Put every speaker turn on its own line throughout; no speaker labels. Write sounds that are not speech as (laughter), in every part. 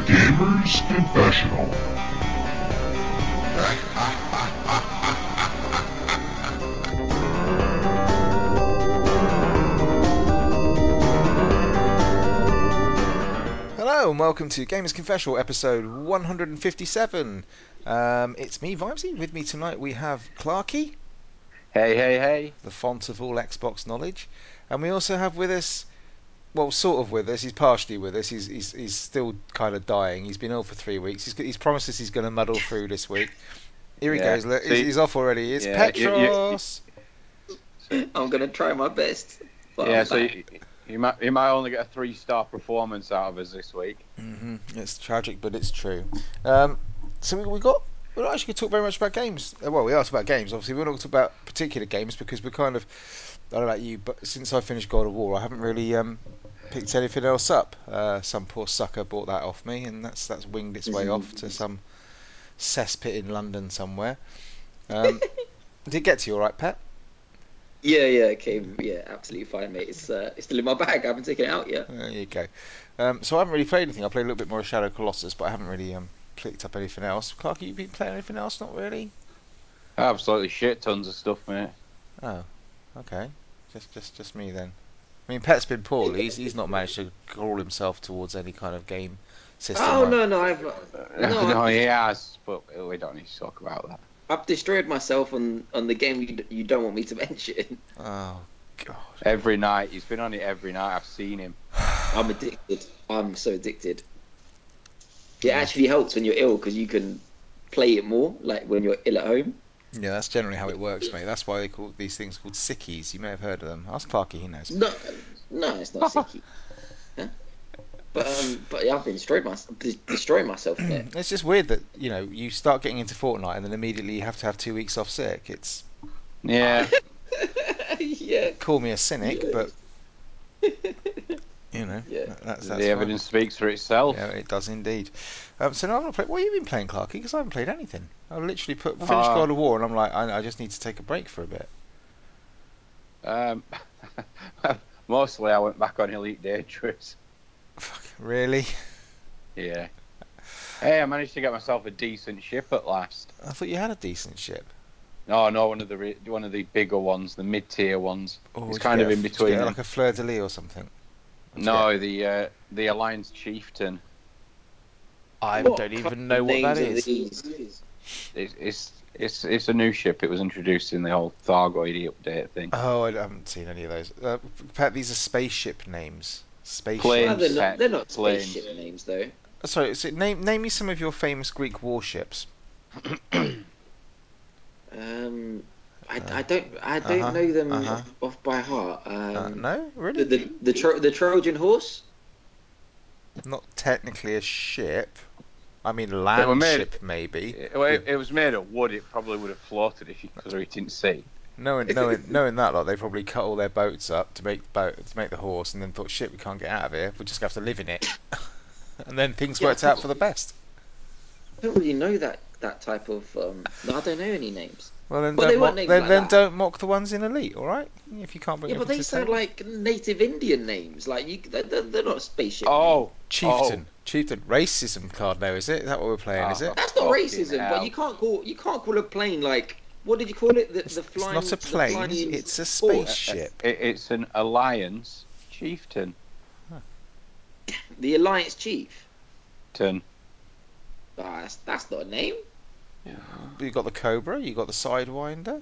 Cooper's Confessional.
Hello and welcome to Gamers Confessional episode 157. Um, it's me, Vimesy. With me tonight we have Clarky,
Hey, hey, hey.
the font of all Xbox knowledge, and we also have with us, well, sort of with us. He's partially with us. He's he's, he's still kind of dying. He's been ill for three weeks. He's, he's promised us he's going to muddle through this week. Here he
Yeah,
goes. Look,
see?
he's, he's off already. It's
Yeah, you- you- you-
Petros.
(laughs) I'm gonna try my best. but
yeah,
I'm
so
back.
you, you might you might only get a three star performance out of us this week.
hmm It's tragic, but it's true. Um, so we, we got. We're not actually going to talk very much about games. Uh, Well, we are talking about games, obviously. We're not going to talk about particular games because we're kind of. I don't know about you, but since I finished God of War, I haven't really um, picked anything else up. Uh, some poor sucker bought that off me, and that's that's winged its way off to some cesspit in London somewhere. Um, did it get to you all right, Pet?
Yeah, yeah, it came. Yeah, absolutely fine, mate. It's uh, it's still in my bag. I haven't taken it out yet.
There you go. Um, so I haven't really played anything. I played a little bit more of Shadow Colossus, but I haven't really um, picked up anything else. Clark, you been playing anything else? Not really.
Absolutely shit tons of stuff, mate.
Okay, just just just me then. I mean, Pet's been poorly. He's he's not managed to crawl himself towards any kind of game system.
Oh
right?
no, no, I've
(laughs)
not.
No,
No,
he has, but we don't need to talk about that.
I've destroyed myself on on the game you, d- you don't want me to (laughs) mention.
Oh god.
Every night he's been on it. Every night I've seen him.
I'm addicted. I'm so addicted. It actually helps when you're ill because you can play it more. Like when you're ill at home.
Yeah, that's generally how it works, mate. That's why they call these things called sickies. You may have heard of them. Ask Clarky, he knows.
No, no, it's
(laughs)
not sicky. Huh? But um, but yeah, I've destroyed my de- destroyed myself there. (laughs)
It's just weird that you know you start getting into Fortnite and then immediately you have to have two weeks off sick. It's
Yeah,
yeah.
call me a cynic,
(laughs)
but you know
Yeah.
that- that's that's
the
fine.
evidence speaks for itself.
Yeah, it does indeed. Um, so now I'm not playing. What have you been playing, Clarky? Because I haven't played anything. I literally put finished
Uh,
God of War, and I'm like, I, I just need to take a break for a bit.
Um, (laughs) mostly I went back on Elite Dangerous.
Really?
Yeah. Hey, I managed to get myself a decent ship at last.
I thought you had a decent ship.
No, no, one of the re- one of the bigger ones, the mid tier ones.
Or
It's
did you
kind
get
of
a-
in
did you
between
get
them.
like a fleur de lis or something.
No, the uh, the Alliance Chieftain.
I
What
don't even
kind
know
of
what that
names
is.
are these?
It's it's it's it's a new ship. It was introduced in the whole Thargoid update thing.
Oh, I haven't seen any of those. Uh, Pat, these are spaceship names. Spaceship.
Plane.
No, they're
set,
not, they're not
plane.
spaceship names, though.
Sorry, so name name me some of your famous Greek warships.
Um, I, I don't I don't
Uh, uh-huh,
know them
uh-huh.
off, off by heart. Um,
Uh, no, really,
the the the, Tro- the Trojan horse.
not technically a ship. I mean,
They were
land
made-
ship maybe.
It, well, it, it was made of wood. It probably would have floated if you because we didn't see.
(laughs)
Knowing, knowing, knowing that lot, they probably cut all their boats up to make the boat to make the horse, and then thought, "Shit, we can't get out of here. We're just gonna have to live in it." (laughs) and then things
Yeah.
worked out for the best.
I don't really know that that type of. Um, no, I don't know any names.
Well, then,
But they
don't
weren't
mock,
named
then,
like
then
that.
don't mock the ones in elite, all right? If you can't bring
Yeah,
them
but they
to
sound
table.
like native Indian names. Like you, they're, they're they're not spaceship. names.
Oh,
chieftain, chieftain, racism card now is it? Is that what we're playing? is
Ah.
it?
that's not
fucking
racism.
hell.
But you can't call you can't call a plane like what did you call it? The,
It's
the flying.
not a
the
plane.
flying uh,
It's a
horse.
spaceship.
It, it's an Alliance Chieftain.
The Alliance Chief.
Ton.
Ah, that's, that's not a name.
You got the cobra. You got the sidewinder.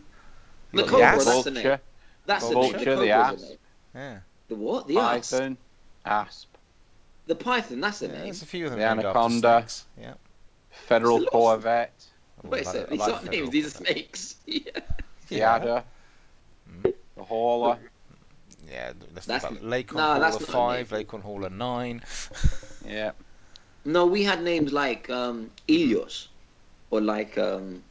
Yeah.
The Cobra,
Yes.
that's the name.
Vulture,
That's the
Vulture,
name. The,
the
Cobra's a
ass.
name.
Yeah,
The what? The ass.
Python, Asp,
The python. That's the
yeah
name.
there's a few of them.
The
named after
anaconda.
snakes. Yeah.
Federal
It's a lot.
Corvette,
I
Wait
like-
a
I
second. These
like
aren't
federal
names. These are
for that.
snakes. (laughs) Yeah.
the
Yeah.
Adder,
Mm-hmm.
the Hauler.
Yeah, that's,
That's-
about Lake on
no,
Hall
that's
of
not a
five,
name.
Lake on Hall of nine. (laughs)
Yeah,
No, we had names like um, Ilios, or like um,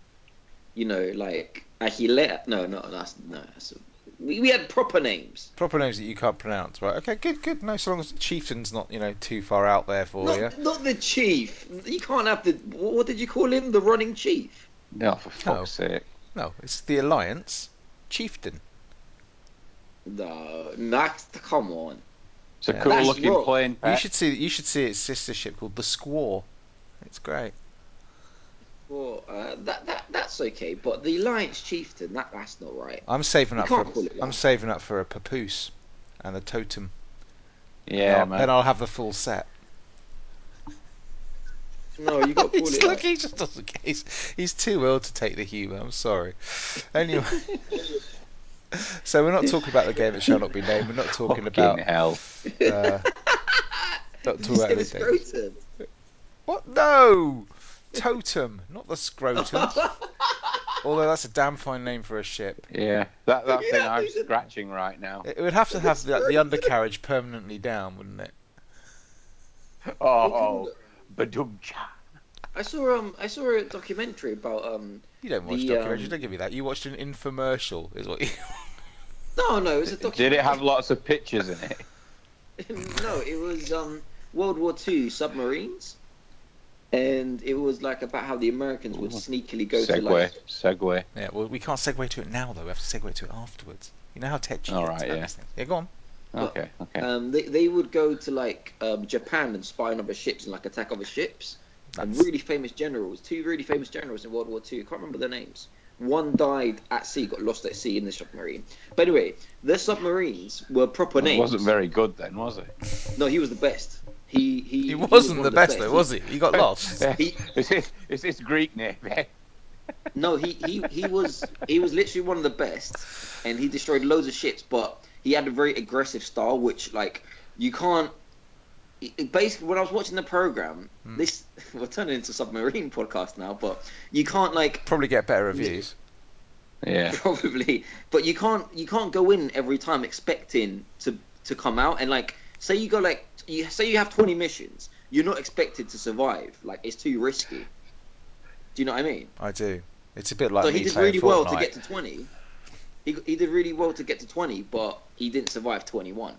you know, like Achille. No, no, that's no. That's we, we had proper names.
Proper names that you can't pronounce, right? Okay, good, good. No, so long as chieftain's not, you know, too far out there for
not,
you.
not the chief. You can't have the. What what did you call him? The running chief.
no, for
Oh.
fuck's sake.
No, it's the alliance chieftain.
No, next. Come on.
It's a
Yeah.
cool
That's
looking
wrong.
plane.
You
Pet.
should see. You should see its sister ship called the Squaw. It's great.
Well, uh, that that that's okay, but the Alliance Chieftain, that that's not right.
I'm saving
You
up for.
can't call it that.
I'm saving up for a papoose, and a totem.
Yeah,
Then I'll-
man.
Then I'll have the full set.
No, you (laughs) got to
(laughs)
call
He's
it.
look,
that.
he just doesn't. He's, he's too ill to take the humour. I'm sorry.
(laughs)
Anyway, so we're not talking about the game that shall not be named. We're not talking
Fucking
about.
hell.
(laughs)
Uh, not
Did
talking
you
about
say the
anything.
scrotum?
What? No, totem, not the
(laughs)
scrotum. Although that's a damn fine name for a ship.
Yeah, that that
Yeah,
thing I'm
these are-
scratching right now.
It it would have to
The
have the, the
scrotum.
undercarriage permanently down, wouldn't it?
Oh, badumcha.
I saw um I saw a documentary about um
You don't watch
The,
documentaries.
um,
Don't give me that. You watched an infomercial, is what you.
no no it was a
Did
documentary.
it have lots of pictures in it?
(laughs) no, it was um World War Two submarines, and it was like about how the Americans would
Ooh.
sneakily go to
Segway,
like
Segway.
Yeah, well, we can't segue to it now, though. We have to segue to it afterwards. You know how tetchy.
All
it is
right,
about
yeah.
these things. Yeah, go on.
Okay, okay.
uh,
um they they would go to like um Japan and spy on other ships and like attack other ships. and
That's-
really famous generals, two really famous generals in World War Two. I can't remember their names. One died at sea, got lost at sea in the submarine. But anyway, their submarines were proper
it
names.
wasn't very good then, was it?
No, he was the best. He he.
He
was
wasn't
one
the
of
best, though, was he? He got lost.
Yeah. (laughs)
He-
Is this, is this Greek name? eh?
No, he, he, he was he was literally one of the best, and he destroyed loads of ships. But he had a very aggressive style, which like you can't. it- it Basically, when I was watching the program,
Hmm.
this (laughs) we're turning into submarine (laughs) podcast now, but you can't like
Probably get better reviews.
Yeah.
(laughs) probably, but you can't you can't go in every time expecting to to come out and like say you go like you say you have twenty missions, you're not expected to survive. Like it's too risky. Do you know what I mean?
I do. It's a bit like
so
me
he did
playing
really
Fortnite.
well to get to 20 he, he did really well to get to 20 but he didn't survive 21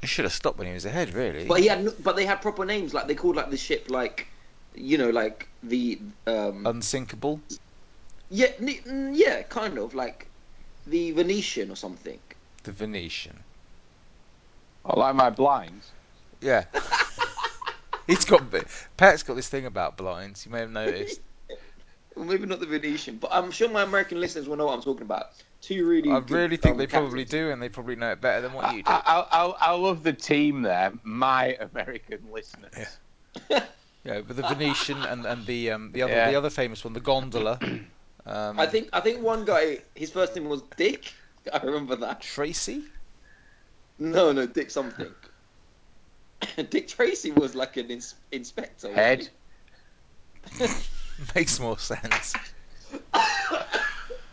He should have stopped when he was ahead, really.
but he had no- but they had proper names like they called like the ship like you know like the um
Unsinkable.
yeah n- n- yeah kind of like the venetian or something
The Venetian.
I like my blinds.
Yeah. (laughs) He's got. Pat's got this thing about blinds. You may have
(laughs)
noticed.
well, maybe not the venetian but i'm sure my american listeners will know what i'm talking about two really
I
good,
really think
um,
they probably
captains.
do, and they probably know it better than what
I,
(laughs)
you do.
I, I, I love the team there, my American listeners.
Yeah. Yeah, but the Venetian and, and the um, the other
Yeah.
the other famous one, the gondola.
(clears throat)
Um,
i think i think one guy his first name was dick (laughs) i remember that
Tracy.
no no dick something (coughs) Dick Tracy was like an ins- inspector. wasn't he?
Head.
(laughs) Makes more sense.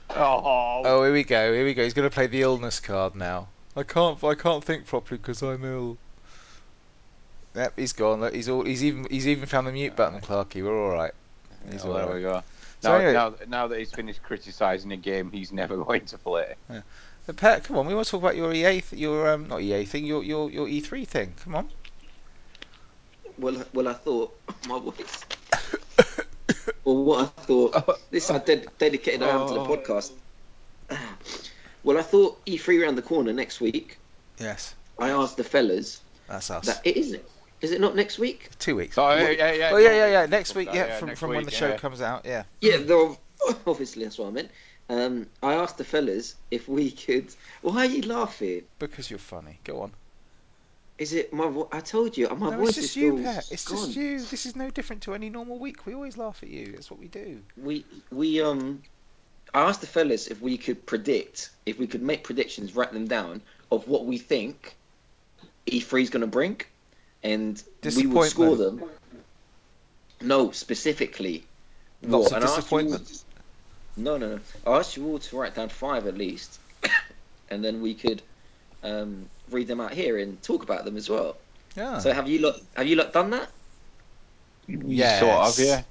Oh,
Oh, here we go. Here we go. He's going to play the illness card now. I can't. I can't think properly because I'm ill. Yep, he's gone. Look, he's all. He's even. He's even found the mute button, Clarky. We're all right. He's
well,
all
there
right.
we go. Now,
So anyway-
now, now that he's finished criticising a game he's never (laughs) going to play.
But Pat, come on. We want to talk about your EA. Th- your um, not EA thing. Your your your E3 thing. Come on.
Well, well, I thought (laughs)
(coughs)
my voice. well, what I
Oh.
thought. This is how ded- dedicated I am to the
Oh.
podcast. (coughs) Well, I thought E3 round the corner next week.
Yes,
I asked the fellas
that's us.
that it isn't. Is it not next week?
Two weeks.
So, yeah, yeah, yeah.
oh yeah, yeah, yeah. Next week. Yeah, from
next
from when
week,
the show
yeah.
comes out. Yeah.
Yeah, though (laughs) obviously that's what I meant. Um, I asked the fellas if we could. Why are you laughing?
Because you're funny. Go on.
Is it my? Vo- I told you, my
no,
voice
it's
is
just
still
you, Pat. It's
gone.
just you. This is no different to any normal week. We always laugh at you. That's what we do.
we we um I asked the fellas if we could predict if we could make predictions, write them down of what we think E3 is going to bring, and we would score them. No, specifically.
Lots
what?
of
And I asked you
disappointment.
all- No, no, no. I asked you all to write down five at least, (coughs) and then we could um, read them out here and talk about them as well.
Yeah.
So have you lot have you lot done that?
Yes.
Sort of, yeah.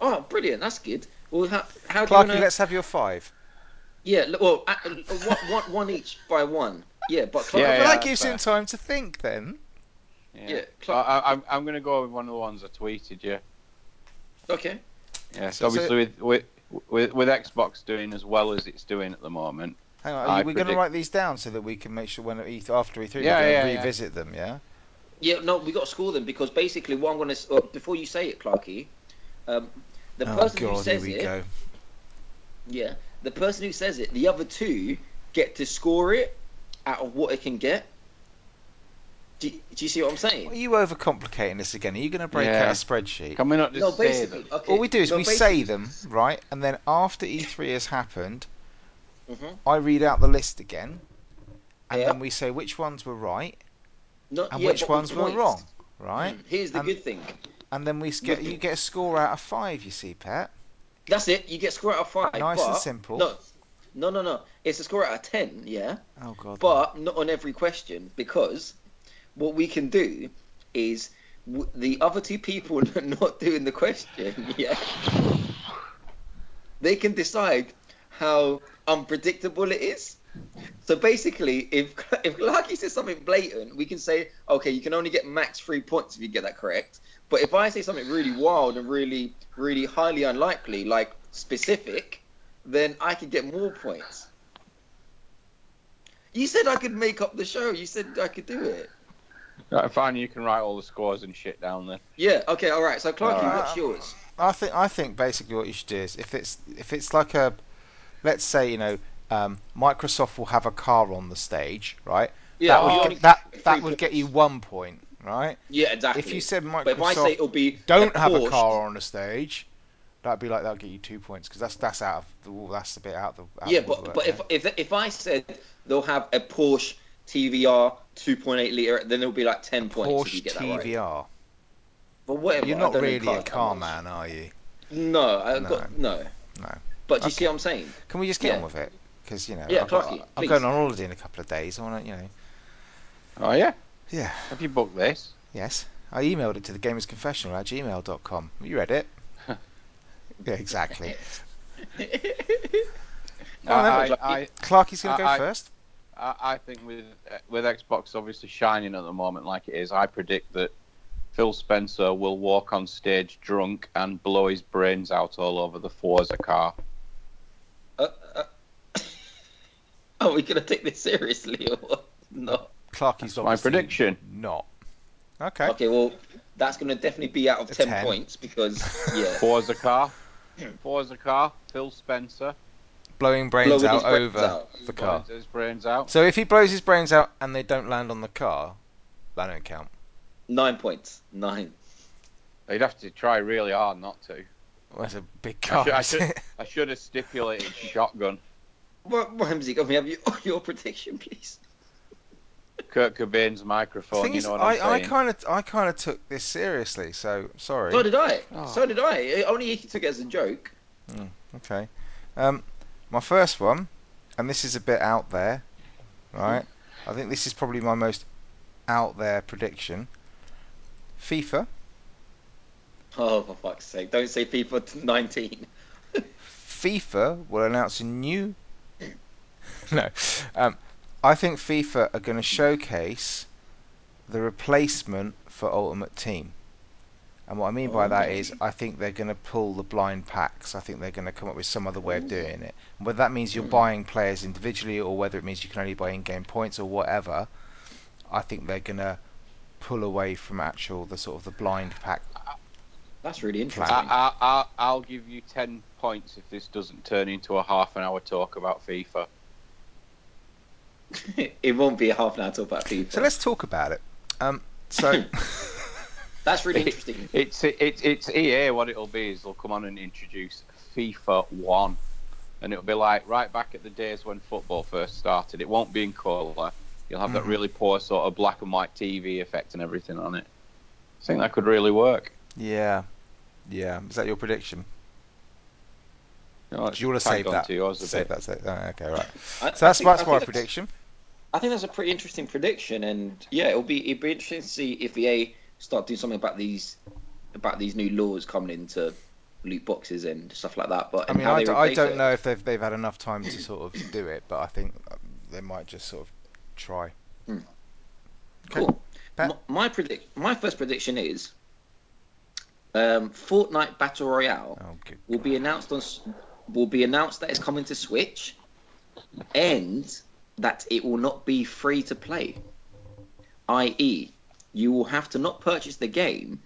Oh, brilliant! That's good. Well, how, how do you
Clarky,
wanna-
let's have your five.
Yeah, l- well, uh, uh, one, one, one each by one. Yeah, but Clark,
Yeah,
well, that
that's
gives him
fair.
time to think then.
Yeah,
I,
Clark-
I, I'm, I'm going to go with one of the ones I tweeted you.
okay.
Yeah,
So-
so obviously with, with with with Xbox doing as well as it's doing at the moment.
Hang on,
I
are you, we're going to
predict-
write these down so that we can make sure when at E- after E3
Yeah,
we're going
yeah,
to
yeah.
revisit them, yeah?
Yeah, no, we got to score them because basically, what I'm going to well, before you say it, Clarky, um, the
oh
person who
god, here
says
we
it,
go.
yeah, the person who says it, the other two get to score it out of what it can get. Do, do you see what I'm
Are
saying?
you overcomplicating this again? Are you going to break
Yeah.
out a spreadsheet?
Can we not just
No,
say
basically,
that?
okay.
All we do is
no,
we
basi-
say them, right? And then after
(laughs)
E3 has happened,
Mhm.
I read out the list again, and
Yeah.
then we say which ones were right
No,
and
yeah,
which
but with
ones were
points. Mm,
wrong, right?
Here's the
And-
good thing.
And then we s- get
With-
you get a score out of five. You see, Pet.
That's it. You get score out of five.
Nice
but,
and simple.
No, no, no, no. It's a score out of ten. Yeah.
Oh god.
but not on every question because what we can do is w- the other two people (laughs) not doing the question (laughs) yeah they can decide how unpredictable it is so basically if (laughs) if Clarky says something blatant we can say okay you can only get max three points if you get that correct but if i say something really wild and really really highly unlikely like specific then i could get more points you said I could make up the show. You said I could do it.
Right, fine, you can write all the scores and shit down there.
Yeah. Okay. All right. So Clarky,
All right.
what's yours?
I think I think basically what you should do is if it's if it's like a let's say you know um, Microsoft will have a car on the stage, right?
Yeah.
that
well, you
would
only
get, that,
get
that
three
would get
points.
you one point, right?
Yeah. Exactly.
If you said
but if I
Microsoft
say it'll be
don't
the
have a
Porsche-
car on the stage, that'd be like that'll get you two points because that's that's out of the wall. That's a bit out of the out
Yeah,
the
but
woodwork,
but if, if if I said they'll have a Porsche TVR 2.8 liter, then it'll be like 10 points if you
Porsche
get that right.
TVR,
But whatever.
you're
I
not
don't know
really a
cars that
car
much.
man, are you?
No. I
No.
got no.
No.
But do you see
Okay.
what I'm saying?
Can we just get
Yeah.
on with it? Because you know,
Yeah,
I've got-
Clarky,
I'm
please.
going on holiday in a couple of days. I want to, you know,
Oh, yeah?
Yeah.
Have you booked this?
yes. I emailed it to the Gamers Confessional at gmail.com. You read it? yeah, exactly.
(laughs)
Oh, Go on,
I,
then.
I, I,
Clarky's going to go
I- I-
first.
I I think with with Xbox obviously shining at the moment like it is, I predict that Phil Spencer will walk on stage drunk and blow his brains out all over the Forza car.
uh, uh, (laughs) are we gonna take this seriously or (laughs) what? No.
Clarky's
My
obviously
prediction.
Not. Okay.
Okay. Well, that's gonna definitely be out of
A
10,
10. (laughs)
points because yeah.
(clears throat)
Forza car. Forza car. Phil Spencer.
Blowing brains
Blowing
out
his brains
over
out.
the car.
Blows his brains out.
So if he blows his brains out and they don't land on the car, that don't count.
Nine points. Nine.
He'd have to try really hard not to.
Well, that's a big car.
should- I
isn't
should-
it?
I should have stipulated shotgun.
What Ramsey, can we have your, (laughs) your prediction, please?
Kurt Cobain's
The
microphone.
thing
You
is,
know what I'm
I, I
saying?
kind of, I kind of took this seriously. So sorry.
So did I.
Oh.
So did I. It- Only he took it as a joke.
Okay. Um, my first one, and this is a bit out there, right? I think this is probably my most out there prediction. FIFA,
Oh, for fuck's sake. Don't say FIFA (laughs) t- 19.
FIFA will announce a new. (laughs) no, um, I think FIFA are going to showcase the replacement for Ultimate Team. And what I mean by that is, I think they're going to pull the blind packs. I think they're going to come up with some other way of doing it. And whether that means you're buying players individually, or whether it means you can only buy in-game points, or whatever, I think they're going to pull away from actual the sort of the blind pack.
That's really
I,
interesting.
I, I, I'll give you 10 points if this doesn't turn into a half an hour talk about FIFA.
(laughs) it won't be a half an hour talk about FIFA.
So let's talk about it. Um, so
That's really interesting.
It's it's it's EA. What it'll be is they'll come on and introduce FIFA One, and it'll be like right back at the days when football first started. It won't be in colour. You'll have that
Mhm.
really poor sort of black and white TV effect and everything on it. I think that could really work.
yeah, yeah. Is that your prediction?
You know,
Do you want to
tag
save
on
that?
to yours a
save
bit.
that. Save that. Oh, Okay, right.
I-
So that's
I think- I
that's
think
my prediction.
I think that's a pretty interesting prediction, and yeah, it'll be it'll be interesting to see if EA start doing something about these about these new laws coming into loot boxes and stuff like that. But
I
and
mean,
how
I,
they
d- I
replace
don't
it.
know if they've they've had enough time to sort of do it, but I think uh, they might just sort of try. Okay.
Cool.
Pat?
M- my predict my first prediction is um, Fortnite Battle Royale
Oh, good.
will be announced on s- will be announced that it's coming to Switch, and that it will not be free to play, i.e., E, you will have to not purchase the game,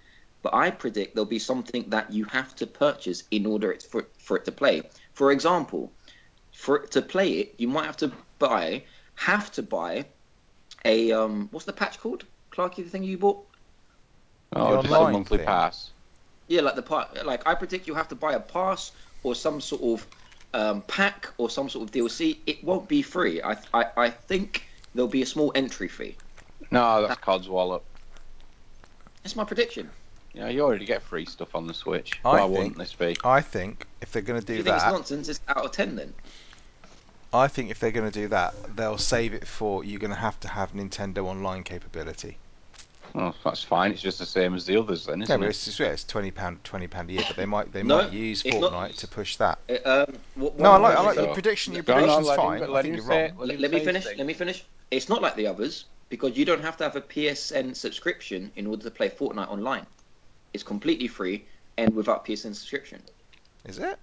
but I predict there'll be something that you have to purchase in order it's for, for it to play. For example, for it to play it, you might have to buy, have to buy a, um, what's the patch called? Clarky, the thing you bought?
Oh,
The
just a
online
monthly
thing.
pass.
Yeah, like the part, like I predict you'll have to buy a pass or some sort of um, pack or some sort of DLC. It won't be free. I, I, I think there'll be a small entry fee.
No, that's Cod's Wallop.
That's my prediction.
Yeah, you already get free stuff on the Switch.
I
Why
think-
wouldn't this be?
I think if they're going to
If
do
you think it's
that,
nonsense, it's out of ten then.
I think if they're going to do that, they'll save it for you're going to have to have Nintendo Online capability.
Oh, that's fine. It's just the same as the others, then,
Yeah,
isn't
but
it?
it's, it's, yeah, it's twenty pound, twenty pound a year. But they might, they
No,
might use
it's
Fortnite
not-
to push that.
Uh, um, what,
No, I
what-
like, I like
so.
your prediction. Your
No, no,
prediction's
let him-
fine.
let
I
him
think you're
say it,
wrong.
let
Let,
him
let me
say his
finish.
thing.
Let me finish. It's not like the others because you don't have to have a PSN subscription in order to play Fortnite online. It's completely free and without PSN subscription.
Is it?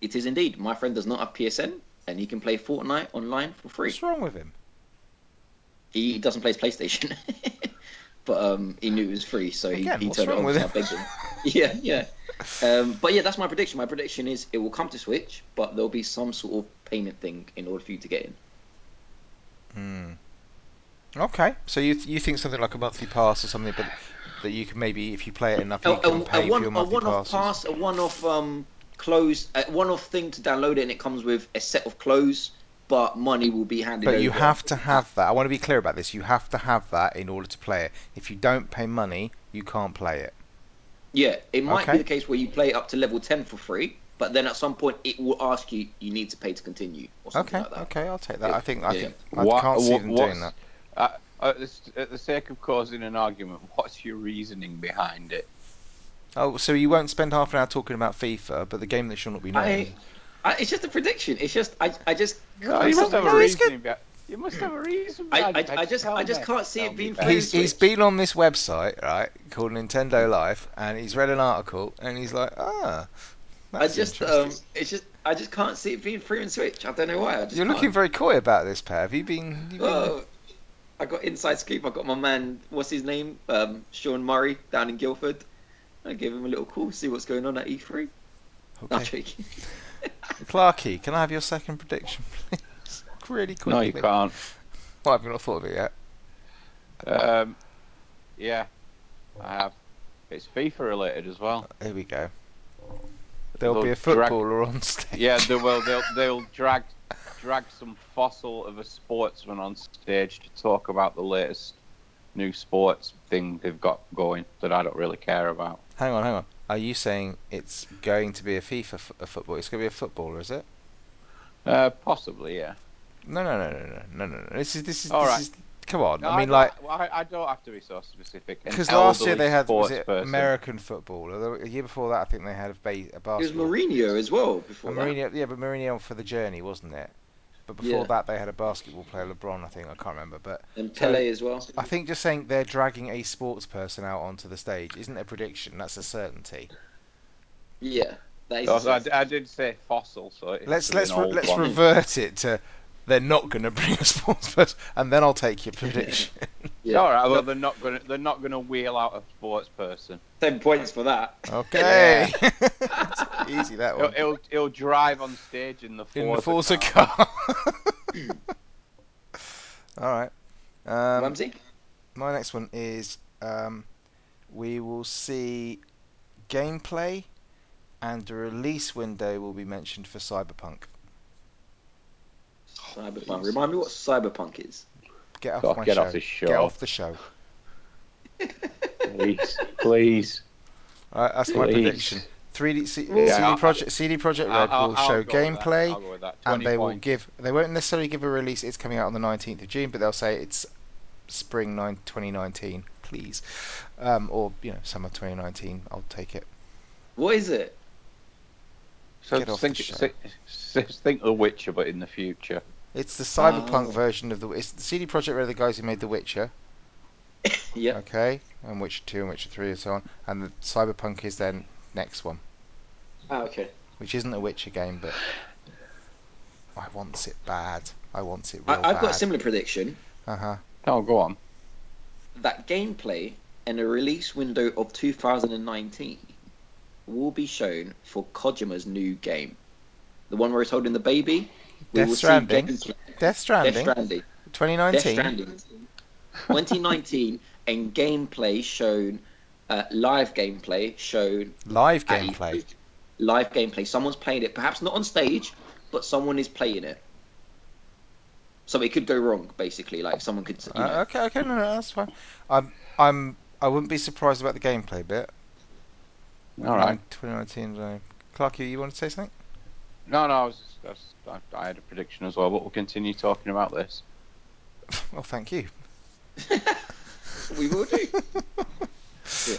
It is indeed. My friend does not have PSN and he can play Fortnite online for free.
What's wrong with him?
He doesn't play his PlayStation, (laughs) but um, he knew it was free, so he,
Again,
he
what's
turned it
wrong
on.
with
so I
him?
begged him. (laughs) yeah, yeah. Um, but yeah, that's my prediction. My prediction is it will come to Switch, but there'll be some sort of payment thing in order for you to get in.
Hmm. Okay, so you th- you think something like a monthly pass or something, but that you can maybe if you play it enough,
A,
you can
a-
pay
Oh, a
for
one,
your
a
monthly
one-off
passes.
pass, a one-off um, close, a one-off thing to download it, and it comes with a set of clothes, but money will be handed.
But you
over.
have to have that. I want to be clear about this. You have to have that in order to play it. If you don't pay money, you can't play it.
Yeah, it might
Okay.
be the case where you play up to level ten for free, but then at some point it will ask you you need to pay to continue or something
Okay,
like that.
okay, I'll take that.
Yeah.
I think I,
Yeah.
think, I
What-
can't see
what-
them doing that.
what's- Uh, at, the, s- at the sake of causing an argument, (laughs) what's your reasoning behind it?
Oh, so you won't spend half an hour talking about FIFA, but the game that shall not be
I,
named.
I, it's just a prediction. It's just I, I just
Oh, you must
something-
have a
no, he's
reasoning. Be- you must have a reason.
I-
behind
I-
it.
I just- I
Tell
just
me.
can't see it
Tell me (laughs)
being
back.
free.
He's, he's been on this website, right, called Nintendo Life, and he's read an article, and he's like, ah,
I
that's
just um
interesting.
it's just I just can't see it being free on Switch. I don't know why. I just
You're
can't.
looking very coy about this, Pat. Have you been? You've been
Oh, I got inside scoop. I got my man. What's his name? Um, Sean Murray down in Guildford. I gave him a little call, see what's going on at E E3. (laughs) No, I'm
okay.
joking.
Clarky, can I have your second prediction, (laughs) please? really quickly.
No, you can't.
Why have you not thought of it yet?
Um, yeah, I have. It's FIFA related as well.
Here we go. There'll be
They'll
a
drag-
footballer on (laughs) stage.
Yeah, they will. They'll they'll drag drag some fossil of a sportsman on stage to talk about the latest new sports thing they've got going that I don't really care about.
Hang on, hang on. Are you saying it's going to be a FIFA f- a football? It's going to be a footballer, is it?
Uh, possibly, yeah.
No, no, no, no, no, no, no. no. This is this is
All
this
right.
is. Come on.
No,
I mean,
don't-
like
well, I, I don't have to be so specific. An
because last year
elderly
they had was
sports
it
person.
American football? Or the- A year before that, I think they had a, ba- a basketball.
It was Mourinho as well before
And Mourinho, yeah, but Mourinho for the journey, wasn't it? But before
Yeah.
that, they had a basketball player, LeBron, I think. I can't remember, but
that, and
so-
Pele as well.
I think just saying they're dragging a sports person out onto the stage isn't a prediction. That's a certainty.
Yeah, that is.
Also, Oh, I, d- I did say fossil, so it's
let's
an
let's re-
old
let's
one.
revert it to they're not going to bring a sports person, and then I'll take your prediction.
Yeah.
All right. Well, they're not gonna they're not gonna wheel out a sports person.
ten points for that.
(laughs) okay, (laughs) easy that
He'll,
one.
he'll, he'll drive on stage in the Forza
Oh. In the Forza
car.
car.
(laughs)
(laughs) All right. Um,
Ramsey.
my next one is um, we will see gameplay, and the release window will be mentioned for Cyberpunk. oh,
Cyberpunk. Remind me what Cyberpunk is.
Get off
God,
my
get
show.
off this show.
Get off the show.
Please, please.
All right, that's my
Please.
prediction. 3D C,
Yeah,
CD
I'll-
Project CD Project Red
I'll-
will
I'll
show
go with that.
gameplay,
I'll go with that.
and
20
they will
points.
give. They won't necessarily give a release. It's coming out on the 19th of June, but they'll say it's spring 9, 2019, please, um, or you know summer 2019. I'll take it.
What is it?
So
Get off
think,
the show.
think, think The Witcher, but in the future.
It's the cyberpunk
Oh.
version of the. It's the CD Project Red, are the guys who made The Witcher.
Yep.
Okay, and Witcher 2 and Witcher 3 and so on, and the cyberpunk is then next one,
Ah, okay.
which isn't a Witcher game, but I want it bad. I want it real
I, I've
bad. Uh-huh.
got a similar prediction.
Uh huh.
Oh, go on.
that gameplay and a release window of 2019 will be shown for Kojima's new game. The one where he's holding the baby.
Death Stranding.
gameplay-
Death
Death
Stranding.
Stranding. Death
2019.
Stranding.
(laughs)
2019 and gameplay shown, uh, live gameplay shown.
Live
at
gameplay.
E3. Live gameplay. Someone's playing it, perhaps not on stage, but someone is playing it. So it could go wrong, basically. Like someone could. You know,
Uh, okay, okay, no, no, that's fine. I'm, I'm, I wouldn't be surprised about the gameplay bit.
All right.
2019. though. Clarky, you want to say something?
No, no, I was just, I, was- I- I had a prediction as well, but we'll continue talking about this.
Well, thank you.
we will do.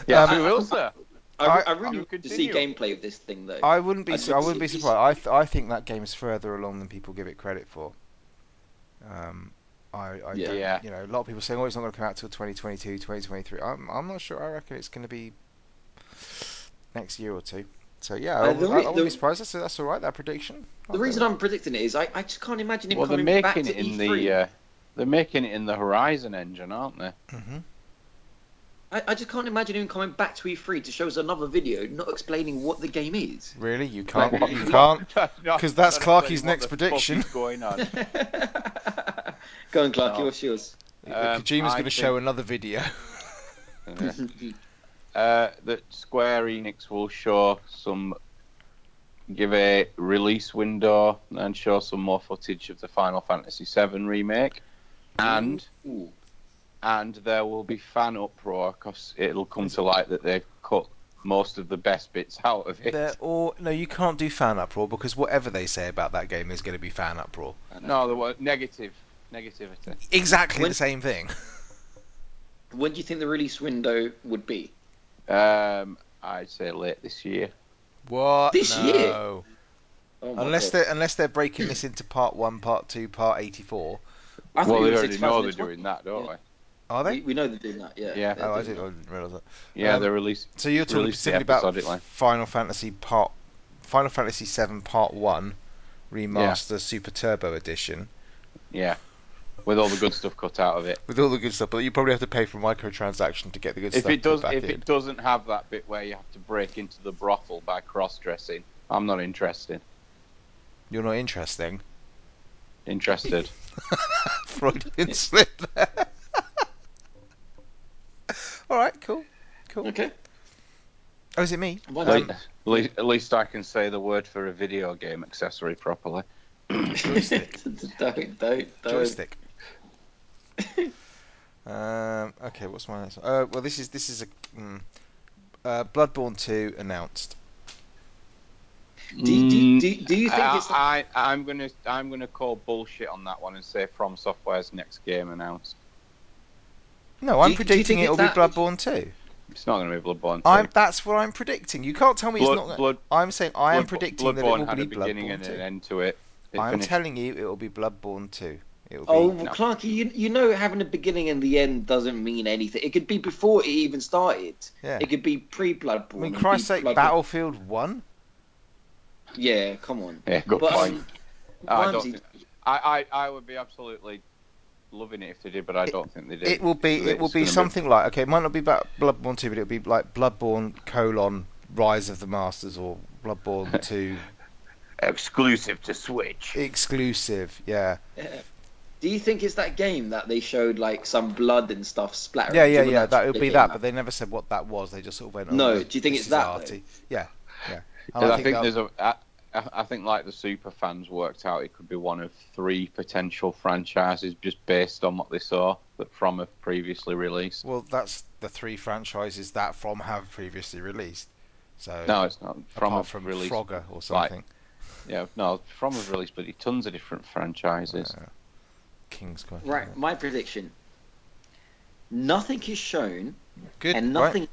Yes,
Um,
we will, sir.
I,
I-
I really
I'll
want Um, to see
continue.
gameplay of this thing though.
I wouldn't be.
I'd
su- I
like to
wouldn't be
see-
surprised. I, th- I think that game is further along than people give it credit for. Um, I, I
Yeah.
don't,
Yeah.
you know, a lot of people saying, "Oh, it's not going to come out till 2022, 2023." I'm, I'm not sure. I reckon it's going to be next year or two. So yeah, I,
Uh, the
wouldn't- I,
re-
I wouldn't
the-
be surprised. That's, that's all right. That prediction.
the reason I'm predicting it is I, I just can't imagine it
Well, they're
coming back
making
to E
it in
E
E3.
the uh, they're making it in the Horizon engine, aren't (laughs) they?
hmm
I, I just can't imagine him coming back to E3 to show us another video not explaining what the game is.
Really, you can't.
Like,
you
what-
can't.
No,
'Cause that's
I'm not
Clarky's
saying what
next
the fuck
prediction.
is going on.
Go on, Clark,
No.
what's yours?
Um,
Kojima's
I
going to
think-
show another video.
Yeah. uh, that Square Enix will show some, give a release window and show some more footage of the Final Fantasy VII remake, and
Ooh.
and there will be fan uproar because it'll come to light that they've cut most of the best bits out of it.
They're all no, you can't do fan uproar because whatever they say about that game is going to be fan uproar.
No, there were negative negativity.
Exactly
When-
the same thing.
When do you think the release window would be?
Um, I'd say late this year.
What?
This
no.
year? Oh my
Unless
God.
they're unless they're breaking this into part one, part two, part eighty four.
I thought
well,
it
they
was
already know they're
2020.
doing that, don't
Yeah.
Are they?
We, we know they're doing that, yeah.
Yeah.
They're
Oh, I
doing
didn't,
that.
I didn't realise that.
they? Yeah,
Um,
they're releasing.
So you're talking
Release the
specifically about
episodically.
Final Fantasy Part Final Fantasy Seven Part One Remaster Super Turbo Edition
Yeah, with all the good stuff cut out of it.
with all the good stuff, but you probably have to pay for microtransaction to get the good
if
stuff.
it does,
put back
if
in.
it doesn't have that bit where you have to break into the brothel by cross-dressing, I'm not interested.
you're not interesting. (laughs)
Interested.
Freudian slip there. (laughs) all right, cool, cool.
Okay.
Oh, is it me?
Well, (laughs)
Like-
done.
at, least, at least I can say the word for a video game accessory properly.
Joystick.
don't, don't, don't.
joystick. (laughs) um, okay, what's my next? One? Uh, well, this is this is a mm, uh, Bloodborne two announced.
Do, do, do, do you think
I,
it's
Mm, I, I'm gonna I'm gonna call bullshit on that one and say From Software's next game announced.
No,
Do
I'm
you- do you
predicting
think
it'll
it's
be
that-
Bloodborne two.
It's not gonna be Bloodborne. 2.
I'm that's what I'm predicting. You can't tell me
Blood-
it's not.
Blood-
I'm saying I am
Bloodborne-
predicting
Bloodborne
that it will
had
be
a beginning
Bloodborne
and an
two.
end to it. It
I'm
finished.
telling you, it will be Bloodborne two. It will be.
Oh,
No.
Clarky, you, you know having a beginning and the end doesn't mean anything. It could be before it even started.
yeah.
It could be pre-Bloodborne.
I mean,
and
Christ's sake,
pre-Bloodborne-
Battlefield one.
Yeah, come on.
yeah, good
But,
point.
um,
Ah, I, don't
Ramsey-
think, I, I I would be absolutely loving it if they did, but I don't think they did.
It will be.
So
It will
it's
be
gonna
something like okay, it might not be about Bloodborne two, but it'll be like Bloodborne colon Rise of the Masters or Bloodborne two
exclusive to Switch.
exclusive. Yeah,
Do you think it's that game that they showed like some blood and stuff splattering?
yeah,
Do you
yeah,
know
yeah.
that's
That
what
would
they
be
came
that,
out?
but they never said what that was. They just sort of went. Oh,
No,
this-
do you think
this
it's
is
that,
arty. Yeah, yeah. And
I, think,
that-
there's a. I, I I think like the super fans worked out, it could be one of three potential franchises just based on what they saw that from have previously released.
well, that's the three franchises that From have previously released. So
No, it's not. From
apart
have
from
released.
Frogger or something,
Yeah, no, From have released bloody tons of different franchises.
Uh, King's Quest.
Right, my prediction. Nothing is shown
Good.
and
right.
nothing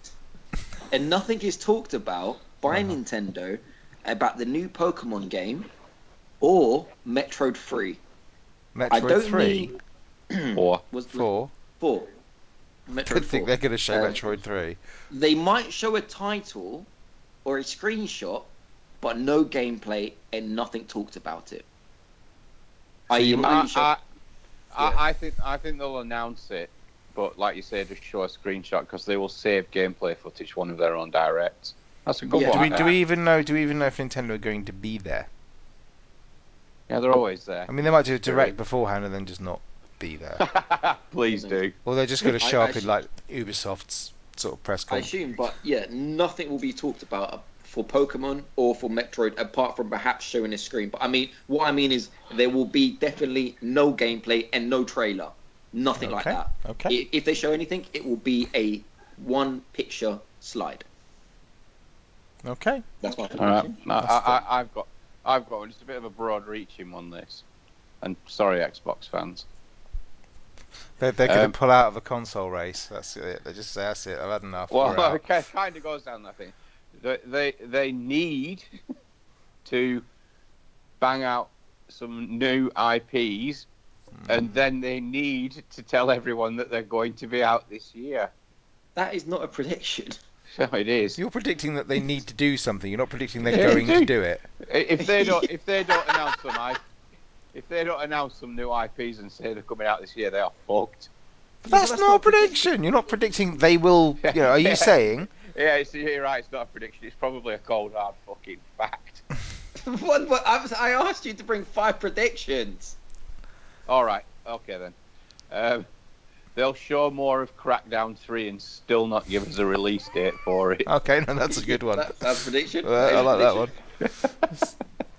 and nothing is talked about by
Uh-huh.
Nintendo about the new Pokemon game or Metroid 3. I
Metroid
don't
three, (clears throat)
mean (clears throat)
Or
was was
four.
four.
Don't (laughs)
Metroid
think
4.
they're going to show
Um,
Metroid three.
They might show a title or a screenshot, but no gameplay and nothing talked about it.
I,
I, I,
I, I,
Yeah.
I think I think they'll announce it, but like you say, just show a screenshot because they will save gameplay footage, one of their own directs. That's a good
Yeah.
Do we,
one.
do we even know? Do we even know if Nintendo are going to be there?
Yeah, they're always there.
I mean, they might do a
Very.
direct beforehand and then just not be there,
Please do.
or they're just going to
I-
show
I
up in
sh-
like Ubisoft's sort of press
I
conference.
assume, but yeah, nothing will be talked about uh, for Pokemon or for Metroid apart from perhaps showing a screen. But I mean, what I mean is there will be definitely no gameplay and no trailer, nothing like
Okay,
that.
okay.
I- If they show anything, it will be a one picture slide.
Okay.
That's my
All right.
prediction.
No, I, I, I've got, I've got one. Just a bit of a broad-reaching one. This, and sorry, Xbox fans.
They're, they're going
Um,
to pull out of a console race. That's it. They just say, that's it. I've had enough.
Well,
We're out."
(laughs) okay, kind of goes down that thing. They, they, they need (laughs) to bang out some new IPs, and then they need to tell everyone that they're going to be out this year. (laughs)
That is not a prediction.
So it is.
You're predicting that they need to do something. You're not predicting they're
Yeah,
going to
dude.
do it.
If they don't, if they don't announce some, I, if they don't announce some new IPs and say they're coming out this year, they are fucked.
But that's,
(laughs) that's
not,
not
a prediction. You're not predicting they will. You know, are you
Yeah.
saying?
Yeah, it's, you're right. It's not a prediction. It's probably a cold hard fucking fact. (laughs)
(laughs) what, what, I, was, I asked you to bring five predictions.
All right. Okay then. Um, they'll show more of Crackdown Three and still not give us a release date
(laughs)
for it.
Okay, no, that's a good one.
That, that's
(laughs)
a prediction.
Uh, I like that
Prediction.
one.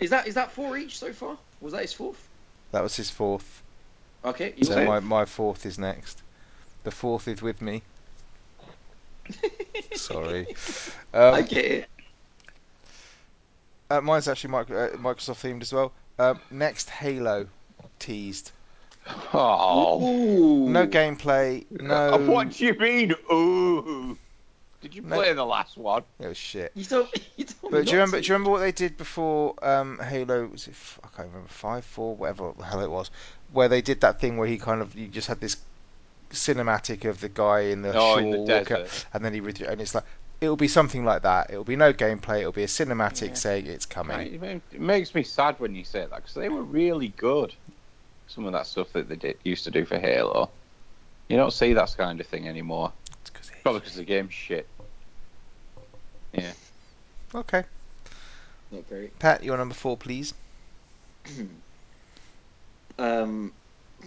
Is that is that four each so far? Was that his fourth?
That was his fourth.
Okay. you
So
say-
my, my fourth is next. The fourth is with
(laughs)
me. Sorry.
I
Um,
get it.
uh, mine's actually mic- uh, Microsoft themed as well. Um, next Halo teased.
Oh.
Ooh. Uh,
No gameplay. No.
(laughs) What do you mean? Ooh. Did you
No.
play the last one?
Oh shit.
You don't. (laughs) You
But
don't
do you
not
remember?
to.
Do you remember what they did before um, Halo? Was it, f- I can't remember five, four, whatever the hell it was, where they did that thing where he kind of you just had this cinematic of the guy in the
oh,
shawl
in the
walk out,
desert.
and then he withdrew, and it's like it'll be something like that. It'll be no gameplay. It'll be a cinematic
Yeah.
saying it's coming.
Right, It ma- it makes me sad when you say that because they were really good. Some of that stuff that they did, used to do for Halo. You don't see that kind of thing anymore.
It's 'cause he-
Probably because the game's shit.
Okay,
Not very.
Pat, your number four, please.
Um,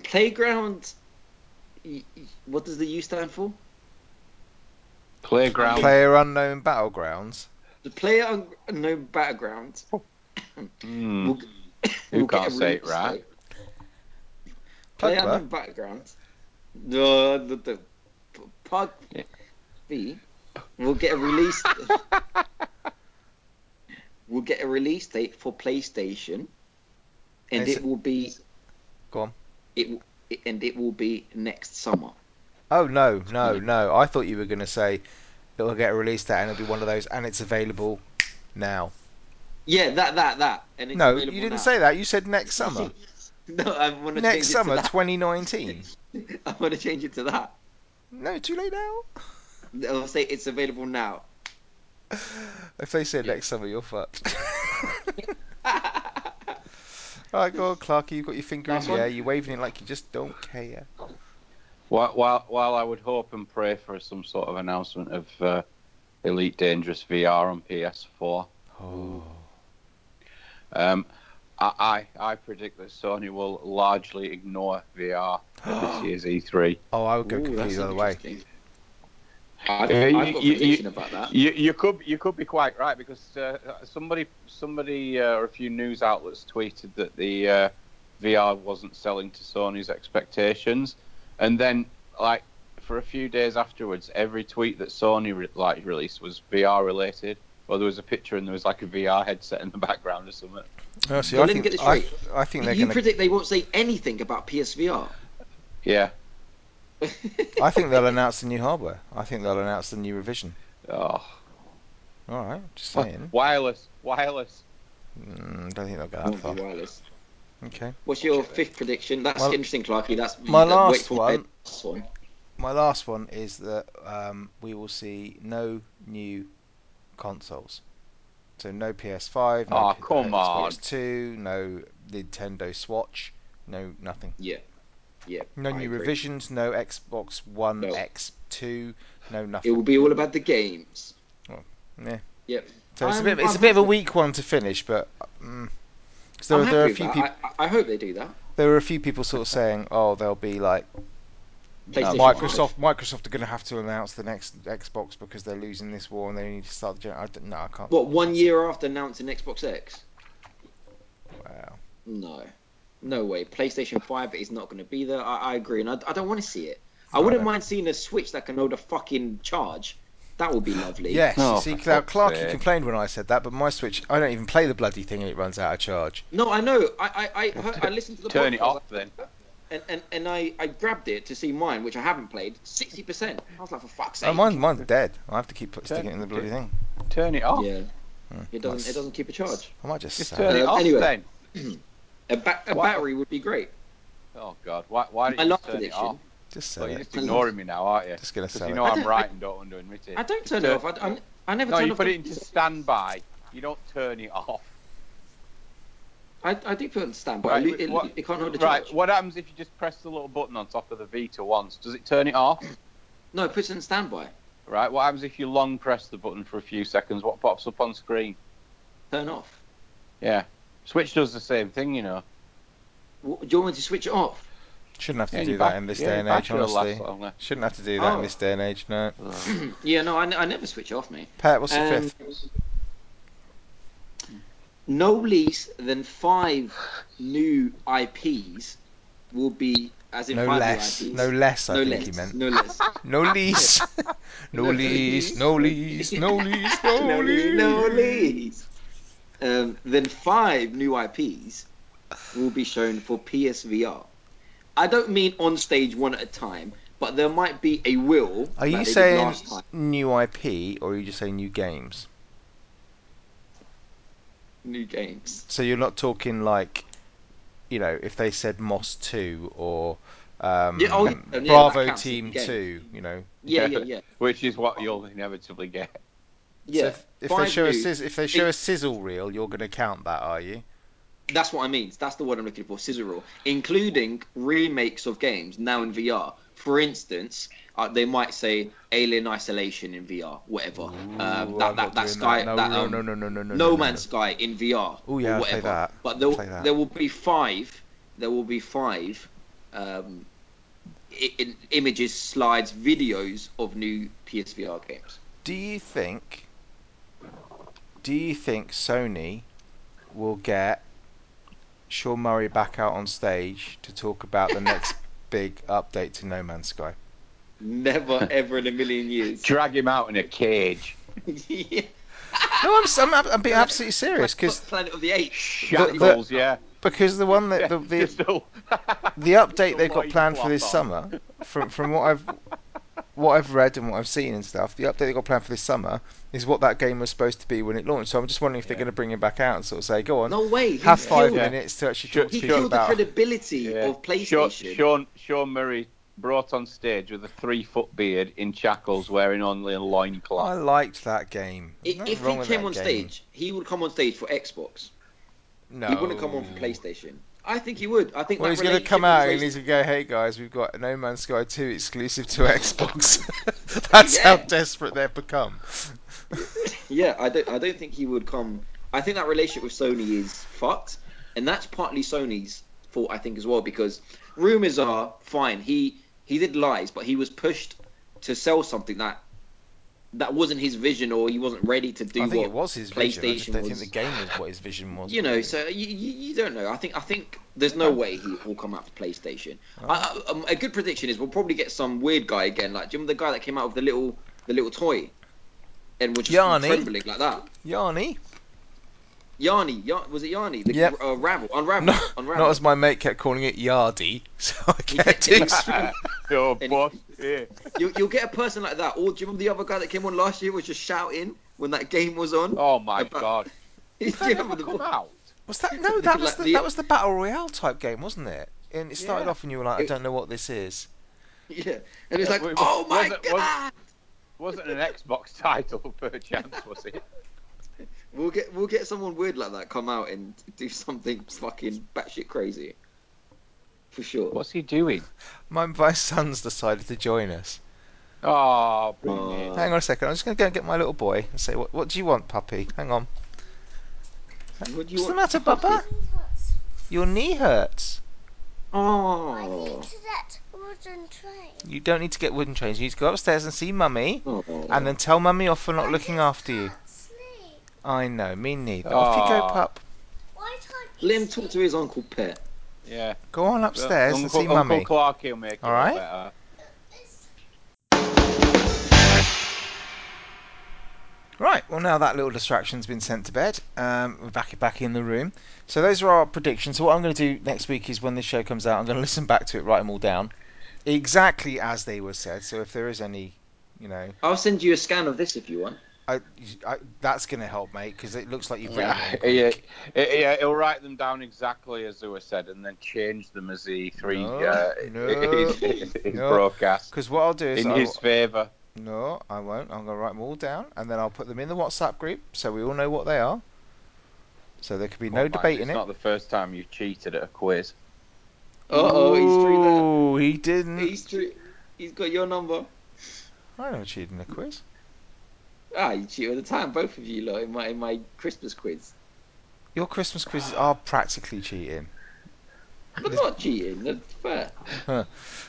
playground. y- y- What does the U stand for?
Playground.
Player unknown battlegrounds.
The player on no battleground.
Hmm. You
We'll, we'll get
can't
a
say it
release
right.
date. Player
Pugba.
on battleground. No, the the p- pug
Yeah.
B will get a
(laughs)
release. (laughs) we'll get a release date for PlayStation, and
Is
it
it-
will be.
Go on.
It will. it- And it will be next summer.
Oh no, no, no! I thought you were going to say it'll get released that and it'll be one of those, and it's available now.
Yeah, that, that, that. And it's
No, you
available
didn't
now.
say that. You said next summer.
(laughs) No, I want to
Next
change
summer,
it to
2019.
that. (laughs) I want to change it to that.
No, too late now.
I'll say it's available now.
If they say next summer, you're
(laughs)
fucked. Alright, go on, Clarky. You've got your finger
Last
in the
one?
air. You're waving it like you just don't care.
While, while, while I would hope and pray for some sort of announcement of uh, Elite Dangerous VR on PS4,
Oh.
um, I, I, I predict that Sony will largely ignore VR at this year's E E3.
Oh, I would go
Ooh,
completely
that's
the other way.
interesting. I've,
Yeah, you-
I've got a
you-
prediction
you-
about that.
You, you could you could be quite right because uh, somebody somebody uh, or a few news outlets tweeted that the uh, VR wasn't selling to Sony's expectations, and then like for a few days afterwards, every tweet that Sony re- like released was VR related. Or there was a picture and there was like a VR headset in the background or something.
No, see,
Well,
I,
let me
think,
get this
I, I think Ah, they're
you
gonna.
predict they won't say anything about PSVR.
Yeah.
I think
(laughs)
they'll announce the new hardware. I think they'll announce the new revision.
Oh.
All right, just saying.
Wireless. Wireless.
Mm, don't think they'll go that
Won't
far.
be wireless.
Okay.
What's your fifth prediction? That's
Well-
interesting, Clarky. That's
My
that-
last
wait for
one-
last one.
My last one is that um, we will see no new consoles. So no PS5, no
Aw,
P-
come
Xbox
on.
2, no Nintendo Swatch, no nothing.
Yeah. Yeah.
No
I
new
agree.
revisions, no Xbox One,
No.
X2, no
It
nothing.
will be all about the games.
Yeah.
Yep.
So it's a
I'm-
bit, it's a
I'm
bit of a
happy-
weak one to finish, but mm 'cause there, were-
I'm happy
there are a
with
few
that.
people,
I, I hope they do that.
there were a few people sort of saying, oh, there'll be like
PlayStation
Microsoft. Microsoft are going to have to announce the next Xbox because they're losing this war and they need to start the. Gen- I don't, no, I can't.
What, one year after announcing Xbox X?
Wow.
No. No way. PlayStation 5 is not going to be there. I, I agree. And I, I don't want to see it. I
No, I
wouldn't
don't.
mind seeing a Switch that can hold a fucking charge. That would be lovely.
Yes,
Oh,
you see,
for
now
fuck's
Clark, you
sake.
complained when I said that, but my Switch, I don't even play the bloody thing and it runs out of charge.
No, I know. I, I, I, heard, I listened to the
Turn it
podcast,
off then.
And, and, and I, I grabbed it to see mine, which I haven't played, 60%. I was like, for fuck's sake.
Oh, mine, mine's dead. I have to keep put,
Turn-
sticking it in the bloody thing.
Turn it off.
Yeah.
Mm,
It doesn't,
nice.
it doesn't keep a charge.
I might just.
Just
sell
turn
it.
it
Uh,
off
anyway.
then.
A, ba- a
Why-
battery would be great.
Oh God, why why did
My
you
last
just turn it
prediction.
off?
Just sell
Well, you're
it.
Oh, just ignoring me now, aren't you?
Just gonna
Because
sell
you
it.
know
(laughs)
I
I'm
don't-
right and don't want to admit it.
I don't
Just
turn it
turn-
off. I, I, I never
No,
turn
you
off
put
the-
it into standby. You don't turn it off.
I, I do put it on standby.
Right,
it, it,
what-
it can't hold a
Right.
charge.
What happens if you just press the little button on top of the Vita once? Does it turn it off?
No, it puts it on standby.
Right. What happens if you long press the button for a few seconds? What pops up on screen?
Turn off.
Yeah. Switch does the same thing, you know.
Wh- Do you want me to switch it off? (clears throat)
Shouldn't have to
Yeah,
do
your
that
bat-
in this
yeah,
day
your
and age,
battery will
honestly.
last eh, longer.
Shouldn't have to do that in
Oh.
this day and age, no.
yeah, no, I, n- I never switch off, mate.
Pat, what's your fifth?
Um, No less than five new IPs will be, as in
No
five
less.
new IPs.
No less, I
no
think
less.
he meant.
No less.
No lease. no
No
lease.
lease.
No lease.
(laughs)
No lease. No lease.
no less. Um, then five new IPs will be shown for PSVR. I don't mean on stage one at a time, but there might be a will.
Are
like
you
they did
saying
last time.
new IP or are you just saying new games?
new games?
So you're not talking like, you know, if they said Moss 2 or um,
Yeah, oh, yeah, yeah, that
Bravo
counts as
Team
new games.
2, you know.
Yeah, yeah, yeah.
Which is what you'll inevitably get.
Yeah.
So if, if they
five
show a
new-
sizz- if they show a sizzle reel, you're going to count that, are you?
That's what I mean. That's the word I'm looking for. Scissor rule, including remakes of games now in VR. For instance, uh, they might say Alien Isolation in VR, whatever.
Ooh,
um,
I'm
that
not
that, that
doing
Sky
No,
that,
no,
um,
no, no, no, no, no,
No
no,
Man's Sky in VR.
Oh, yeah,
or
I'd play
whatever.
that.
But there,
Play that.
there will be five. There will be five um, i- in images, slides, videos of new PSVR games.
Do you think? Do you think Sony will get Sean Murray back out on stage to talk about the
(laughs)
next big update to No Man's Sky? (laughs)
Never, ever in a million years.
Drag him out in a cage.
(laughs) yeah.
No, I'm s- I'm, ab- I'm being absolutely serious because
Planet of the Apes.
Shackles, yeah.
because the one
(laughs)
that the
(laughs) Just
the,
all-
the update
the
they've got
white
planned for
cloth
this
on.
summer, from from what I've what I've read and what I've seen and stuff, the update they got planned for this summer is what that game was supposed to be when it launched. So I'm just wondering if they're
Yeah.
going to bring him back out and sort of say, "Go on,
No way.
have
He's
five
killed-
Yeah.
minutes to actually
Sure,
talk
He
to
sure.
people
killed the
about."
credibility
Yeah.
of
Sean,
PlayStation.
Sean, Sean Murray brought on stage with a three foot beard in shackles wearing only a
Oh, I
loincloth.
liked that game.
I-
Nothing
if
wrong
he
with
came
that
on
game.
stage, he would come on stage for Xbox.
no,
He wouldn't come on for PlayStation. I think he would. I think
Well,
that
he's going to
relationship
come
is
out and
wasted.
he's going to go, "Hey guys, we've got No Man's Sky 2 exclusive to (laughs) Xbox." That's how
Yeah.
desperate they've become.
Yeah, I don't. I don't think he would come. I think that relationship with Sony is fucked, and that's partly Sony's fault, I think, as well. Because rumors are fine. He he did lies, but he was pushed to sell something that that wasn't his vision, or he wasn't ready to do.
I think
what
it was his vision. I just
PlayStation
don't think
was-
the game was what his vision was.
you know, so you, you, you don't know. I think I think there's no way he will come out for PlayStation. I, I, um, a good prediction is we'll probably get some weird guy again. Like, do you remember the guy that came out with the little the little toy, and was just
Yanni?
trembling like that?
Yanni,
Yanni, Yan, was it Yanni? The
Yep.
uh, Ravel, unravel,
no,
unravel.
not as my mate kept calling it, Yardy. (laughs) So I kept
Yeah.
it.
(laughs)
Oh,
(laughs) And-
boss. Yeah.
you, you'll get a person like that. Or do you remember the other guy that came on last year was just shouting when that game was on?
Oh,
(laughs)
my
About-
God.
Do you
Did that
remember
ever
the-
come out?
Was that no? That was
Like
the,
the-
that was the battle royale type game, wasn't it? And it started
Yeah.
off, and you were like, "I
It-
don't know what this is."
Yeah, and
Yeah,
it's like,
wait,
oh
was-
my
was it- was-
god.
Wasn't an Xbox (laughs) title, perchance, was it?
We'll get we'll get someone weird like that come out and do something fucking batshit crazy. for sure.
What's he doing?
My, my son's decided to join us.
Oh, bring
Oh.
it.
Hang on a second. I'm just going to go and get my little boy and say, "What, what do you want, puppy? Hang on.
What do you
What's the
want?
matter, Bubba? Your knee hurts.
I need
Oh.
to that wooden train.
You don't need to get wooden trains. You need to go upstairs and see mummy,
Oh.
and then tell mummy off for not
I
looking
just
after you.
can't sleep.
I know. Me neither. Off you go,
Ah.
Aw.
pup.
Why can't you
Let him
sleep?
talk to his uncle Pet.
Yeah.
Go on upstairs
Uncle,
and see
Uncle
mummy.
Clarky will make it
All
all
right?
better.
It's-
Right. Well, now that little distraction's been sent to bed. Um, we're back back in the room. So those are our predictions. So what I'm going to do next week is when this show comes out, I'm going to (laughs) listen back to it, write them all down, exactly as they were said. So if there is any, you know,
I'll send you a scan of this if you want.
I, I that's going to help, mate, because it looks like you've written.
Yeah,
it in
yeah,
Greek.
yeah, he'll write them down exactly as they were said and then change them as he three
No,
uh,
no,
(laughs) his, his
no.
broadcast
Because what I'll do is
in
I'll,
his favour.
no, I won't. I'm gonna write them all down, and then I'll put them in the WhatsApp group so we all know what they are. So there could be no
Mind,
debate in
Oh, It's
it.
not the first time you've cheated at a quiz.
Uh oh, he's through there.
Ooh, he didn't.
He's through. He's got your number.
I never cheated in a quiz.
Ah, you cheat all the time, both of you lot, in my in my Christmas quiz.
Your Christmas quizzes are practically cheating.
But not cheating. That's fair.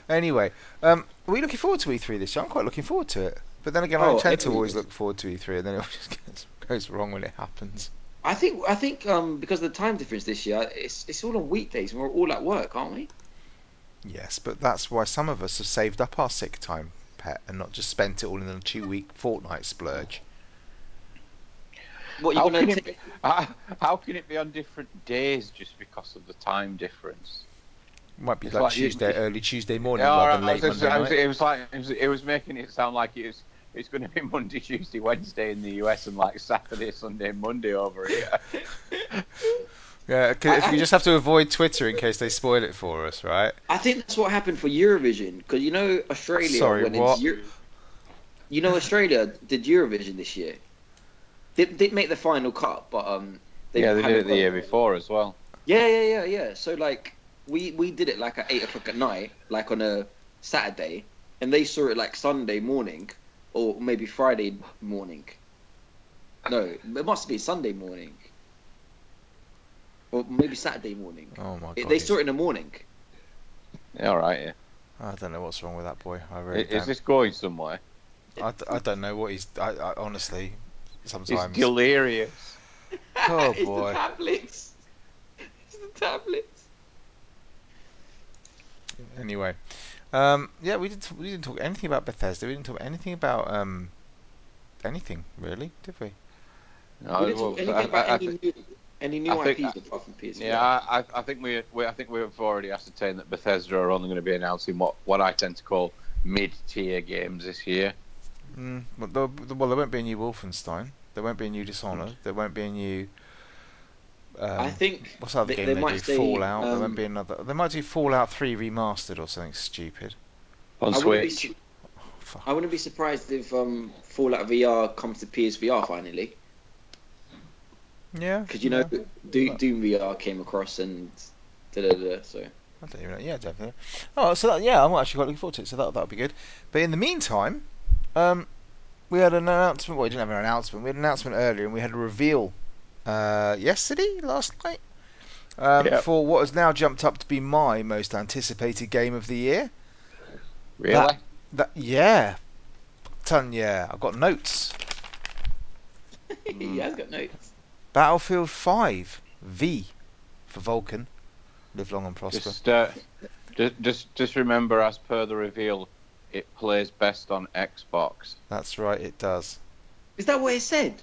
Anyway, um, are we looking forward to E3 this year? I'm quite looking forward to it. But then again, I
Oh,
tend to
every
always
year.
look forward to E3, and then it (laughs) just goes, goes wrong when it happens.
I think I think um, because of the time difference this year, it's it's all on weekdays and we're all at work, aren't we?
Yes, but that's why some of us have saved up our sick time, pet, and not just spent it all in a two-week fortnight splurge.
What you
How
gonna
can, it
take?
be, how, how can it be on different days just because of the time difference?
Might be
It's
like,
like you-
Tuesday,
you-
early Tuesday morning
Yeah, all
rather than
right, I
late
was
Monday
just- I was-
night.
it was like it was, it was making it sound like it was it's going to be (laughs) Monday, Tuesday, Wednesday in the US, and like Saturday, Sunday, Monday over (laughs) here.
Yeah, 'cause
I-
if we
I-
just have to avoid Twitter in case they spoil it for us, right?
I think that's what happened for Eurovision because you know Australia
Sorry,
went
what?
into Euro- you know Australia did Eurovision this year. Did did make the final cut, but um
yeah, they did
haven't
it the year
got-
before as well.
Yeah, yeah, yeah, yeah. So like we we did it like at eight o'clock at night, like on a Saturday, and they saw it like Sunday morning, or maybe Friday morning. No, it must be Sunday morning, or maybe Saturday morning.
Oh my god!
It- they
he's-
saw it in the morning.
Yeah, all right. Yeah.
I don't know what's wrong with that boy. I
I-
really
Is,
don't.
this going somewhere?
I, d- I don't know what he's. I, I honestly,
It's
sometimes.
delirious.
Oh,
(laughs) it's
boy.
the tablets. It's the tablets.
anyway, um, yeah, we didn't. We didn't talk anything about Bethesda. We didn't talk anything about um, anything really, did we?
we didn't talk anything about
I- I
any,
think-
new, any new
I think-
IPs apart from PS4.
yeah, I, I- I think we, we, I think we've already ascertained that Bethesda are only going to be announcing what, what I tend to call mid-tier games this year.
Mm, well, there, well, there won't be a new Wolfenstein. There won't be a new Dishonored. There won't be a new. Um,
Mm. I think
what's that other game
they- they
they, do?
might say,
Fallout. there
um,
won't be another. They might do Fallout Three remastered or something stupid.
On
I wouldn't be
Switch.
su-
fuck.
I wouldn't be surprised if um, Fallout VR comes to PSVR finally,
Yeah.
because you know
yeah.
Do- Doom VR came across and da da da. So (laughs)
I don't even know. Yeah, definitely. Oh, so that, yeah, I'm actually quite looking forward to it. So that that'll be good. But in the meantime, um, we had an announcement. Well, we didn't have an announcement. We had an announcement earlier, and we had a reveal uh, yesterday, last night, um,
Yep.
for what has now jumped up to be my most anticipated game of the year.
Really?
That- That yeah, ton yeah. I've got notes.
he has got notes.
Battlefield Five V for Vulcan. Live long and prosper.
just, uh, just, just, just remember, as per the reveal, it plays best on Xbox.
That's right. It does.
Is that what it said?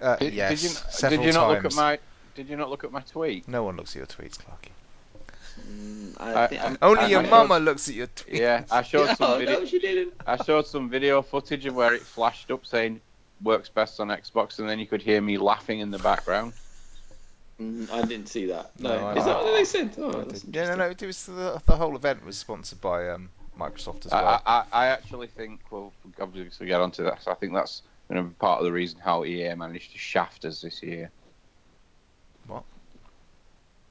Uh,
Did,
yes.
did you,
several
did you not
times.
look at my? Did you not look at my (laughs) tweet?
No one looks at your tweets, Clarky.
Mm,
I-
I, think
I-
I'm-
Only
I-
your
I-
mama looks at your tweets.
Yeah, oh, I showed
(laughs) No,
some video.
no, she didn't.
I showed some video footage of where it flashed up saying works best on Xbox, and then you could hear me laughing in the background.
Mm, I didn't see that. No,
No, I-
is that what they said? Oh,
I
that's
did. Yeah, no,
interesting.
no. It was the, the whole event was sponsored by um, Microsoft as well.
I, I, I actually think we'll obviously get onto that. So I think that's going to be part of the reason how EA managed to shaft us this year.
What?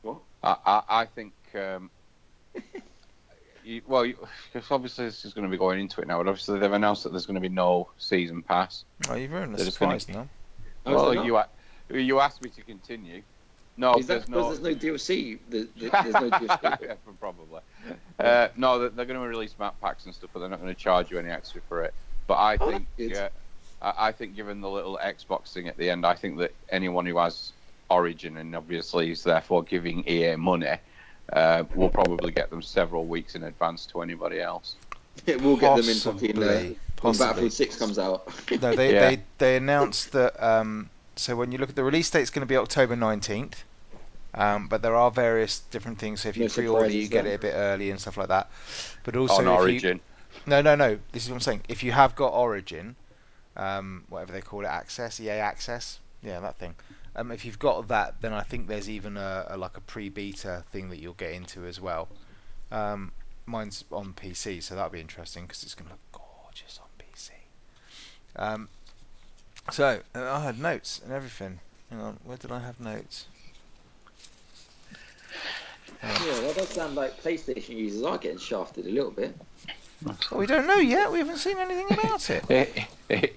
What?
I, I, I think um, (laughs) You, well, because obviously this is going to be going into it now, but obviously they've announced that there's going to be no season pass.
Oh, you've ruined the
They're just gonna
surprise now.
Oh, is
well,
there not?
you a- you asked me to continue. No,
Is that
there's
because
no.
there's no DLC? The-
(laughs)
the- There's no DLC.
Yeah, Probably. Uh, no, they're, they're going to release map packs and stuff, but they're not going to charge you any extra for it. But I
Oh,
think,
that's good.
yeah, I, I think given the little Xbox thing at the end, I think that anyone who has Origin and obviously is therefore giving EA money uh, will probably get them several weeks in advance to anybody else.
we'll get them in fucking uh,
Possibly.
when
Possibly.
Battlefield 6 comes out. (laughs)
No, they,
Yeah.
they they announced that. Um, so when you look at the release date, it's going to be October nineteenth. Um, but there are various different things. So if you
No
pre-order, you
surprises
get
then.
it a bit early and stuff like that. But also,
On E
if you-
Origin.
no, no, no. This is what I'm saying. If you have got Origin, um, whatever they call it, Access, EA Access, yeah, that thing. Um, if you've got that, then I think there's even a, a like a pre-beta thing that you'll get into as well. Um, mine's on PC, so that'll be interesting because it's going to look gorgeous on PC. Um, so and I had notes and everything. Hang on, where did I have notes?
Yeah, that does sound like PlayStation users are getting shafted a little bit.
Well, Oh, we don't know yet. We haven't seen anything about it.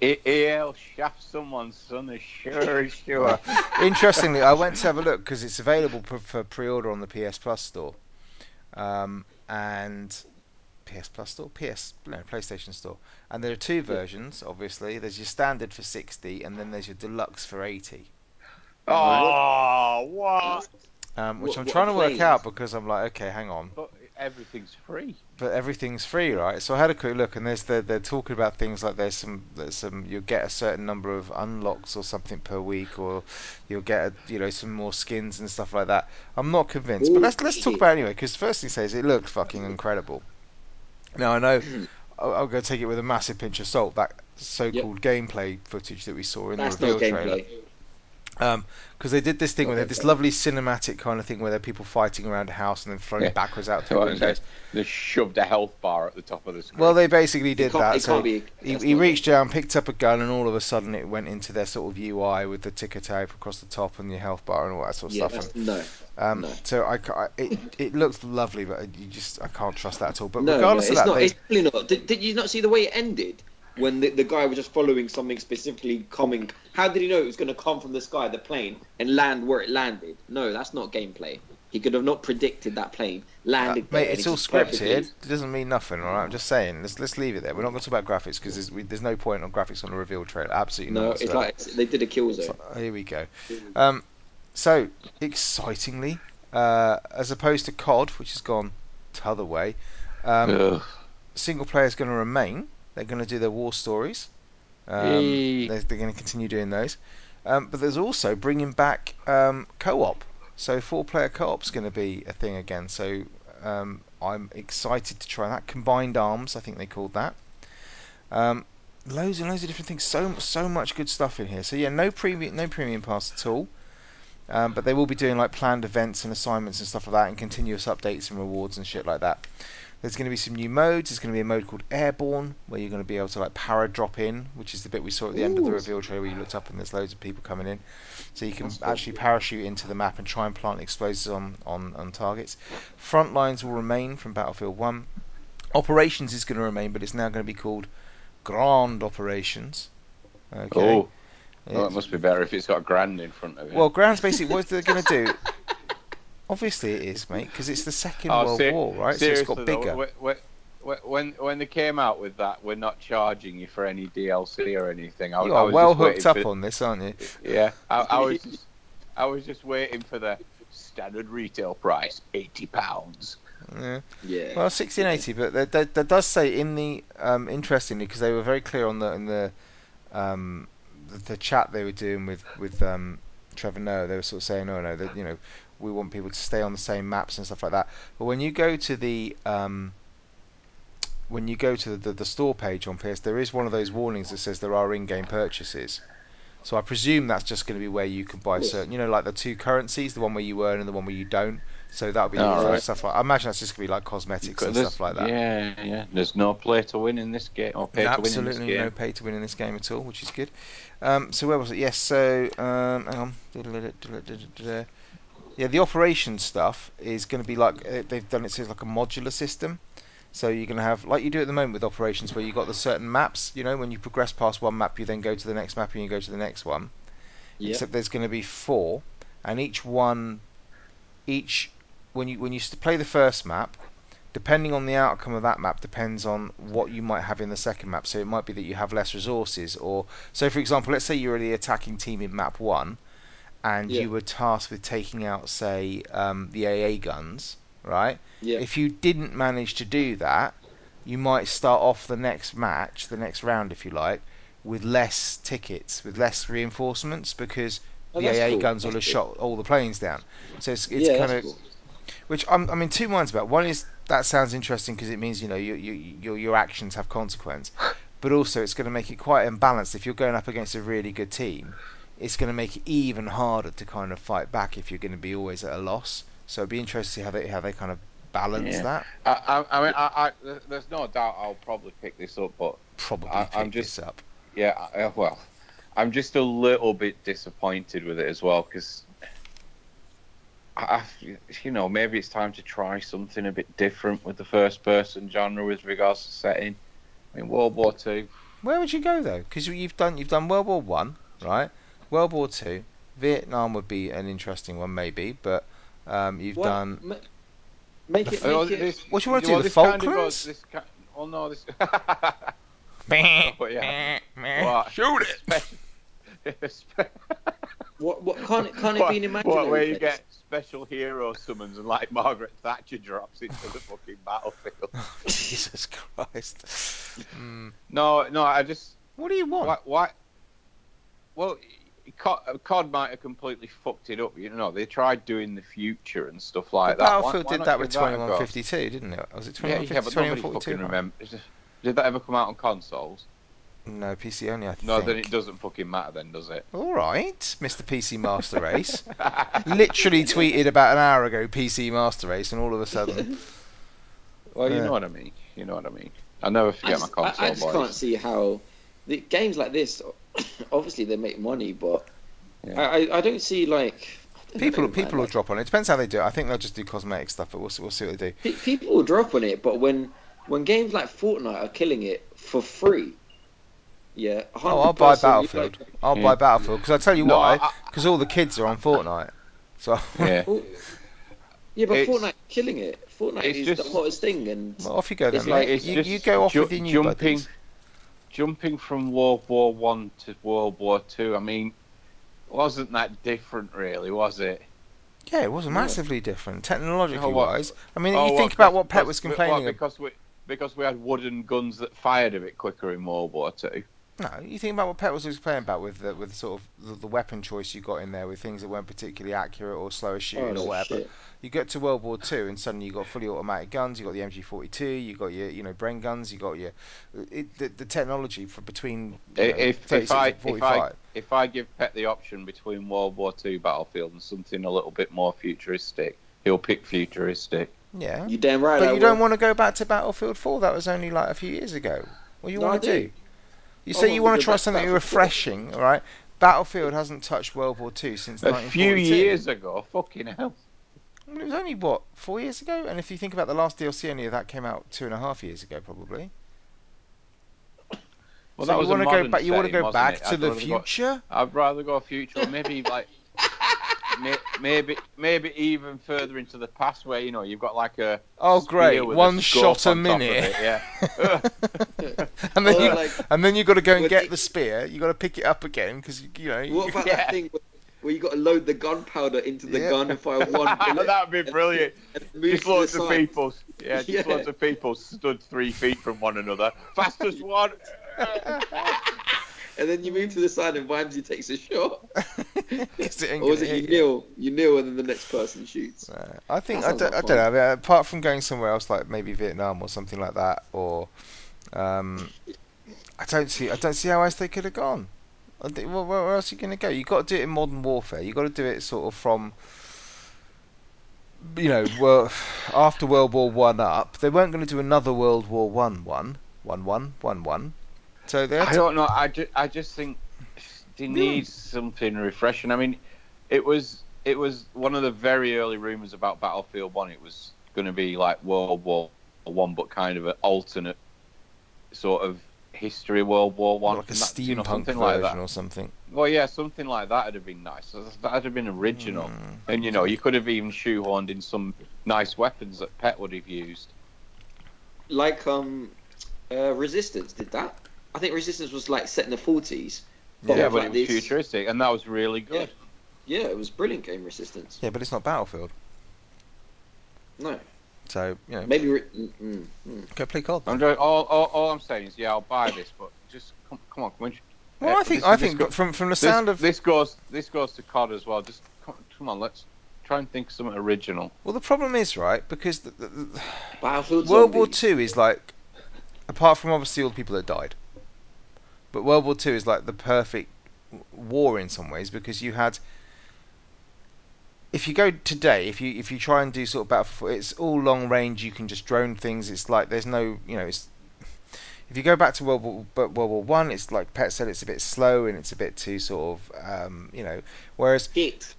E, EA will shaft someone's son as sure as
(laughs)
sure.
Interestingly, I went to have a look because it's available for, for pre-order on the PS Plus store, um, and PS Plus store, PS no PlayStation store, and there are two versions. Obviously, there's your standard for sixty, and then there's your deluxe for eighty.
oh, what?
Um, which
What-
I'm
what
trying to work
planes?
out because I'm like, okay, hang on,
But everything's free.
but everything's free, right? So I had a quick look, and there's the, they're talking about things like there's some there's some you'll get a certain number of unlocks or something per week, or you'll get a, you know some more skins and stuff like that. I'm not convinced, but let's let's talk about it anyway because first thing says it looks fucking incredible. Now I
(clears throat)
know I- I'm going to take it with a massive pinch of salt that so-called gameplay footage that we saw in
That's
the
no
reveal
gameplay.
trailer because they did this thing where they had this lovely cinematic kind of thing where there are people fighting around a house and then floating
Yeah.
backwards out through
Well, they,
windows.
they shoved a health bar at the top of the screen.
Well, they basically
It
did
can't-
that.
it
so-
can't be-
he,
that's
he
not
reached down, picked up a gun, and all of a sudden it went into their sort of UI with the ticker tape across the top and your health bar and all that sort of
Yeah,
stuff.
that's, no,
And, um,
no.
So I, ca- I- it it looked lovely, but you just I can't trust that at all. But
no, no,
regardless
it's
of that,
not.
they,
It's really not. Did, did you not see the way it ended? When the, the guy was just following something specifically coming. How did he know it was going to come from the sky, the plane, and land where it landed? No, that's not gameplay. He could have not predicted that plane landed. there
uh, mate,
and
it's
it
all
just perfectly-
scripted. It doesn't mean nothing, all right? I'm just saying. Let's let's leave it there. We're not going to talk about graphics because there's, we- there's no point on graphics on a reveal trailer. Absolutely
No,
not.
it's
whatsoever.
like Mm. it's, they did a kill zone.
So, here we go. Um, so excitingly, uh, as opposed to COD, which has gone t'other way, um,
Ugh.
single player is going to remain. They're going to do their war stories. Um,
Yay.
they're they're going to continue doing those. Um, but there's also bringing back um, co-op. So four-player co-op's going to be a thing again. So um, I'm excited to try that. Combined Arms, I think they called that. Um, loads and loads of different things. So so much good stuff in here. So yeah, no premium no premium pass at all. Um, but they will be doing like planned events and assignments and stuff like that, and continuous updates and rewards and shit like that. There's going to be some new modes. There's going to be a mode called Airborne, where you're going to be able to like para drop in, which is the bit we saw at the end of the reveal trailer where you looked up and there's loads of people coming in. So you can actually parachute into the map and try and plant explosives on, on, on targets. Front lines will remain from Battlefield 1. Operations is going to remain, but it's now going to be called Grand Operations. Okay.
Oh, well, it
It's-
must be better if it's got grand in front of it.
well, grounds basically what they're going to do. Obviously, it is, mate, because it's the Second
Oh,
World
ser-
War, right? So it's
Seriously,
got
though,
bigger.
wh- wh- wh- when when they came out with that, we're not charging you for any DLC or anything. I, was-
you
I
are
was
well
just waiting
hooked up
for-
on this, aren't you?
Yeah, I, I
(laughs)
was just, I was just waiting for the standard retail price, eighty pounds.
Yeah.
Yeah.
Well, 1680, but that, that, that does say in the um, interestingly because they were very clear on the in the um, the, the chat they were doing with with um, Trevor Noah, they were sort of saying, oh no, that you know we want people to stay on the same maps and stuff like that. But when you go to the um, when you go to the, the, the store page on PS, there is one of those warnings that says there are in-game purchases. So I presume that's just going to be where you can buy
Yes.
certain, you know, like the two currencies, the one where you earn and the one where you don't. So that'll be
All
used for
right.
stuff like. I imagine that's just going to be like cosmetics and
There's-
stuff like that.
Yeah, yeah. There's no play to win in this game, or pay to win in this
Absolutely
game.
no pay to win in this game at all, which is good. Um, so where was it? Yes, so um, hang on. Yeah, the operation stuff is going to be like uh, they've done it so it's like a modular system. So you're going to have like you do at the moment with operations, where you've got the certain maps. You know, when you progress past one map, you then go to the next map and you go to the next one.
Yeah.
Except there's going to be four, and each one, each when you when you s- play the first map, depending on the outcome of that map depends on what you might have in the second map. So it might be that you have less resources, or so for example, let's say you're the attacking team in map one, and
Yeah.
you were tasked with taking out say um, the AA guns, right?
Yeah.
If you didn't manage to do that, you might start off the next match, the next round, if you like, with less tickets, with less reinforcements because
Oh,
the
that's
AA
cool.
guns will
That's
have
cool.
shot all the planes down. So it's, it's
yeah,
kind
that's
of
cool.
which I'm, I'm in two minds about. One is that sounds interesting because it means you know you, you, your your actions have
(laughs)
consequence, but also it's going to make it quite imbalanced. If you're going up against a really good team, it's going to make it even harder to kind of fight back if you're going to be always at a loss. So it'd be interesting to see how they how they kind of balance
Yeah.
that.
I, I, I mean, I, I, there's no doubt I'll probably pick this up, but
Probably
I-
pick
I'm just-
this up.
yeah, I- uh, well, I'm just a little bit disappointed with it as well because, I, I- you know, maybe it's time to try something a bit different with the first-person genre with regards to setting. I mean, World War Two.
Where would you go though? Because you've done you've done World War One, right? World War Two, Vietnam would be an interesting one maybe, but um, you've
Well,
done
ma- make it.
Oh,
Make it
this-
What do you wanna do,
well,
the
this kind of
Falklands?
goes- this ki- Oh no, this. (laughs)
Shoot
but yeah. What?
it.
Spe- (laughs)
what, what can't it can't it
what,
be an imaginary
what, where you
place?
get special hero summons and like Margaret Thatcher drops into the fucking battlefield.
Jesus Christ. Mm.
No, no, I just
What do you want?
why, why well COD, COD might have completely fucked it up. You know, they tried doing the future and stuff like
the
that. Why-
Battlefield
why
did
not
that
give
with
a go?
2152, didn't it? Was it
Yeah,
2152?
yeah, but nobody
2142?
fucking remembers. Did that ever come out on consoles?
No, PC only, I think.
No, then it doesn't fucking matter, then does it?
All right, Mr. PC Master
(laughs)
Race. Literally tweeted about an hour ago, PC Master Race, and all of a sudden,
Well, you
Yeah.
know what I mean. You know what I mean. I never
I
forget
just,
my
I,
console
I just
boys. (laughs)
can't see how the games like this. (coughs) Obviously, they make money, but
Yeah.
I, I, I don't see like I don't
people
know, man,
people will
like,
drop on it. Depends how they do it. I think they'll just do cosmetic stuff, but we'll, see- we'll see what they do.
pe- people will drop on it, but when when games like Fortnite are killing it for free, yeah.
Oh, I'll buy
100%,
Battlefield.
like,
I'll
Yeah.
buy Battlefield because I tell you
No,
why,
I-
because all the kids are on Fortnite. So (laughs)
yeah.
oh, yeah, but
It's-
Fortnite killing it. Fortnite
it's
is the
just-
hottest thing, and
well, off you go then.
(laughs) It's
mate.
like-
it's
you,
just
you go off
ju-
with your new
jumping-
buddies.
Jumping from World War One to World War Two, I mean, wasn't that different, really, was it?
Yeah, it wasn't
Yeah.
massively different technologically
Oh, what-
wise. I mean,
Oh,
you
well,
think about what
because-
Pet was
because-
complaining
well,
about.
because we because we had wooden guns that fired a bit quicker in World War Two.
No, you think about what Pet was complaining about with the, with sort of the, the weapon choice you got in there with things that weren't particularly accurate or slower shooting or
oh
whatever.
shit.
You get to World War Two and suddenly you got fully automatic guns. You got the MG42. You got your you know brain guns. You got your it, the, the technology for between you know,
If, if
36
I
and
if
45.
I if I give Pet the option between World War Two Battlefield and something a little bit more futuristic, he'll pick futuristic.
yeah,
You damn right. I
but you don't
will.
want to go back to Battlefield 4. That was only like a few years ago. What do you
No,
want
I
to do?
do.
You
I
say
Oh,
want
you
to
want
go
to try
back to
something
Battlefield four.
refreshing, all right? Battlefield hasn't touched World War Two since
A few
1942.
years ago, fucking hell.
Well, it was only what four years ago, and if you think about the last DLC, only that came out two and a half years ago, probably. so
Well, that
you
was a
wanna go
modern
back? You want to
setting,
go
wasn't
back
it?
to
I'd
the
rather go- (laughs)
future?
I'd rather go future, or
(laughs)
maybe like may- maybe maybe even further into the past, where you know you've got like a
Oh,
spear
great!
with
One
scope
shot a
on top of
minute,
it, yeah.
and then
Or,
you (laughs)
like,
and then you got to go and
Would
get
it-
the spear. You got to pick it up again because you, you know.
What
you-
about
Yeah.
that thing where, where you got to load the gunpowder into the
Yeah.
gun and
(laughs)
(laughs)
fire one bullet?
That'd be brilliant.
(laughs) and move
Just
to the
loads of
side?
people. Yeah, just
Yeah.
loads of people stood three feet from one another. Fastest one. (laughs)
And then you move to the side and Vimesy takes a shot.
(laughs) 'Cause it ain't
or
gonna
is it you
hit you.
kneel? You kneel and then the next person shoots.
Uh, I think
That
I
sounds
don't, I
like
don't know.
fun.
I mean, apart from going somewhere else, like maybe Vietnam or something like that, or um, I don't see I don't see how else they could have gone. I think- Where, where where else are you going to go? You got to do it in modern warfare. You got to do it sort of from you know well after World War One up. They weren't going to do another World War One one one one one one. So they had
I
to,
don't know. I just, I just think they need something refreshing. I mean, it was it was one of the very early rumors about Battlefield One. It was going to be like World War One, but kind of an alternate sort of history World War One,
like a
and that's, you know,
steampunk
something
version
like that.
or something.
Well, yeah, something like that would have been nice. That'd have been original,
Mm.
and you know, you could have even shoehorned in some nice weapons that Pet would have used.
Like um, uh, Resistance did that. I think Resistance was like set in the 40s.
Yeah,
Yeah,
but
like
it was
this.
futuristic, and that was really good.
Yeah, it was brilliant game Resistance.
Yeah, but it's not Battlefield,
No,
so you know,
maybe. Re- mm, mm, mm.
go play COD.
I'm just, all, all, all I'm saying is, yeah, I'll buy this, but just come, come on, come on.
Well,
Uh,
I think
this-
I
this
think
go-
but from from the
this,
sound of
this goes this goes to COD as well. Just come, come on, let's try and think of something original.
well, the problem is right because the, the, the
Battlefield
World War
Zombies.
Two is like, apart from obviously all the people that died, but World War Two is like the perfect w- war in some ways because you had. If you go today, if you if you try and do sort of battle, it's all long range. You can just drone things. It's like there's no, you know, it's. If you go back to World War but World War One, it's like Pet said, it's a bit slow and it's a bit too sort of, um, you know. Whereas
Hit.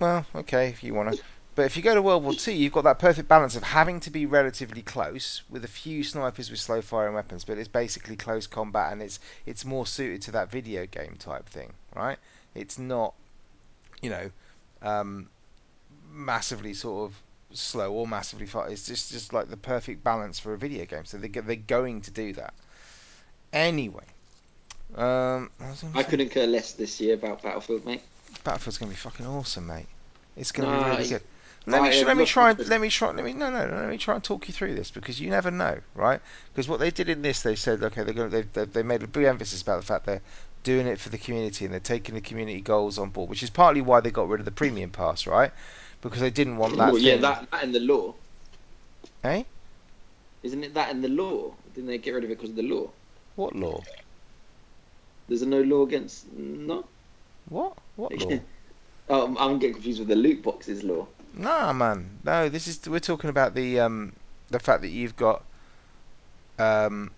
well, okay, if you want to. But if you go to World War Two, you've got that perfect balance of having to be relatively close with a few snipers with slow firing weapons, but it's basically close combat and it's it's more suited to that video game type thing, right? It's not, you know, um, massively sort of slow or massively fast. It's just just like the perfect balance for a video game. So they go- they're going to do that anyway. Um, I was gonna
I
say-
couldn't care less this year about Battlefield, mate.
Battlefield's gonna be fucking awesome, mate. It's gonna
Nah,
be really
it's-
good. Let
I
me
have
let me
looked
try
into
and
it.
let me try let me no no no, let me try and talk you through this because you never know, right? Because what they did in this, they said okay, they're gonna they they, they made a big emphasis about the fact they're doing it for the community and they're taking the community goals on board, which is partly why they got rid of the premium pass, right? Because they didn't want that.
Well, yeah,
thing-
that, that in the law.
Eh?
Isn't it that in the law? Didn't they get rid of it because of the law?
What law?
There's no law against no.
What what
(laughs)
law?
oh, I'm- I'm getting confused with the loot boxes law.
Nah, man. No, this is we're talking about the um the fact that you've got um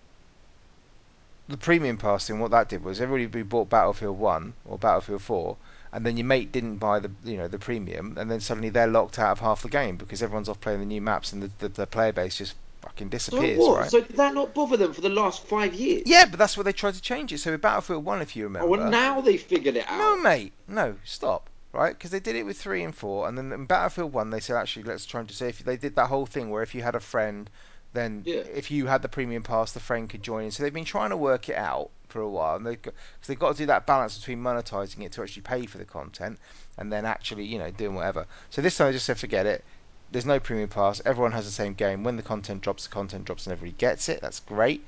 the premium pass thing. What that did was everybody who bought Battlefield One or Battlefield Four, and then your mate didn't buy the you know the premium, and then suddenly they're locked out of half the game because everyone's off playing the new maps and the the, the player base just fucking
So
disappears,
what?
right?
So did that not bother them for the last five years?
yeah, but that's what they tried to change it. So with Battlefield One, if you remember,
Oh, well, now they figured it out.
No, mate. No, stop. Right? Because they did it with three and four, and then in Battlefield One, they said actually let's try and just say if they did that whole thing where if you had a friend, then
Yeah.
if you had the premium pass, the friend could join in. So they've been trying to work it out for a while, and they've got, cause they've got to do that balance between monetizing it to actually pay for the content, and then actually you know doing whatever. So this time they just said forget it. There's no premium pass. Everyone has the same game. When the content drops, the content drops, and everybody gets it. That's great.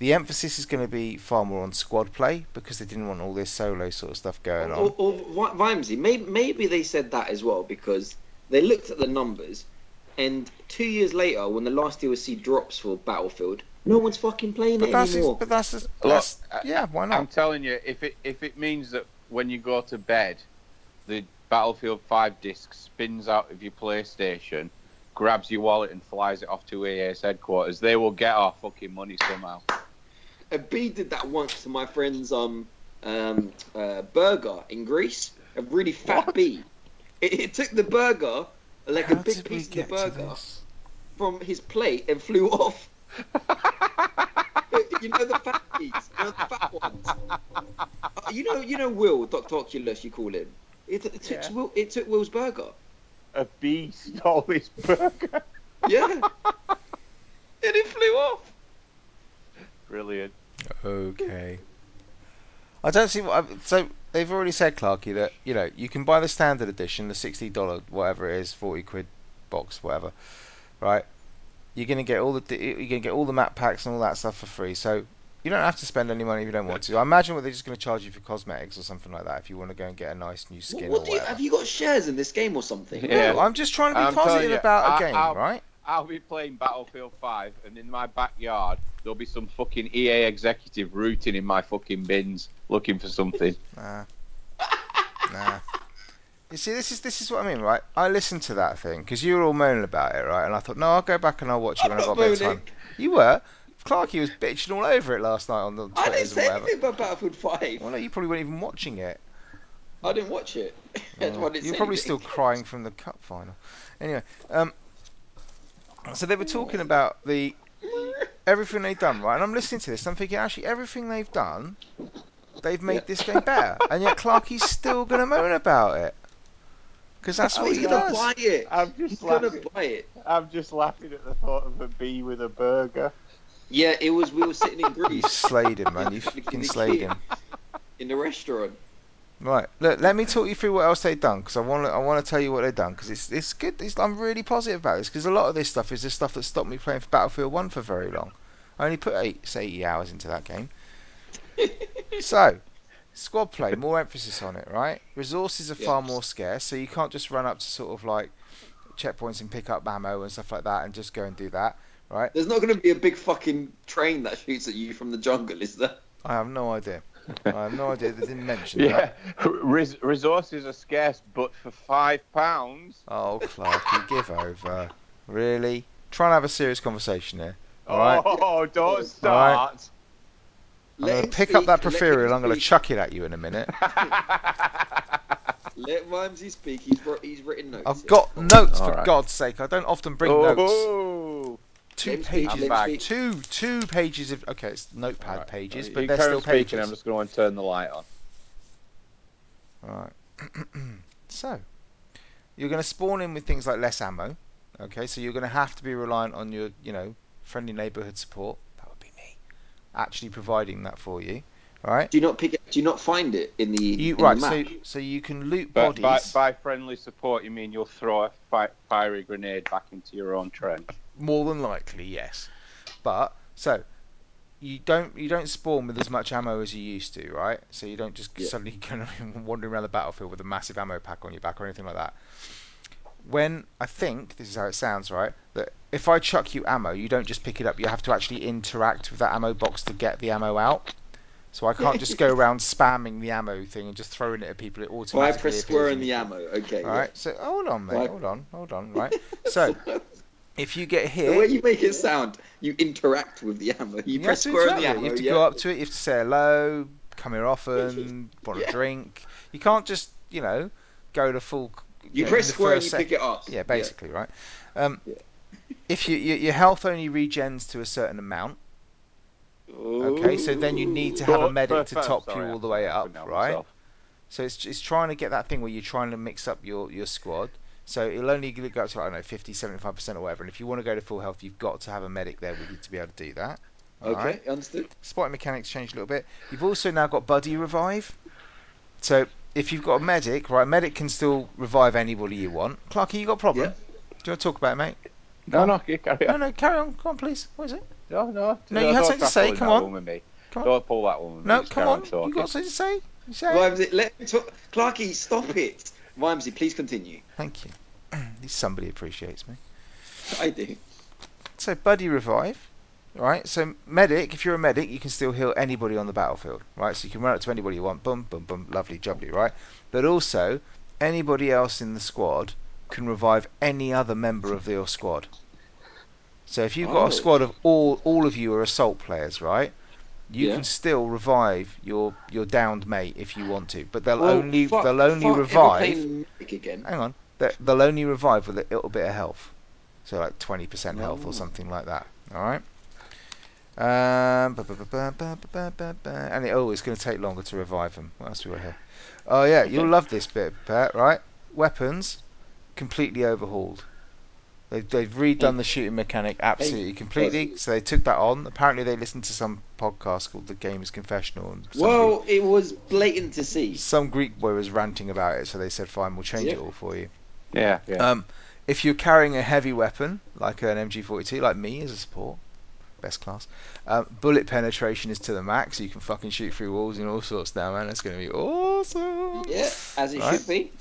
The emphasis is going to be far more on squad play because they didn't want all this solo sort of stuff going on.
Or, or Vi- Vimesy, maybe, maybe they said that as well because they looked at the numbers, and two years later, when the last DLC drops for Battlefield, no one's fucking playing
But
it
that's,
anymore.
but that's just,
Look,
that's
I-
yeah. Why
I'm
not?
telling you, if it if it means that when you go to bed, the Battlefield 5 disc spins out of your PlayStation, grabs your wallet and flies it off to EA's headquarters, they will get our fucking money somehow.
A B did that once to my friend's um, um uh, burger in Greece. A really fat
What?
bee. It, it took the burger, like a
How
big
did we
piece of the
get to
burger,
this?
from his plate and flew off. (laughs) you know the fat bees, you know the fat ones. Uh, you know, you know Will, Doctor Oculus, you call him. It, it took
Yeah.
Will, it took Will's burger. (laughs)
A bee (laughs) stole his burger.
Yeah, and it flew off.
Brilliant.
Okay. I don't see what. I, so they've already said, Clarky, that you know you can buy the standard edition, the sixty dollar whatever it is, forty quid box, whatever. Right. You're gonna get all the di- you're gonna get all the map packs and all that stuff for free. So you don't have to spend any money if you don't want to. I imagine what they're just gonna charge you for cosmetics or something like that if you want to go and get a nice new
What,
skin
what
or
do you,
whatever.
have you got shares in this game or something?
Yeah.
No, I'm just trying to be
I'm telling
positive
you,
about a
I-
game,
I'll-
right?
I'll be playing Battlefield 5, and in my backyard, there'll be some fucking EA executive rooting in my fucking bins looking for something.
Nah. nah. You see, this is this is what I mean, right? I listened to that thing because you were all moaning about it, right? And I thought, no, I'll go back and I'll watch it
I'm
when I've got
not
a bit of
moaning.
time. You were. Clarky was bitching all over it last night on the
I didn't
Twitters and
say
whatever.
anything about Battlefield Five.
Well, no, you probably weren't even watching it.
I didn't watch it. (laughs) That's why I didn't
You're
say
probably still
anything. (laughs)
crying from the cup final. Anyway, um, so they were talking about the everything they've done, right? And I'm listening to this. and I'm thinking, actually, everything they've done, they've made
Yeah.
this game better, and yet Clarky's still gonna moan about it because that's
(laughs) Oh,
what
he's
he
gonna
does.
buy it.
I'm
He's
just
gonna
laughing.
buy it.
I'm just laughing at the thought of a bee with a burger.
Yeah, it was. We were
(laughs)
sitting in
You've
Greece
slayed him,
(laughs)
man. You've
Because
fucking
the
slayed
kid-
him.
in the restaurant.
Right. Look, let me talk you through what else they've done because I want to. I want to tell you what they've done because it's it's good. It's, I'm really positive about this because a lot of this stuff is the stuff that stopped me playing for Battlefield One for very long. I only put eight, say, 80 hours into that game. so, squad play, more emphasis on it, right? Resources are far
Yeah.
more scarce, so you can't just run up to sort of like checkpoints and pick up ammo and stuff like that and just go and do that, right?
There's not going to be a big fucking train that shoots at you from the jungle, is there?
I have no idea. I have no idea. They didn't mention that.
(laughs) (laughs) Yeah, Res- resources are scarce, but for five pounds.
Oh, Clark, you give over. Really? Try and have a serious conversation here. All right.
Oh, don't
All
start.
I'm
Let
going to
him
pick
speak,
up that
let him
proferial and I'm going to
speak.
chuck it at you in a
(laughs)
minute.
Let Ramsey speak. He's wrote, he's written notes.
I've
here.
got notes, for
all right.
God's sake. I don't often bring notes.
oh,
Two
Let him speak,
pages.
let him speak.
Two, two pages of. Okay, it's notepad
Alright. Uh,
pages,
You
but they're
carry
still
on speaking,
pages.
I'm just going to turn the light on.
Right. so, you're going to spawn in with things like less ammo. Okay, so you're going to have to be reliant on your, you know, friendly neighbourhood support. That would be me. Actually providing that for you. All right.
Do you not pick it? Do you not find it in the,
You
in the
right. So
map?
so you can loot
But
bodies.
by, by friendly support, you mean you'll throw a fi- fiery grenade back into your own trench?
More than likely, yes. But so you don't you don't spawn with as much ammo as you used to, right? So you don't just
Yeah.
suddenly (laughs) go wandering around the battlefield with a massive ammo pack on your back or anything like that. When I think this is how it sounds, right? That if I chuck you ammo, you don't just pick it up. You have to actually interact with that ammo box to get the ammo out. So I can't just go around spamming the ammo thing and just throwing it at people. It
Well, I
automatically
press
appears
square
in
in the ammo. Okay.
All right. So hold on, mate.
Right.
Hold on. Hold on. Right.
(laughs)
So if you get
The way
hit,
you make it sound, you interact with the ammo. You,
you, have
press
to
square in
interact
the
with it. You
ammo.
have to
yeah.
go up to it. You have to say hello. Come here often. Want a
Yeah.
drink? You can't just you know go to full.
You
know,
press
the
square and
first
you
sec-
pick it up.
Yeah, basically, right. Um,
Yeah.
if you, you your health only regens to a certain amount, okay, so then you need to have a
But-
medic
but
to
first-
top
sorry,
you all the
I
way up,
couldn't help
right?
myself.
So it's it's trying to get that thing where you're trying to mix up your, your squad. So it'll only go up to I don't know 50, 75 percent or whatever. And if you want to go to full health, you've got to have a medic there with you to be able to do that.
Okay,
Alright?
understood.
Spotting mechanics changed a little bit. You've also now got buddy revive. So if you've got a medic, right, medic can still revive anybody you want. Clarky, you got a problem?
Yeah.
Do you want to talk about it, mate?
No, no, you carry
No,
on.
no, carry on. Come on, please. What is it?
No, no.
No, you had
don't
something to
try
say,
pulling
come
that
on.
one with me.
Come on.
Don't pull that one with me.
No,
Just
come
carry
on. You
talking.
got something to say? You say? it.
Rhymesy, let me talk. Clarky, stop it. Rhymesy, please continue. (laughs)
Thank you. (clears throat) At least somebody appreciates me.
I do.
So buddy revive, right? So medic, if you're a medic, you can still heal anybody on the battlefield, right? So you can run up to anybody you want, boom, boom, boom, lovely, jubbly, right? But also, anybody else in the squad can revive any other member of your squad. So if you've got
Oh.
a squad of all all of you are assault players, right? You
Yeah.
can still revive your your downed mate if you want to, but they'll
Well,
only
fuck-
they'll only
fuck, if we're
revive
playing Nick again.
hang on, they- they'll only revive with a little bit of health, so like twenty percent health
Oh.
or something like that. All right. Um, ba- ba- ba- ba- ba- ba- ba- ba- and it, oh, it's going to take longer to revive them. What else we got here? Oh yeah, you'll love this bit, Pat. Right? Weapons completely overhauled. They've, they've redone the shooting mechanic absolutely completely. So they took that on. Apparently, they listened to some podcast called The Gamer's Confessional, and somebody-
Well, it was blatant to see.
some Greek boy was ranting about it. So they said, "Fine, we'll change
Yeah.
it all for you."
Yeah, yeah.
Um, if you're carrying a heavy weapon like an MG42, like me as a support, best class, um, bullet penetration is to the max. You can fucking shoot through walls and all sorts now, man. That's going to be awesome.
Yeah, as it
Right.
should be.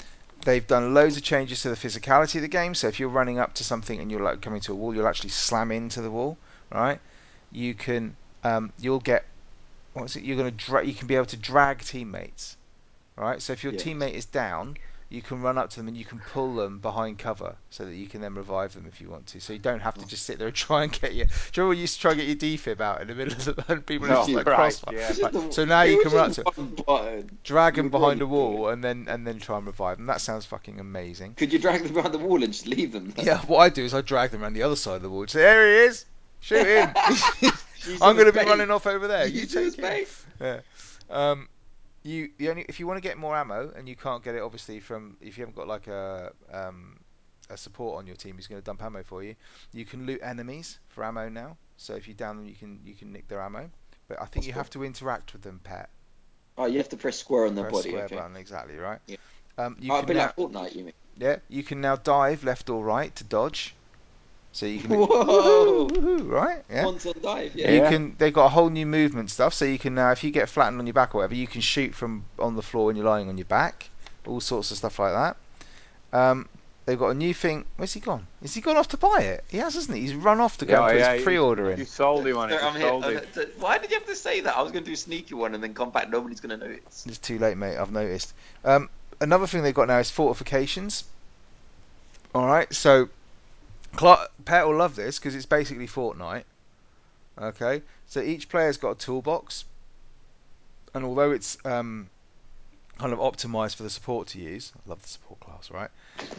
They've done loads of changes to the physicality of the game. So if you're running up to something and you're like coming to a wall, you'll actually slam into the wall, right? You can, um, you'll get, what's it? You're gonna dra- You can be able to drag teammates, right? So if your
Yeah.
teammate is down, you can run up to them and you can pull them behind cover so that you can then revive them if you want to. So you don't have
Oh.
to just sit there and (laughs) try and get your. Do you remember when you used to try and get your defib out in the middle of the and people
No,
used to like
right,
crossfire?
yeah.
Right, So now you can run up to
to.
drag them
You're
behind
really
a wall and then and then try and revive them. That sounds fucking amazing.
Could you drag them around the wall and just leave them?
(laughs)
there?
Yeah, what I do is I drag them around the other side of the wall. Say, there he is. Shoot (laughs) him.
(laughs) She's
I'm
on
going to
his
be
bait.
running off over there. You
She's on his
take it.
bait.
Um, you the only if you want to get more ammo and you can't get it obviously from if you haven't got like a um, a support on your team who's going to dump ammo for you, you can loot enemies for ammo now. So if you down them, you can you can nick their ammo. But I think
That's
you
cool.
have to interact with them, pet.
Oh, you have to press square on their
Press
body.
square
Okay.
button, exactly right.
Yeah.
Um, you
Oh, a
can
bit
now,
like Fortnite, you mean?
yeah, you can now dive left or right to dodge. So you can
Whoa!
Woohoo, woohoo, right? Yeah.
Once on dive, yeah.
You
Yeah.
can. They've got a whole new movement stuff, so you can now, if you get flattened on your back or whatever, you can shoot from on the floor when you're lying on your back. All sorts of stuff like that. Um, they've got a new thing. Where's he gone? Is he gone off to buy it? He has, hasn't he? He's run off to go
Yeah,
and put
yeah,
his
he-
pre-order
You
in.
sold him on it.
Sorry, I'm
You
here.
uh,
sold
I'm
him.
here. So- Why did you have to say that? I was going to do a sneaky one and then come back. Nobody's going to notice.
It's too late, mate. I've noticed. Um, another thing they've got now is fortifications. All right, so Clark, Pet will love this because it's basically Fortnite. Okay, so each player's got a toolbox, and although it's um, kind of optimized for the support to use, I love the support class, right?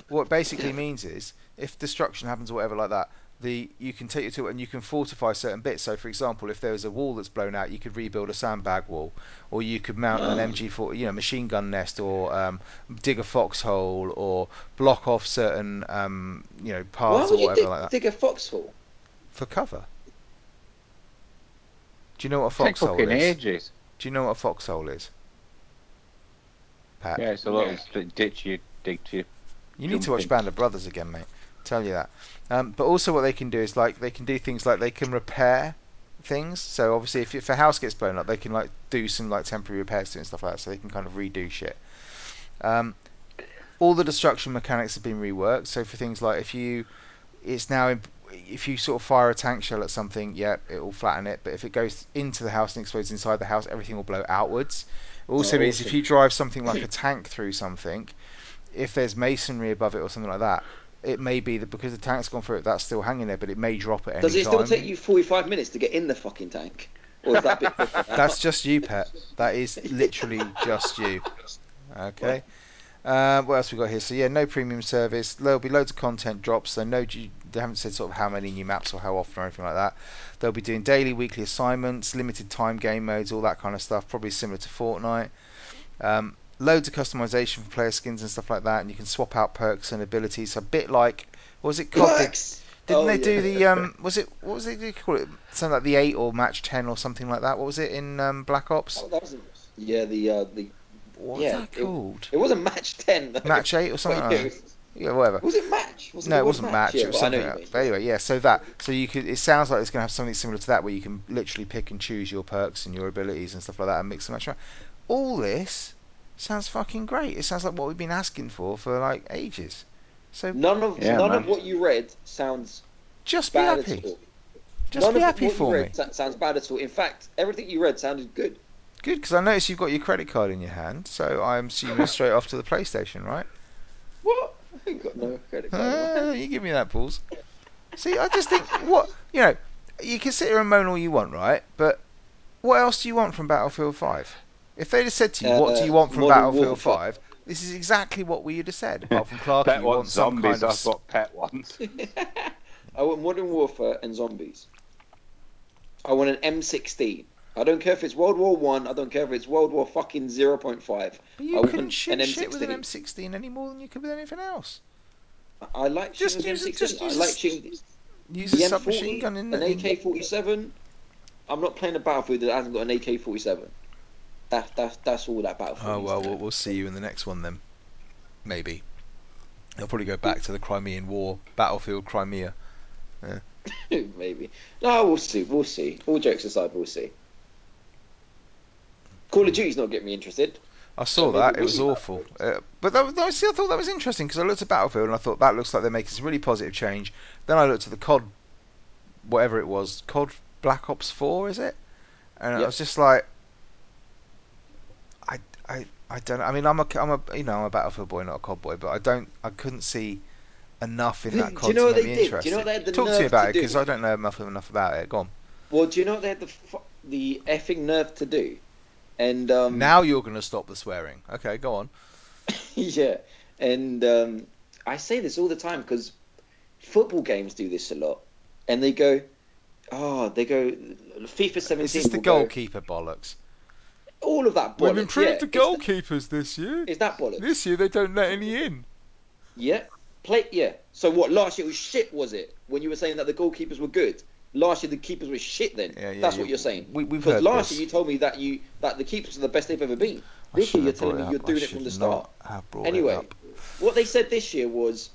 What it basically means is, if destruction happens or whatever like that, the you can take your tool and you can fortify certain bits. So, for example, if there is a wall that's blown out, you could rebuild a sandbag wall, or you could mount an MG4, you know, machine gun nest, or um, dig a foxhole, or block off certain um, you know
Why
paths
would
or
you
whatever
dig,
like that
dig a foxhole?
for cover. Do you know what a
Take
foxhole
fucking
is?
ages.
Do you know what a foxhole is? Pat,
Yeah, it's a little st- ditch you dig to.
you need to
jumping.
watch Band of Brothers again, mate. Tell you that. Um, but also, what they can do is like they can do things like they can repair things. So obviously, if, if a house gets blown up, they can like do some like temporary repairs to it and stuff like that. So they can kind of redo shit. Um, all the destruction mechanics have been reworked. So for things like if you, it's now in, if you sort of fire a tank shell at something, yeah, it will flatten it. But if it goes into the house and explodes inside the house, everything will blow outwards. It also
Oh,
means if
awesome.
you drive something
(coughs)
like a tank through something, if there's masonry above it or something like that, it may be that because the tank's gone through it, that's still hanging there, but it may drop at any
Does it
time.
still take you 45 minutes to get in the fucking tank? Or is
(laughs)
that a bit quicker now?
That's just you, Pet. That is literally just you. Okay. Uh, what else we got here? So yeah, no premium service. There'll be loads of content drops. So no, you, they haven't said sort of how many new maps or how often or anything like that. They'll be doing daily, weekly assignments, limited time game modes, all that kind of stuff. Probably similar to Fortnite. Um, loads of customization for player skins and stuff like that, and you can swap out perks and abilities. A bit like what was it called? They-
Perks!
Didn't
Oh,
they do
yeah.
the um? Was it what was it? Did you call it something like the eight or match ten or something like that? What was it in um, Black Ops?
Oh, that wasn't. Yeah, the uh, the
What was
Yeah,
that
it-
called?
it wasn't match ten. Though.
Match eight or something.
Wait,
like
yeah,
that. Yeah, whatever.
was it match? Was
No, it
called
wasn't match.
Yeah,
it was
well, I know
something.
you
else.
mean.
But anyway, yeah. So that, so you could. It sounds like it's going to have something similar to that, where you can literally pick and choose your perks and your abilities and stuff like that, and mix and match. around. All this sounds fucking great. It sounds like what we've been asking for for like ages. So
None of
Yeah,
none
man.
of what you read sounds
just be
bad
happy.
at all.
Just
none
be
of
happy
what
for
you
me.
read sa- sounds bad at all. In fact, everything you read sounded good.
Good, because I noticed you've got your credit card in your hand, so I'm assuming it's straight off to the PlayStation, right?
What? I ain't got no credit card.
Ah, you give me that, Pauls. See, I just think what you know. You can sit here and moan all you want, right? But what else do you want from Battlefield Five? If they'd have said to you, "What do you
Uh,
want from
Modern
Battlefield
Warfare.
5? This is exactly what we'd have said, apart from Clark.
Pet
you want
wants
some
zombies.
kind of
That's what
(laughs)
Pet wants.
I want Modern Warfare and zombies. I want an M16. I don't care if it's World War One. I. I don't care if it's World War fucking 0.5.
But you
I
couldn't
want
shoot
an
shit with an
M16.
M16 any more than you could with anything else.
I- I like
Just
shooting
use
with
it-
M16.
just use
I
it-
like shooting
Use
the
a
M40,
submachine gun in
an
the. in-
AK-47. I'm not playing a battlefield that hasn't got an AK-47. That, that's that's all that battlefield.
Oh
needs
well,
to
we'll,
have.
we'll see you in the next one then. Maybe. They'll probably go back to the Crimean War, Battlefield Crimea.
(laughs) maybe. No, we'll see. We'll see. All jokes aside, we'll see. Call of Duty's not getting me interested.
I saw
maybe
that;
we
it was
should-
awful. Uh, but that was, no, see, I thought that was interesting because I looked at Battlefield and I thought that looks like they're making some really positive change. Then I looked at the COD, whatever it was, COD Black Ops Four, is it? And I
Yep.
was just like, I, I, I don't. I mean, I'm a, I'm a, you know, I'm a Battlefield boy, not a COD boy, but I don't, I couldn't see enough in
(laughs) Do
that
you
COD
know
to
what
make
they
me
did? Do you
interested.
know what they had the
Talk to
nerve
me about
to
it
do?
because I don't know enough enough about it. Go on.
Well, do you know what they had the fu- the effing nerve to do? And um,
now you're going to stop the swearing. Okay, go on.
(laughs) yeah, and um, I say this all the time because football games do this a lot, and they go, oh, they go FIFA 17.
Is this the
will go-
goalkeeper bollocks?
all of that bollocks.
We've improved
yeah,
the
it's that-
goalkeepers this year.
It's that bollocks.
This year they don't let any in.
Yeah. Play. Yeah. So what? Last year was shit, was it? When you were saying that the goalkeepers were good. Last year the keepers were shit. Then
Yeah, yeah,
that's what
yeah.
you're saying.
We- we've
Because
heard
last
this.
year you told me that you that the keepers are the best they've ever been.
I
This
shouldn't
year you're
have brought
telling me
up.
you're
I
doing it
should
from the start.
not have brought it
Anyway,
up.
what they said this year was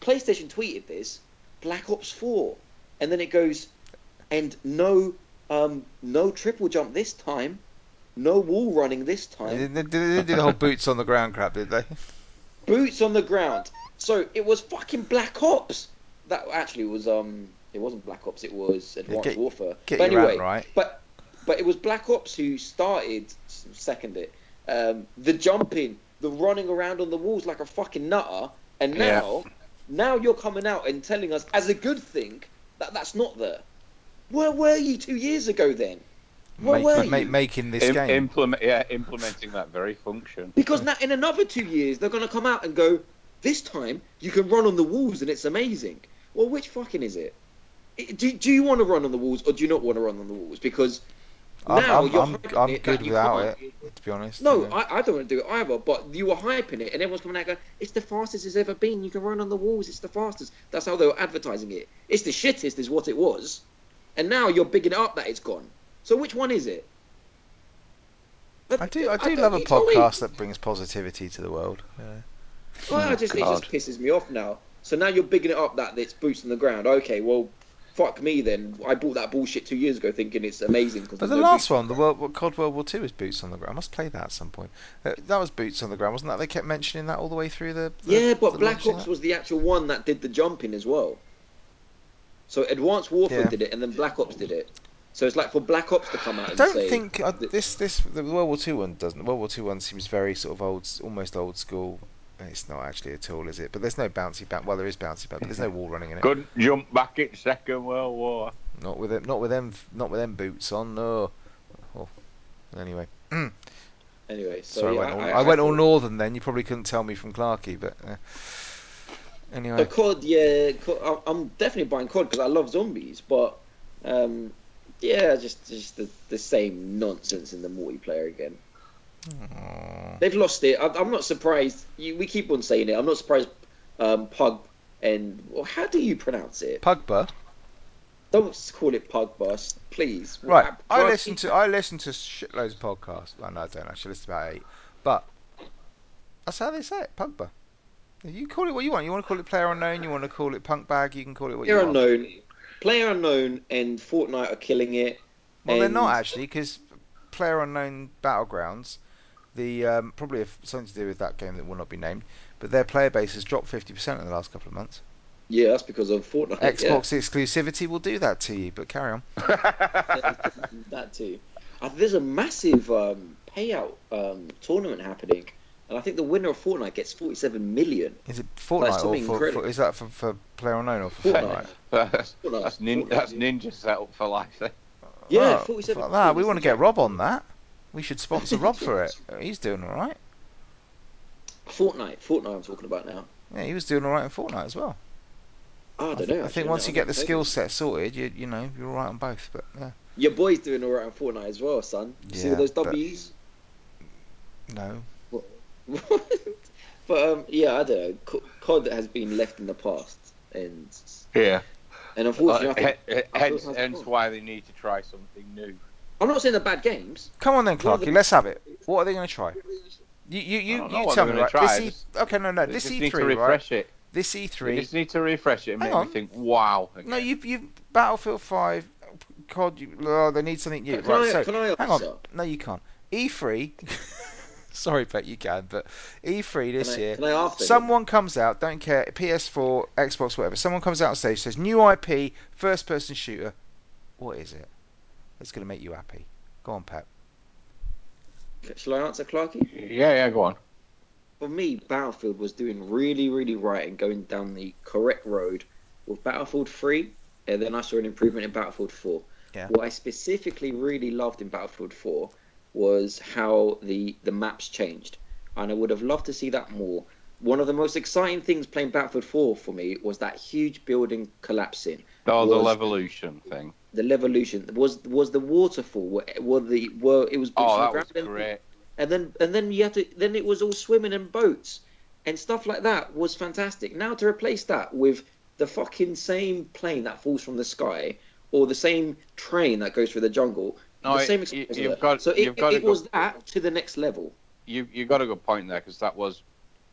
PlayStation tweeted this Black Ops 4, and then it goes, and no, um, no triple jump this time, no wall running this
They
time,
didn't, they didn't do the whole boots on the ground crap, did they?
boots on the ground. So it was fucking Black Ops. That actually was um, it wasn't Black Ops. It was Advanced
get-
Warfare.
Get
but
your
anyway,
rant right.
but but it was Black Ops who started s- second it. Um, the jumping, the running around on the walls like a fucking nutter, and
Yeah.
now now you're coming out and telling us as a good thing that that's not there. Where were you two years ago then? Where
Make-
were
make-
you?
making this
Im-
game.
implement, yeah, implementing that very function.
Because now in another two years they're gonna come out and go, this time you can run on the walls and it's amazing. Well, which fucking is it? I- Do, do you want to run on the walls or do you not want to run on the walls? Because
I'm,
now
I'm,
you're
I'm,
hyping
I'm
it that
good
you
without
can't.
it, to be honest.
No,
Yeah.
I, I don't want to do it either. But you were hyping it, and everyone's coming out going, "It's the fastest it's ever been. You can run on the walls. It's the fastest." That's how they were advertising it. It's the shittest, is what it was. And now you're bigging it up that it's gone. So which one is it?
I do. I do love a
you tell me.
podcast that brings positivity to the world. Yeah.
Well,
Oh,
I just, it
God.
just pisses me off now. So now you're bigging it up that it's boots on the ground. Okay, well, fuck me then. I bought that bullshit two years ago thinking it's amazing. Cause
But
there's
the
no
last
boots.
one, the World what COD World War Two, is boots on the ground. I must play that at some point. Uh, that was boots on the ground, wasn't that? They kept mentioning that all the way through the. the
Yeah, but
the
Black
launching
Ops
that?
was the actual one that did the jumping as well. So Advanced Warfare
Yeah.
did it, and then Black Ops did it. So it's like for Black Ops to come out
I
and
don't
say,
think uh,
that-
this this the World War Two one doesn't. World War Two one seems very sort of old, almost old school. It's not actually at all, is it? But there's no bouncy back. Well, there is bouncy back, but there's no wall running in it.
Couldn't jump back at Second World War. (laughs)
Not with it. Not with them. Not with them boots on. No. Oh. Anyway,
anyway. So
sorry.
yeah,
I went, all,
I,
I,
I-
went
I
all
thought-
northern. Then you probably couldn't tell me from Clarkey, but uh, anyway.
So COD, yeah, COD, I- I'm definitely buying COD because I love zombies, but um, yeah, just just the, the same nonsense in the multiplayer again.
Aw.
They've lost it. I- I'm not surprised. You, we keep on saying it. I'm not surprised. Um, Pug and well, how do you pronounce it?
Pugba.
Don't s- call it Pugba, please.
Right.
Pug-
I listen to I listen to shitloads of podcasts. Well, no, I don't actually listen to about eight. But that's how they say it, Pugba. You call it what you want. You want to call it player unknown, you want to call it punk bag, you can call it what
Player
you want.
unknown. Player unknown and Fortnite are killing it.
Well, they're not
and-
actually because player unknown battlegrounds, the um, probably have something to do with that game that will not be named, but their player base has dropped 50% in the last couple of months.
Yeah, that's because of Fortnite. yeah.
Xbox exclusivity will do that to you, but carry on.
that too. Uh, there's a massive um, payout um, tournament happening, and I think the winner of Fortnite gets
(laughs)
47 million.
Is it
That's
Fortnite or
something
for,
incredible.
for, is that for, for player unknown or for
Fortnite.
Fortnite?
That's,
Fortnite,
that's, nin-
Fortnite,
that's
yeah.
ninja setup for life. eh?
Yeah,
Oh,
47.
fuck that. We want to get Rob on that. We should sponsor Rob for
(laughs)
it. He's doing all right.
Fortnite, Fortnite. I'm talking about now.
Yeah, he was doing all right in Fortnite as well.
Oh, I don't
th-
know.
I
actually,
think once
no,
you
I
get the
don't know.
skill set sorted, you you know you're all right on both. But yeah,
your boy's doing all right on Fortnite as well, son. You See
Yeah,
all those
but-
W's. (laughs)
no.
but um, yeah, I don't know. Co- COD has been left in the past, and
Yeah.
and unfortunately, I think,
hence,
Fortnite's
hence
gone.
why they need to try something new.
I'm not saying they're bad games.
Come on then,
One of
Clarky.
the-
Let's have it. What are they going to try? You you you,
don't know
you
what
tell me
they're
right.
gonna try.
This
Just-
e- okay, no no.
They
This
just
E3
need to
right.
refresh it.
This
They
E3.
just need to refresh it and
Hang
make me
on.
think, wow.
No,
again.
you you Battlefield 5. COD. You, oh, they need something new.
Can
right.
I-
so
can I
hang on.
answer?
No, you can't. E3. (laughs) Sorry, but you can. But E3 this
Can I,
year.
can I ask them?
Someone comes out, don't care, PS4, Xbox, whatever. Someone comes out on stage, says new IP, first-person shooter. What is it? That's going to make you happy. Go on, Pep.
Shall I answer, Clarky?
Yeah, yeah, go on.
For me, Battlefield was doing really, really right and going down the correct road with Battlefield 3, and then I saw an improvement in Battlefield 4.
Yeah.
What I specifically really loved in Battlefield 4 was how the, the maps changed, and I would have loved to see that more. One of the most exciting things playing Battlefield 4 for me was that huge building collapsing
Oh, the
Was-
Levolution thing.
the levolution was was the waterfall were, were the were it was
Oh, that
around
was
and-
great.
and then and then you had to then it was all swimming and boats and stuff like that was fantastic now to replace that with the fucking same plane that falls from the sky or the same train that goes through the jungle
No,
the same
it- you,
experience of
you've
it.
got
so it,
you've got a
it
good
was that to the next level
you you got a good point there because that was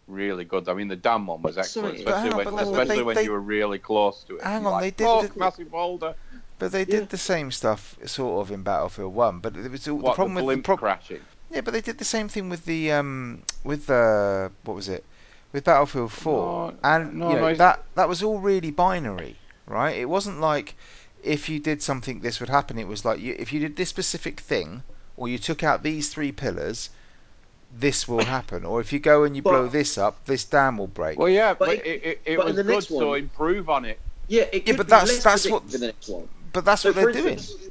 really good. I mean, the dam one was excellent,
Sorry.
But hang on,
especially when,
but like,
especially
they-
when
they-
you were really close to it.
Hang
You're
on,
like,
they did-
"Look, massive boulder.
But they
Yeah.
did the same stuff, sort of, in Battlefield One. But it was all,
What
the problem
the
with
blimp
the pro-
crashing?
yeah, but they did the same thing with the um with uh what was it with Battlefield Four
No,
and
no,
you
no,
know,
it's-
that that was all really binary, right? It wasn't like if you did something this would happen. It was like you, if you did this specific thing or you took out these three pillars, this will happen. Or if you go and you blow
But-
this up, this dam will break.
Well, yeah, but,
But
it, it, it
but in
was
the
good,
next
so
one-
improve on it.
yeah it could
but
be
that's-
less
that's
predictive
what-
in the next one
but that's
So,
what they're
for
doing.
instance-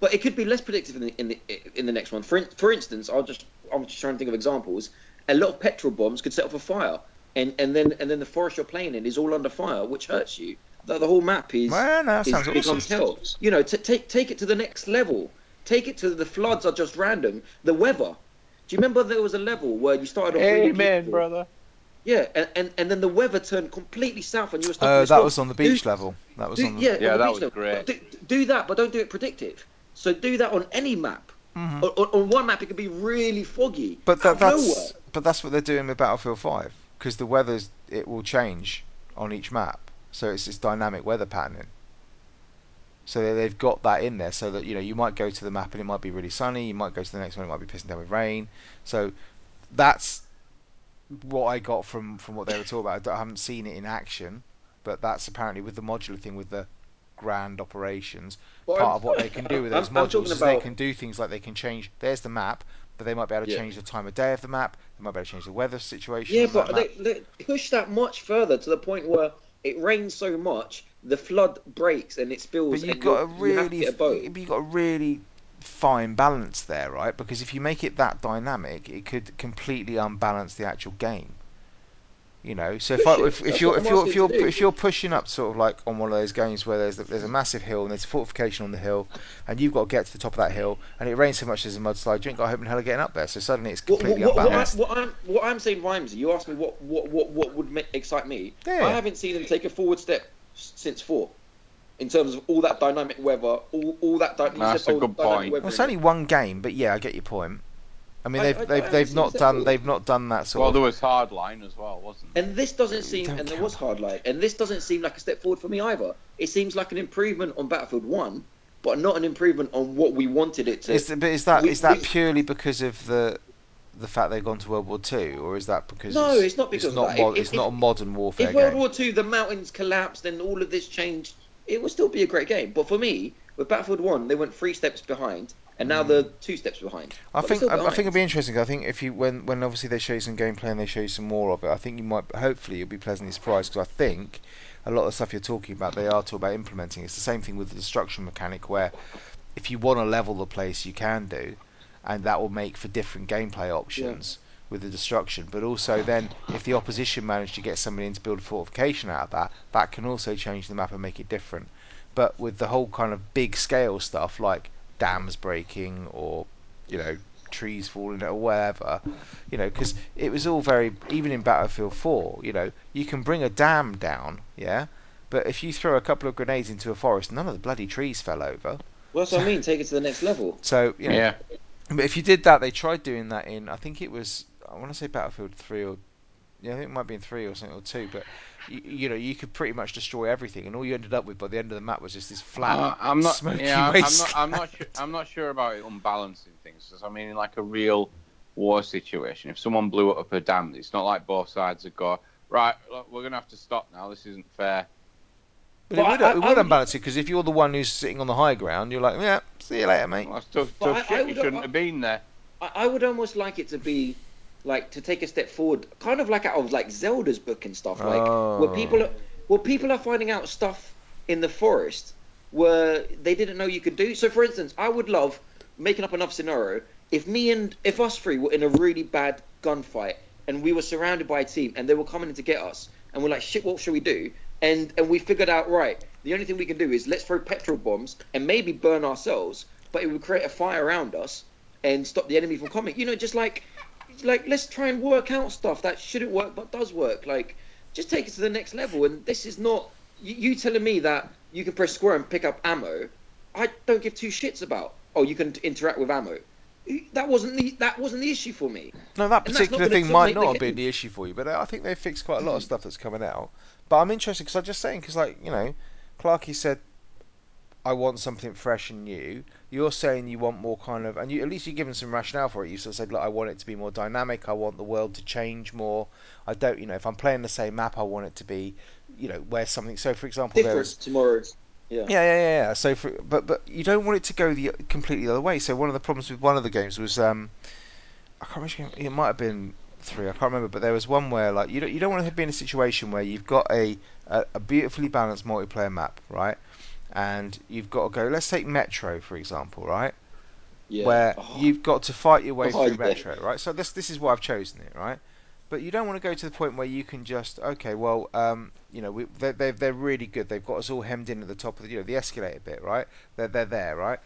But it could be less predictive in the in the, in the next one. For in, for instance, I'll just I'm just trying to think of examples. A lot of petrol bombs could set off a fire, and, and then and then the forest you're playing in is all under fire, which hurts you. The, the whole map is,
Well, no, that
is
sounds awesome.
becomes hell. You know, t- take take it to the next level. Take it to the floods are just random. The weather. Do you remember there was a level where you started? off really
Amen,
beautiful?
brother.
Yeah, and, and and then the weather turned completely south, and you were stuck. in
Oh,
this
that
swamp.
was on the
Dude,
beach level. That was
do,
on the
yeah,
Yeah,
on the
that
beach
was
level.
great.
Do, do that, but don't do it predictive. So do that on any map.
Mhm.
On, on- on one map, it could be really foggy.
But
out
that,
of
that's
nowhere.
but that's what they're doing with Battlefield Five because the weather's it will change on each map, so it's this dynamic weather patterning. So they- they've got that in there, so that you know you might go to the map and it might be really sunny, you might go to the next one, it might be pissing down with rain. So that's what I got from from what they were talking about. I don't- I haven't seen it in action, but that's apparently with the modular thing with the grand operations
But
part
I'm-
of what they can do with
(laughs) I'm-
those
I'm
modules
talking
is they
about-
can do things like they can change. There's the map, but they might be able to
Yeah.
change the time of day of the map. They might be able to change the weather situation.
Yeah,
on that
but
map.
they, they push that much further to the point where it rains so much, the flood breaks and it
but
spills.
you've
and
got a
you're- you have to
really,
get a boat.
you've got a really fine balance there, right? Because if you make it that dynamic, it could completely unbalance the actual game. You know, so if I,
Push it.
if, if
That's
you're
what
if
I'm
you're if
asking
you're
to do.
if you're pushing up sort of like on one of those games where there's there's a massive hill and there's fortification on the hill, and you've got to get to the top of that hill, and it rains so much there's a mudslide, you ain't got hope in hell of getting up there. So suddenly it's
What,
completely
what- what I,
unbalanced.
what, I'm, what I'm saying, Rhymesy, you asked me what, what, what, what would ma- excite me.
Yeah.
I haven't seen them take a forward step s- since four in terms of all that dynamic weather, all, all that dy- you
That's
said,
a
oh,
good
dynamic
point.
weather
Well, it's
in
only one game, but yeah, I get your point. I mean,
I-
they've
I- I
they've, they've
haven't
not
seen
done
that.
they've not done that sort
Well,
of.
there was Hardline as well, wasn't there?
And this doesn't seem,
Don't
and there
count
was hard light, and this doesn't seem like a step forward for me either. It seems like an improvement on Battlefield One, but not an improvement on what we wanted it to.
Is, but is that
we-
is that
we-
purely because of the the fact they've gone to World War Two, or is that because
No, it's not because
it's
of
not
that.
mod-
If-
it's
if-
not a modern warfare
if World
game.
War Two, the mountains collapsed and all of this changed, it would still be a great game. But for me, with Battlefield One, they went three steps behind, and now they're two steps behind.
I
But
think
they're
I,
still
I think it'd
behind.
be interesting. 'cause I think if you when when obviously they show you some gameplay and they show you some more of it, I think you might hopefully you'll be pleasantly surprised because I think a lot of the stuff you're talking about they are talking about implementing. It's the same thing with the destruction mechanic where if you want to level the place you can do, and that will make for different gameplay options. With the destruction, but also then, if the opposition manage to get somebody in to build a fortification out of that, that can also change the map and make it different. But with the whole kind of big scale stuff like dams breaking or you know trees falling or whatever you know because it was all very even in battlefield 4 you know you can bring a dam down yeah but if you throw a couple of grenades into a forest none of the bloody trees fell over
Well, that's what I mean. Take it to the next level.
so you know
yeah.
but if you did that they tried doing that in i think it was i want to say battlefield 3 or yeah, I think it might be in three or something or two, but you, you know you could pretty much destroy everything, and all you ended up with by the end of the map was just this flat.
Uh, I'm not.
smoky
Yeah, I'm- I'm not. I'm
wasteland.
not. Sure, I'm not sure about it unbalancing things. 'cause I mean, in like a real war situation, if someone blew up a dam, it's not like both sides would go right. Look, we're gonna have to stop now. This isn't fair.
(laughs) But,
But
it would,
I-
it
I
would
would-
unbalance it because if you're the one who's sitting on the high ground, you're like, yeah, see you later, mate.
Well, that's tough,
But
tough
I- I
shit. You
would-
shouldn't have been there.
I, I would almost like it to be like to take a step forward, kind of like out of like Zelda's book and stuff, like
Oh.
where people are where people are finding out stuff in the forest where they didn't know you could do. So, for instance, I would love making up another scenario if me and if us three were in a really bad gunfight and we were surrounded by a team and they were coming in to get us and we're like, shit, what should we do? And and we figured out right, the only thing we can do is let's throw petrol bombs and maybe burn ourselves, but it would create a fire around us and stop the enemy from coming. You know, just like like let's try and work out stuff that shouldn't work but does work. Like just take it to the next level. And this is not you, you telling me that you can press square and pick up ammo. I don't give two shits about. Oh, you can interact with ammo. That wasn't the that wasn't the issue for me.
No, that
And that's not
particular
gonna
thing
fit-
might
make
not
the
have been the issue for you, but I think they fixed quite a lot of stuff that's coming out. But I'm interested because I'm just saying because like you know, Clarkey said, I want something fresh and new. You're saying you want more kind of, and you at least you're giving some rationale for it. You sort of said like I want it to be more dynamic. I want the world to change more. I don't, you know, if I'm playing the same map, I want it to be, you know, where something. So for example, there was
Different tomorrow. Yeah.
yeah, yeah, yeah. yeah. So, for, but but you don't want it to go the completely the other way. So one of the problems with one of the games was um, I can't remember. which game- It might have been three. I can't remember. But there was one where like you don't you don't want to be in a situation where you've got a a, a beautifully balanced multiplayer map, right? And you've got to go. Let's take Metro for example, right?
yeah.
where
Oh,
you've got to fight your way
Oh,
through
yeah.
Metro, right? So this this is why I've chosen it, right? But you don't want to go to the point where you can just okay, well, um, you know, we, they're, they're they're really good. They've got us all hemmed in at the top of the you know the escalator bit, right? They're they're there, right?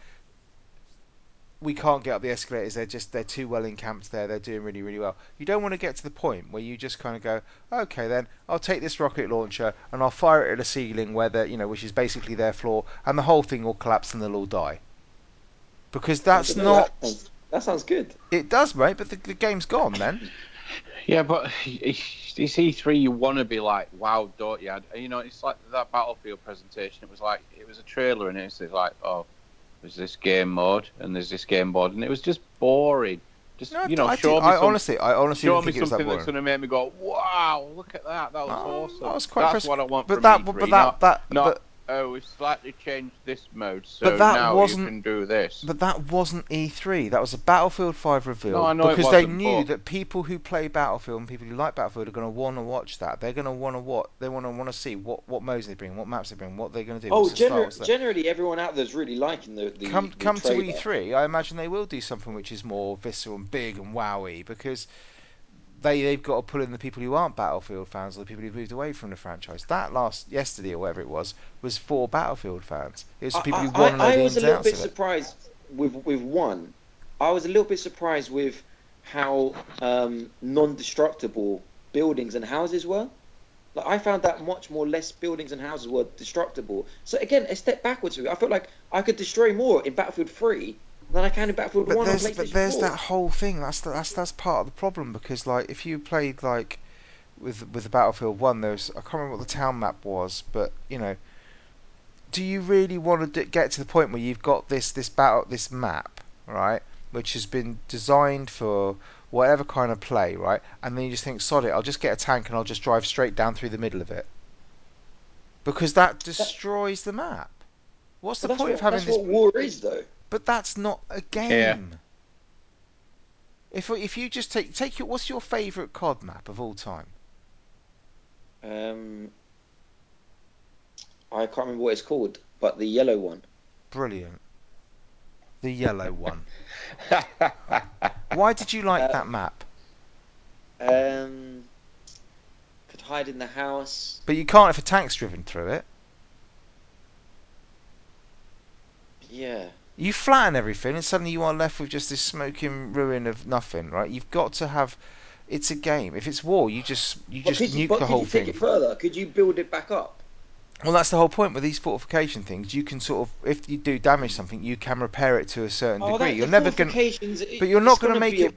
We can't get up the escalators. They're just they're too well encamped there. They're doing really really well. You don't want to get to the point where you just kind of go, okay, then I'll take this rocket launcher and I'll fire it at a ceiling where they you know which is basically their floor, and the whole thing will collapse and they'll all die. Because that's
that
not
sounds- That sounds good.
it does, mate, but the, the game's gone then.
(laughs) Yeah, but (laughs) it's E3. You want to be like, wow, don't you? You know, it's like that Battlefield presentation. It was like it was a trailer, and it's like, oh, there's this game mode, and there's this game mode, and it was just boring. Just
No,
you know,
I,
show
did-
me
I
some-
honestly, I honestly
show
didn't
me
think it was that
something
boring.
that's going to make me go, wow, look at that, that was
Um,
awesome.
I was quite
that's
impressed.
what I want
But
from
that,
E3,
but that,
not-
that,
not-
but,
oh, we've slightly changed this mode, so
But that
now
wasn't-
you can do this.
but that wasn't E3. That was a Battlefield 5 reveal.
No, I know it
because they
wasn't,
knew
but-
that people who play Battlefield and people who like Battlefield are going to want to watch that. They're going to want to what they want to want to see what what modes they bring, what maps they bring, what they're going to do.
Oh,
what's the style,
gener-
what's the-
generally everyone out there's really liking the, the
come
the
come to E
trailer.
E3, I imagine they will do something which is more visceral and big and wowy because they they've got to pull in the people who aren't Battlefield fans or the people who moved away from the franchise. That last yesterday or whatever it was was for Battlefield fans. It was for people who want to know
I
the ins
was a
and
little
outs
bit
of it.
surprised with with one. I was a little bit surprised with how um, non-destructible buildings and houses were. Like I found that much more less buildings and houses were destructible. So again, a step backwards. for me. I felt like I could destroy more in Battlefield Three than I can in Battlefield
But
One on
there's
PlayStation
but there's
4.
that whole thing. That's the, that's that's part of the problem because like if you played like with with the Battlefield One, there was I can't remember what the town map was, but you know. Do you really want to d- get to the point where you've got this this battle this map right, which has been designed for whatever kind of play right, and then you just think sod it, I'll just get a tank and I'll just drive straight down through the middle of it, because that destroys the map. What's the
But that's
point
what,
of having
that's
this
what war is, though.
but that's not a game. If if you just take take your what's your favourite COD map of all time?
Um, I can't remember what it's called, but the yellow one.
Brilliant. The yellow
(laughs)
one. Why did you like
Uh,
that map?
Um, could hide in the house.
But you can't if a tank's driven through it.
Yeah.
You flatten everything, and suddenly you are left with just this smoking ruin of nothing. Right? You've got to have. It's a game. If it's war, you just you
But
just
could you,
nuke
but
the
could
whole
you take
thing.
it further? Could you build it back up?
Well, that's the whole point with these fortification things. You can sort of, if you do damage something, you can repair it to a certain
Oh,
degree. You're never going. to but you're not going to make it.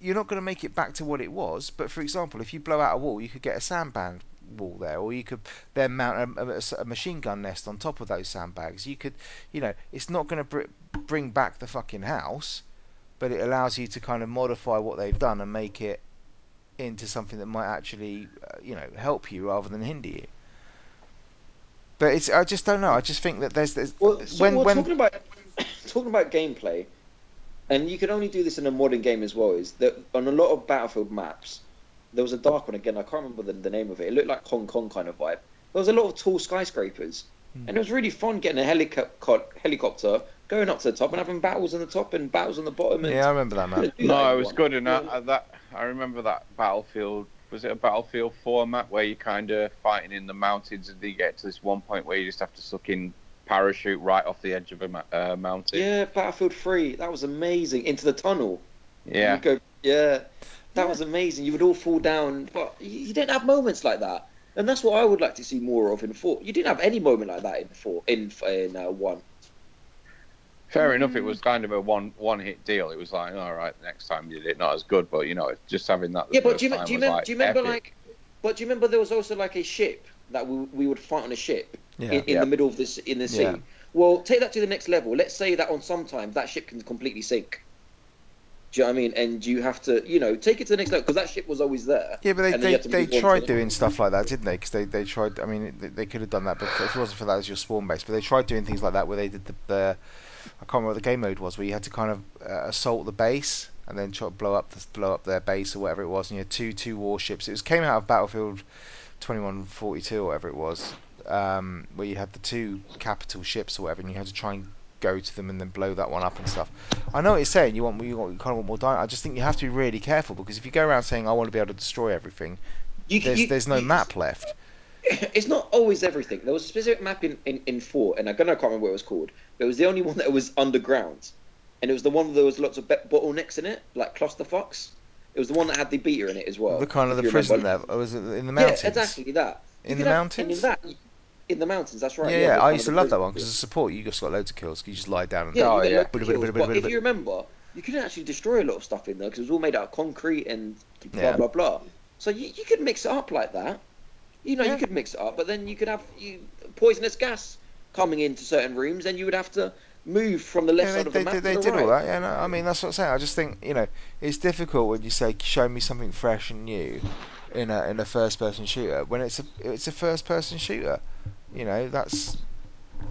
You're not going to make it back to what it was. But for example, if you blow out a wall, you could get a sandbag wall there, or you could then mount a, a- a machine gun nest on top of those sandbags. You could, you know, it's not going to br- bring back the fucking house, but it allows you to kind of modify what they've done and make it into something that might actually, uh, you know, help you rather than hinder you. But it's, I just don't know. I just think that there's, there's
Well, so
when
we're
when
(coughs) talking about talking about gameplay. and you can only do this in a modern game as well. Is that on a lot of Battlefield maps, there was a dark one again. I can't remember the, the name of it. It looked like Hong Kong kind of vibe. There was a lot of tall skyscrapers,
Hmm.
and it was really fun getting a helicopter helicopter going up to the top and having battles on the top and battles on the bottom. And
Yeah, I remember that map.
Do
No,
that
it was
one.
good, and I, I, that I remember that battlefield. Was it a battlefield format where you're kind of fighting in the mountains, and you get to this one point where you just have to suck in parachute right off the edge of a ma- uh, mountain?
Yeah, Battlefield 3. That was amazing. Into the tunnel.
Yeah.
You go, yeah. That was amazing. You would all fall down, but you, you didn't have moments like that. And that's what I would like to see more of in four. You didn't have any moment like that in four, in in uh, one.
Fair enough. It was kind of a one one hit deal. It was like, all right, next time you did it, not as good, but you know, it's just having that. the
Yeah, but
first
do you,
time
do you
was,
remember? do you remember
epic.
like? But do you remember there was also like a ship that we, we would fight on a ship in,
Yeah.
in
Yeah.
the middle of this in the sea.
Yeah.
Well, take that to the next level. Let's say that on some time that ship can completely sink. Do you know what I mean? And you have to, you know, take it to the next level because that ship was always there.
Yeah, but they,
And then
they,
you have to
they
move on
tried
to the-
doing stuff like that, didn't they? Because they, they tried. I mean, they, they could have done that, but if it wasn't for that as your spawn base, but they tried doing things like that where they did the, the I can't remember what the game mode was, where you had to kind of uh, assault the base and then try to blow up the, blow up their base or whatever it was, and you had two two warships. It was came out of Battlefield 2142 or whatever it was, um, where you had the two capital ships or whatever, and you had to try and go to them and then blow that one up and stuff. I know what you're saying. You want you, want, you kind of want more dynamite. I just think you have to be really careful because if you go around saying I want to be able to destroy everything,
You-
there's
you-
there's no
you-
map left.
(clears throat) It's not always everything. There was a specific map in, in, in four, and I don't I can't remember what it was called. But it was the only one that was underground, and it was the one where there was lots of be- bottlenecks in it, like clusterfucks. It was the one that had the beater in it as well.
the kind of
if
the
you
prison
remember.
there or was it in the mountains.
Yeah, exactly that. You
In the
could have- and
mountains?
In that, in the mountains. That's right.
Yeah, yeah.
the
I
kind
used to
of
love
the
that one because
prison.
as a support, you just got loads of kills. 'cause You just lie down and
Yeah,
Oh,
you get
yeah.
loads of
Bit, bit,
kills,
bit,
but
bit,
if
bit.
you remember, you couldn't actually destroy a lot of stuff in there because it was all made out of concrete and blah
Yeah.
blah blah. So you, you could mix it up like that. You know,
Yeah.
you could mix it up, but then you could have you, poisonous gas coming into certain rooms, and you would have to move from the left
Yeah,
side
they,
of the
they,
map.
did- they
to the
did
right.
all that. Yeah, no, I mean that's what I'm saying. I just think you know it's difficult when you say show me something fresh and new in a in a first person shooter when it's a it's a first person shooter. You know that's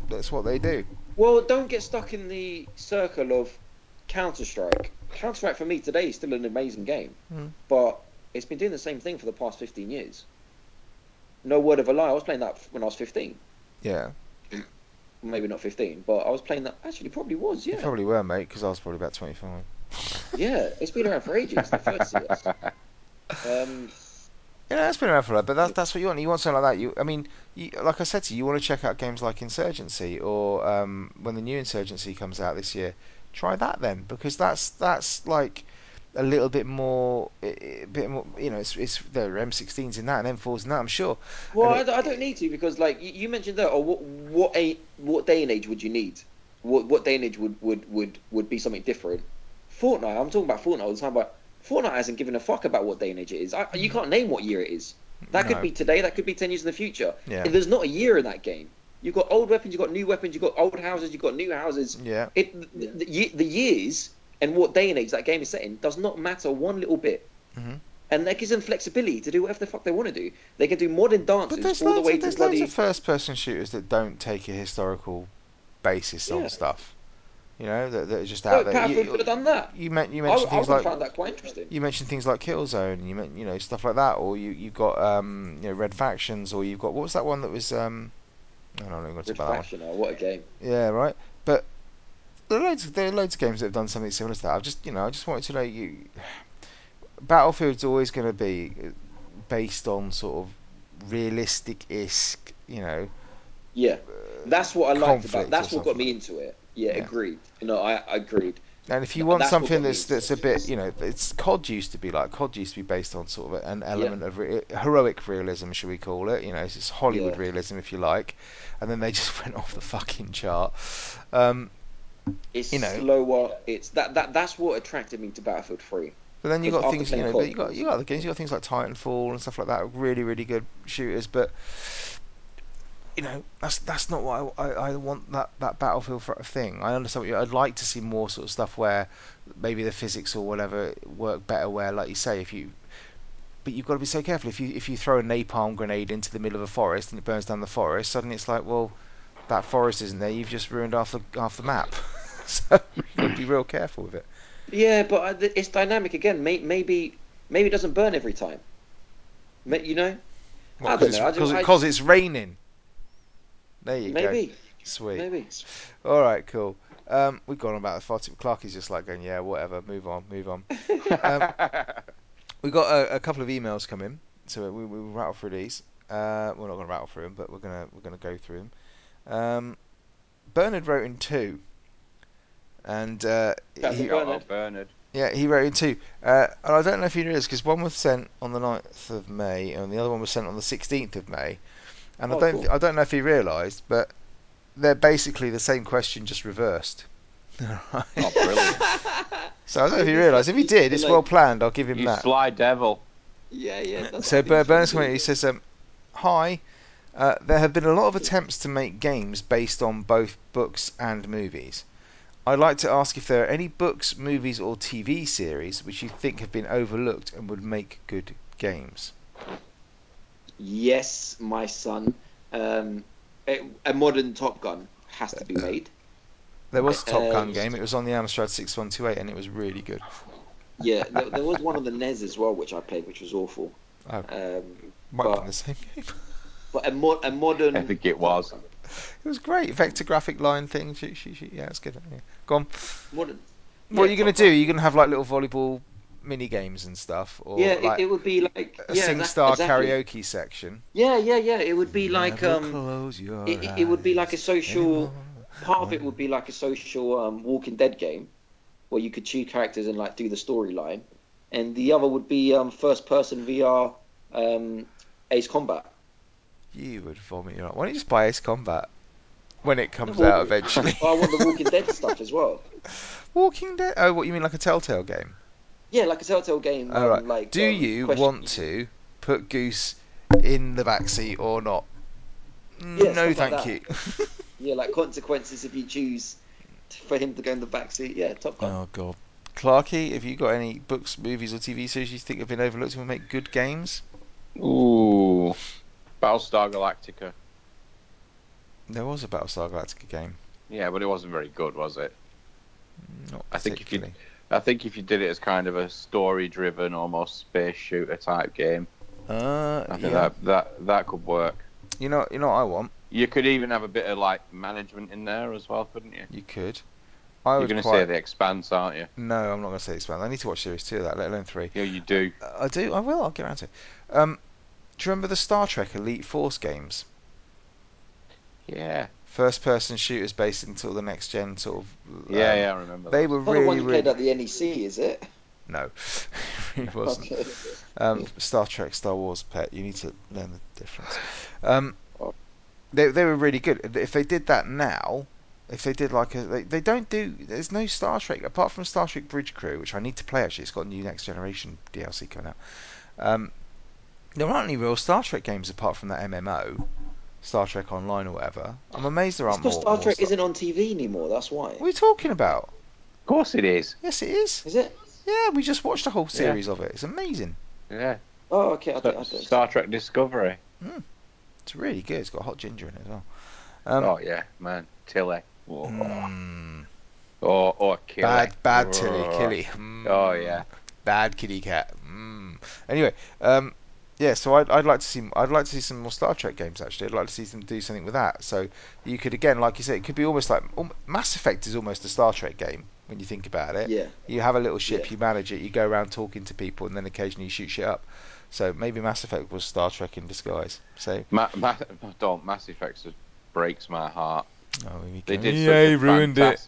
that's what they do.
Well, don't get stuck in the circle of Counter Strike. Counter Strike for me today is still an amazing game,
Mhm.
but it's been doing the same thing for the past 15 years. No word of a lie, I was playing that when I was 15.
Yeah,
Maybe not 15, but I was playing that. Actually, probably was,
you
yeah.
probably were, mate, because I was probably about 25.
Yeah, it's been around for ages,
(laughs)
the first years. Um,
Yeah, that's been around for a while, but that's that's what you want. You want something like that. You, I mean, you, like I said to you, you want to check out games like Insurgency or um, when the new Insurgency comes out this year, try that then because that's that's like a little bit more, i i- bit more. You know, it's it's there are M16s in that and M4s in that. I'm sure.
well,
And
I, don't- I don't need to because, like, you, you mentioned that, or what, what, a, what day and age would you need? What, what day and age would, would, would, would be something different? Fortnite, I'm talking about Fortnite all the time, but Fortnite hasn't given a fuck about what day and age it is. I, you can't name what year it is. That
No.
could be today, that could be 10 years in the future.
Yeah.
And there's not a year in that game. You've got old weapons, you've got new weapons, you've got old houses, you've got new houses.
Yeah,
It, the, the, ye- the years and what day and age that game is set in does not matter one little bit.
Mhm.
And that gives them flexibility to do whatever the fuck they want to do. They can do modern
but
dances
there's
all the
loads,
way
of,
to
there's loads
bloody.
of first-person shooters that don't take a historical basis
Yeah.
on stuff. You know, that, that are just
No,
out there.
Battlefield
You,
could have done that.
you, men- you
I, I
mentioned
would
things
have
like
found that quite interesting.
you mentioned things like Killzone, and you meant you know stuff like that, or you you got um you know Red Factions, or you've got what was that one that was um I don't know, I'm going to talk
Good
about that one.
faction, oh, what a game.
Yeah, right. But there are loads there are loads of games that have done something similar to that. I've just you know I just wanted to know you. Battlefield's always going to be uh, based on sort of realistic isk, you know.
Yeah, that's what I liked
uh, conflict
about.
or
That's what got
something.
me into it. Yeah,
Yeah.
agreed. No, I, I agreed.
And if you
Th-
want
that's what
something
got me
that's
into
that's a
it.
bit, you know, it's COD used to be like COD used to be based on sort of an element of re- heroic realism, should we call it? You know, it's Hollywood
Yeah.
realism, if you like. And then they (laughs) just went off the fucking chart. Um,
It's
You know.
slower. It's that that that's what attracted me to Battlefield Three.
but then you
'Cause
got
after
things, you
playing
know,
COD,
but you got you got other games, you got things like Titanfall and stuff like that, really really good shooters. But you know, that's that's not what I, I, I want that that Battlefield for a thing. I understand what you. I'd like to see more sort of stuff where maybe the physics or whatever work better. Where, like you say, if you but you've got to be so careful. If you if you throw a napalm grenade into the middle of a forest and it burns down the forest, suddenly it's like, well, that forest isn't there. You've just ruined half the half the map. (laughs) so you've got to be real careful with it.
Yeah, but I- th- it's dynamic again. May- Maybe maybe it doesn't burn every time. Ma- You know, I don't know, I just-
Because
I-
it's raining. There you go.
maybe,
Sweet.
maybe.
All right, cool. Um, we've gone on about the far too. Clark is just like going, yeah, whatever, move on, move
(laughs)
on. Um, We got a, a couple of emails come in, so we we will rattle through these. Uh, we're not going to rattle through them, but we're gonna we're gonna go through them. Um, Bernard wrote in two, and uh,
That's
he,
a Bernard.
Oh, Bernard.
yeah, he wrote in two. Uh, and I don't know if you knew this because one was sent on the 9th of May and the other one was sent on the 16th of May. And I
Oh,
don't
cool.
I don't know if he realised, but they're basically the same question just reversed.
Oh,
(laughs)
brilliant.
so I don't know if he realised. If he did, it's
Like-
well planned. I'll give him
you
that.
sly devil.
Yeah, yeah. that's
So
what I
Bur-
think.
Burns comment, he says, um, "Hi, uh, there have been a lot of attempts to make games based on both books and movies. I'd like to ask if there are any books, movies, or TV series which you think have been overlooked and would make good games."
Yes, my son. Um, a, a modern Top Gun has to be
Uh,
made.
There was a Top Gun
Um,
game. It was on the Amstrad 6128, and it was really good.
Yeah, there, there was one on the NES as well, which I played, which was awful.
Oh.
Um,
Might have
Well-
been the same (laughs) game.
but a, mod a modern.
I think it was.
It was great. Vector graphic line thing. Shoot, shoot, shoot. Yeah, it's good. Yeah. Go on.
Modern.
What are
Yeah,
you gonna
Top
do?
Gun.
Are you gonna have like little volleyball mini games and stuff, or
yeah,
like
it, it would be like
a
yeah,
SingStar
that- exactly.
karaoke section?
Yeah, yeah, yeah. It would be like
Never
um,
close your
it, it- it would be like a
eyes
social.
anymore.
Part of it would be like a social um, Walking Dead game, where you could choose characters and like do the storyline, and the other would be um, first-person VR um, Ace Combat.
You would vomit your. Why don't you just buy Ace Combat when it comes
Well-
out
(laughs)
eventually?
Well, Oh, I want the Walking
(laughs)
Dead stuff as well.
Walking Dead. Oh, what you mean like a Telltale game?
Yeah, like a Telltale game.
All
um,
right.
Like,
Do
um,
you
question-
want to put Goose in the backseat or not?
Yeah,
no,
stuff like
thank you. (laughs)
Yeah, like consequences if you choose t- for him to go in the backseat. Yeah, Top Gun.
oh God, Clarky, have you got any books, movies, or TV series you think have been overlooked and would make good games?
Ooh. Battlestar Galactica.
There was a Battlestar Galactica game.
Yeah, but it wasn't very good, was it?
Not
I think if you-
particularly.
I think if you did it as kind of a story-driven, almost space shooter type game,
Uh,
I think
yeah.
that, that that could work.
You know, you know what I want.
You could even have a bit of like management in there as well, couldn't you?
You could. I
You're
would
going to
quite.
say the Expanse, aren't you?
No, I'm not going to say expand. I need to watch series two of that, let alone three.
Yeah, you do.
Uh, I do. I will. I'll get around to it. Um, do you remember the Star Trek Elite Force games?
Yeah.
First-person shooters based until the next gen, sort of.
Yeah,
um,
yeah, I remember.
They were
Not the one
really,
you
really
played at the NEC, is it?
no. it (laughs)
(laughs)
wasn't.
Okay.
Um, Star Trek, Star Wars, pet. You need to learn the difference. Um,
Oh.
they they were really good. If they did that now, if they did like a, they, they don't do. There's no Star Trek apart from Star Trek Bridge Crew, which I need to play. Actually, it's got a new Next Generation DLC coming out. Um, there aren't any real Star Trek games apart from that MMO, Star Trek Online or whatever. I'm amazed there
It's
aren't more.
because Star
more
Trek
Star-
isn't on TV anymore. That's why.
What are you talking about?
Of course it is.
Yes, it is.
Is it?
Yeah, we just watched a whole
Yeah.
series of it. It's amazing.
Yeah.
Oh, okay. I don't, I don't.
Star Trek Discovery.
It's really good. It's got hot ginger in it as well. Um,
oh yeah, man, Tilly. Whoa.
mm.
Or or Killy.
Bad, bad Tilly,
Whoa.
Killy. Mm.
Oh yeah.
Bad kitty cat. Mm. Anyway, um, yeah. So I'd, I'd like to see I'd like to see some more Star Trek games. Actually, I'd like to see them do something with that. So you could again, like you said, it could be almost like al- Mass Effect is almost a Star Trek game when you think about it.
Yeah.
You have a little ship,
Yeah.
you manage it, you go around talking to people, and then occasionally you shoot shit up. So maybe Mass Effect was Star Trek in disguise. So
Ma- ma- don't Mass Effect just breaks my heart.
oh, here we
They
go.
did.
EA
such a
ruined it.
fantas-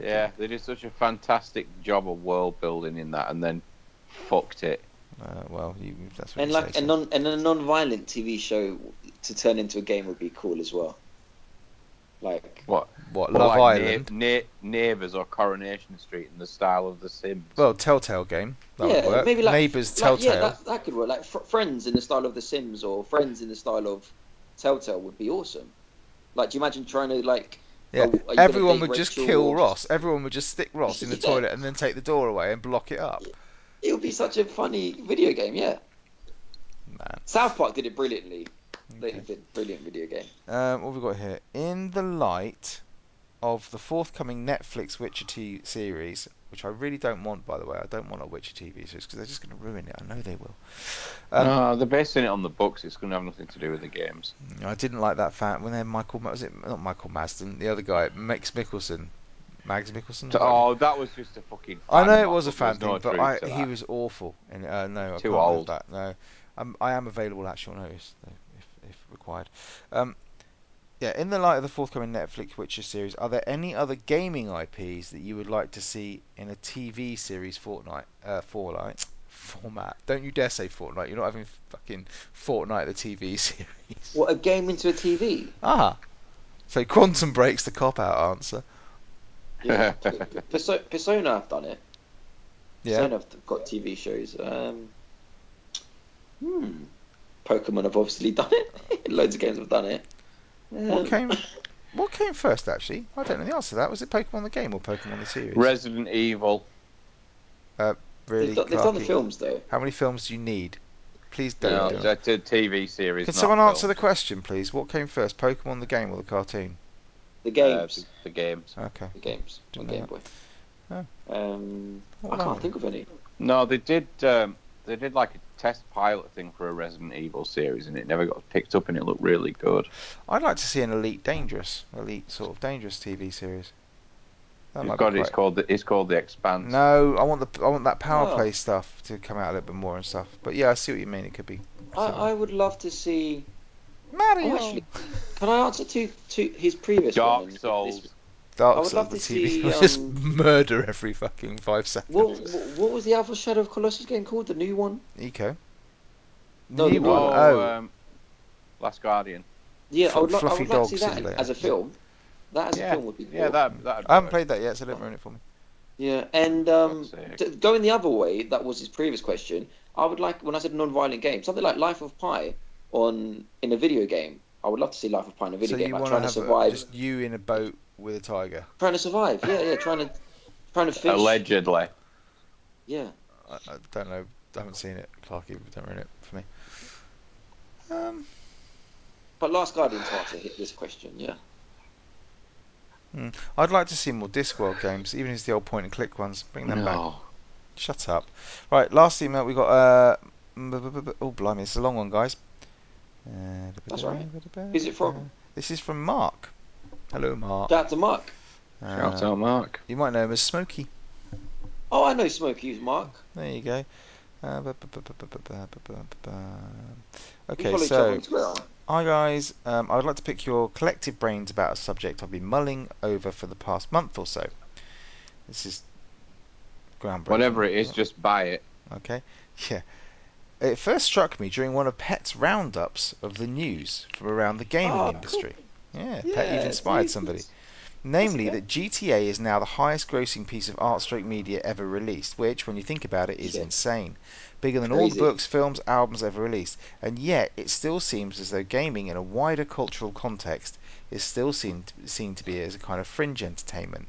Yeah, they did such a fantastic job of world building in that, and then fucked it.
Uh, well, you, that's what
And
you
like
say, so-
a non and a non-violent TV show to turn into a game would be cool as well. Like
what
Or
Love
like
Island.
Na- Na- neighbors or Coronation Street in the style of The Sims.
Well, Telltale game. That
yeah,
would work.
maybe like
Neighbours,
like,
Telltale.
Yeah, that, that could work. Like fr- Friends in the style of The Sims or Friends in the style of Telltale would be awesome. Like, do you imagine trying to like?
Yeah.
oh, are you gonna
Everyone
date
would just
Rachel
kill
or-
Ross. Everyone would just stick Ross in the
(laughs) Yeah.
toilet and then take the door away and block it up.
It would be such a funny video game. Yeah,
Man.
South Park did it brilliantly. They
Okay.
did brilliant video game.
Um, what have we got here? In the light, of the forthcoming Netflix Witcher T series, which I really don't want, by the way. I don't want a Witcher TV series because they're just going to ruin it. I know they will. Um,
no, they're basing it on the books. It's going to have nothing to do with the games.
Mm, I didn't like that fact when they had Michael. Ma- Was it not Michael Masden? The other guy, Max Mickelson. Mags Mickelson.
Oh, that was just a fucking.
Mm. I
fan
know it
mock-up.
was a fan
There's no
thing, but
truth
I,
to
he
that.
was awful. And uh, no, I can't
Too
have
old.
That. No, I'm, I am available at short notice though, if, if required. Um, yeah, in the light of the forthcoming Netflix Witcher series, are there any other gaming IPs that you would like to see in a TV series Fortnite, uh, Fortnite format? Don't you dare say Fortnite. You're not having fucking Fortnite the TV (laughs) series.
What a game into a TV.
(laughs) Ah, so Quantum breaks the cop out answer.
Yeah. Perso- Persona have done it.
Yeah,
Persona have got TV shows. Um, hmm. Pokemon have obviously (laughs) done it. Loads of games have done it.
what
Um,
came? What came first, actually? I don't know the answer to that. Was it Pokemon the game or Pokemon the series?
Resident Evil.
really,
They've, done, they've done the
Clarky?
films though.
How many films do you need? Please don't.
No,
do it.
that's a TV series.
Can
not
someone
film.
answer the question, please? What came first, Pokemon the game or the cartoon?
The
Uh,
games.
the games.
Okay.
the games on
Didn't know
Game Boy.
Oh.
Um,
What
I can't
about
think of any.
No, they did. Um, they did like a test pilot thing for a Resident Evil series, and it never got picked up, and it looked really good.
I'd like to see an Elite Dangerous, Elite sort of Dangerous TV series. That
It's
might
got.
be
It's
quite...
called. The, it's called the Expanse.
No, I want the I want that power
Oh.
play stuff to come out a little bit more and stuff. But yeah, I see what you mean. It could be E
I,
Sorry.
I would love to see.
Mario,
Oh, actually, can I answer to to his previous one?
Dark
and
Souls.
this-
Dark
I would
Souls,
love
the
to
TV
see,
will (laughs) just
um,
murder every fucking five seconds.
What, what what was the Alpha Shadow of Colossus game called? The new one?
Eco.
No,
New
the-
one.
Oh,
Oh,
um, Last Guardian.
Yeah, I
Fl-
would, lo- I
fluffy
would like to see
dog
that
simulator.
as a film. That as a
Yeah,
film would be cool.
yeah, that. that
I haven't played that yet, so don't ruin it for me.
Yeah, and um,
God's sake.
t- going the other way, that was his previous question. I would like, when I said non-violent game, something like Life of Pi on in a video game. I would love to see Life of Pi in a
so
video game,
you
like
want
trying to
have a-
survive,
just you in a boat with a tiger?
trying to survive. Yeah, yeah, trying to, trying to fish.
Allegedly.
Yeah,
I, I don't know. I haven't seen it. Clarky, don't ruin it for me. Um,
but Last Guardian's hard to hit this question. Yeah,
I'd like to see more Discworld games, even as the old point and click ones. Bring them back. Shut up. Right, last email we got. Uh, mm, bu- bu- bu- oh blimey, it's a long one, guys. Uh,
That's all right. Who's it from?
This is from Mark. Hello, Mark.
shout out to Mark.
Uh,
Shout out, Mark.
you might know him as Smokey.
Oh, I know Smoke Hughes, Mark.
There you go. Uh, bu- bu- bu- bu- bu- bu- bu- bu- bu- bu-
we
Okay,
follow each other
so
on Twitter.
Hi guys, um, I would like to pick your collective brains about a subject I've been mulling over for the past month or so. This is groundbreaking.
Whatever it is, just buy it.
Okay. Yeah. It first struck me during one of Pet's roundups of the news from around the gaming
Oh, cool.
industry. Yeah, Pet
Yeah,
you've inspired
Jesus.
somebody. Namely,
good.
that GTA is now the highest grossing piece of Artstroke media ever released, which, when you think about it, is
Yeah.
insane. Bigger than all the
Crazy.
books, films, albums ever released. And yet, it still seems as though gaming in a wider cultural context is still seen to, seen to be as a kind of fringe entertainment.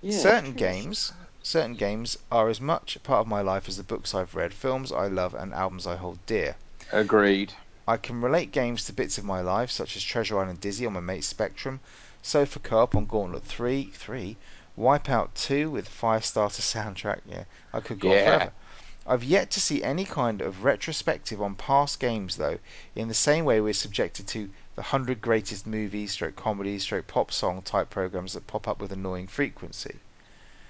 Yeah,
certain
true.
games, certain games are as much a part of my life as the books I've read, films I love, and albums I hold dear.
Agreed.
I can relate games to bits of my life, such as Treasure Island Dizzy on my mate's Spectrum, Sofa Co-op on Gauntlet 3, 3, Wipeout 2 with Firestarter (laughs) soundtrack, yeah, I could go on
Yeah.
forever. I've yet to see any kind of retrospective on past games, though, in the same way we're subjected to the 100 greatest movies, stroke comedy, stroke pop song type programs that pop up with annoying frequency.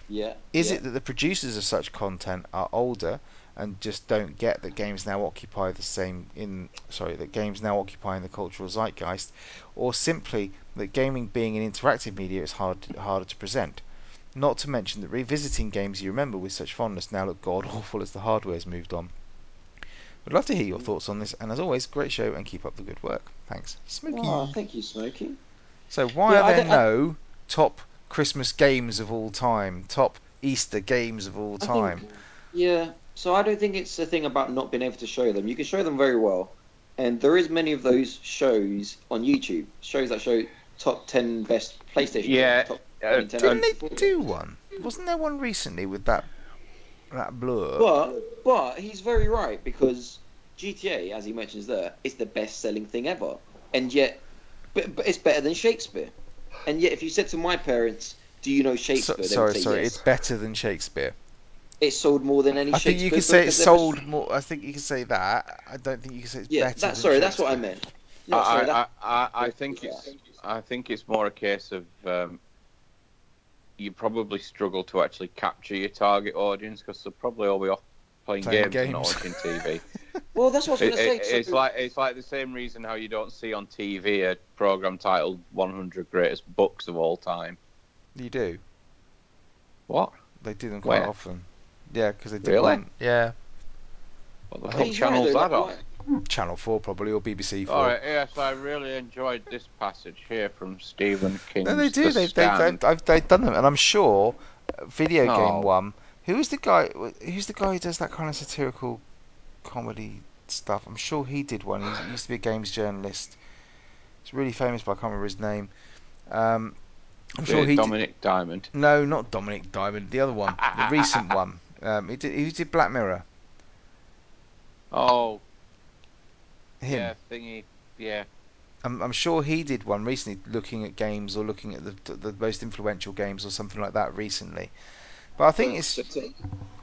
Yeah.
Is
yeah.
it that the producers of such content are older and just don't get that games now occupy the same in sorry that games now occupy in the cultural zeitgeist, or simply that gaming being an interactive media is hard harder to present? Not to mention that revisiting games you remember with such fondness now look god awful as the hardware's moved on. Would love to hear your thoughts on this, and as always, great show and keep up the good work. Thanks, Smokey.
Oh, thank you, Smokey.
So why
Yeah,
are
I
there
don't- I-
no top Christmas games of all time? Top Easter games of all
I
time?
Think, yeah. So I don't think it's a thing about not being able to show them. You can show them very well, and there is many of those shows on YouTube. Shows that show top ten best PlayStation.
Yeah,
games, top
uh,
Nintendo
Didn't they
64 games.
do one? Wasn't there one recently with that that blur?
But but he's very right because GTA, as he mentions there, is the best selling thing ever, and yet, but, but it's better than Shakespeare. And yet, if you said to my parents, "Do you know
So-
Shakespeare?" they would
sorry,
say
sorry.
yes.
It's better than Shakespeare.
It sold more than any.
I think you
Shakespeare
could say
book
it
has ever
sold more. I think you could say that. I don't think you could say it's
Yeah,
better.
that's
than
sorry. That's what I
Shakespeare.
meant. No,
I,
sorry,
I,
that,
I, I think it's I think it's more a case of um, you probably struggle to actually capture your target audience because they'll probably all be off playing,
Playing
games, and not
games.
watching
(laughs)
TV.
well, that's what I
It-
was going
it-
to say.
it's
so-
like it's like the same reason how you don't see on TV a program titled 100 Greatest Books of All Time.
You do.
What?
They do them quite
Where?
often. Yeah, because they did
Really?
one. Yeah,
What the
But
fuck
he's right,
channel's
though,
that
like,
on?
why-
Channel Four probably or BBC Four.
All right, yes, I really enjoyed this passage here from Stephen King.
No, they do. They, they, they've, I've, they've done them, and I'm sure uh, video
Oh.
game one. Who is the guy? Who's the guy who does that kind of satirical comedy stuff? I'm sure he did one. He used to be a games journalist. He's really famous, but I can't remember his name. Um, I'm sure he. did-
Dominic Diamond.
no, not Dominic Diamond. The other one, the recent one. Um, he did. He did Black Mirror.
Oh,
Him.
yeah, thingy. Yeah.
I'm, I'm sure he did one recently, looking at games or looking at the the most influential games or something like that recently. But I think it's.
So to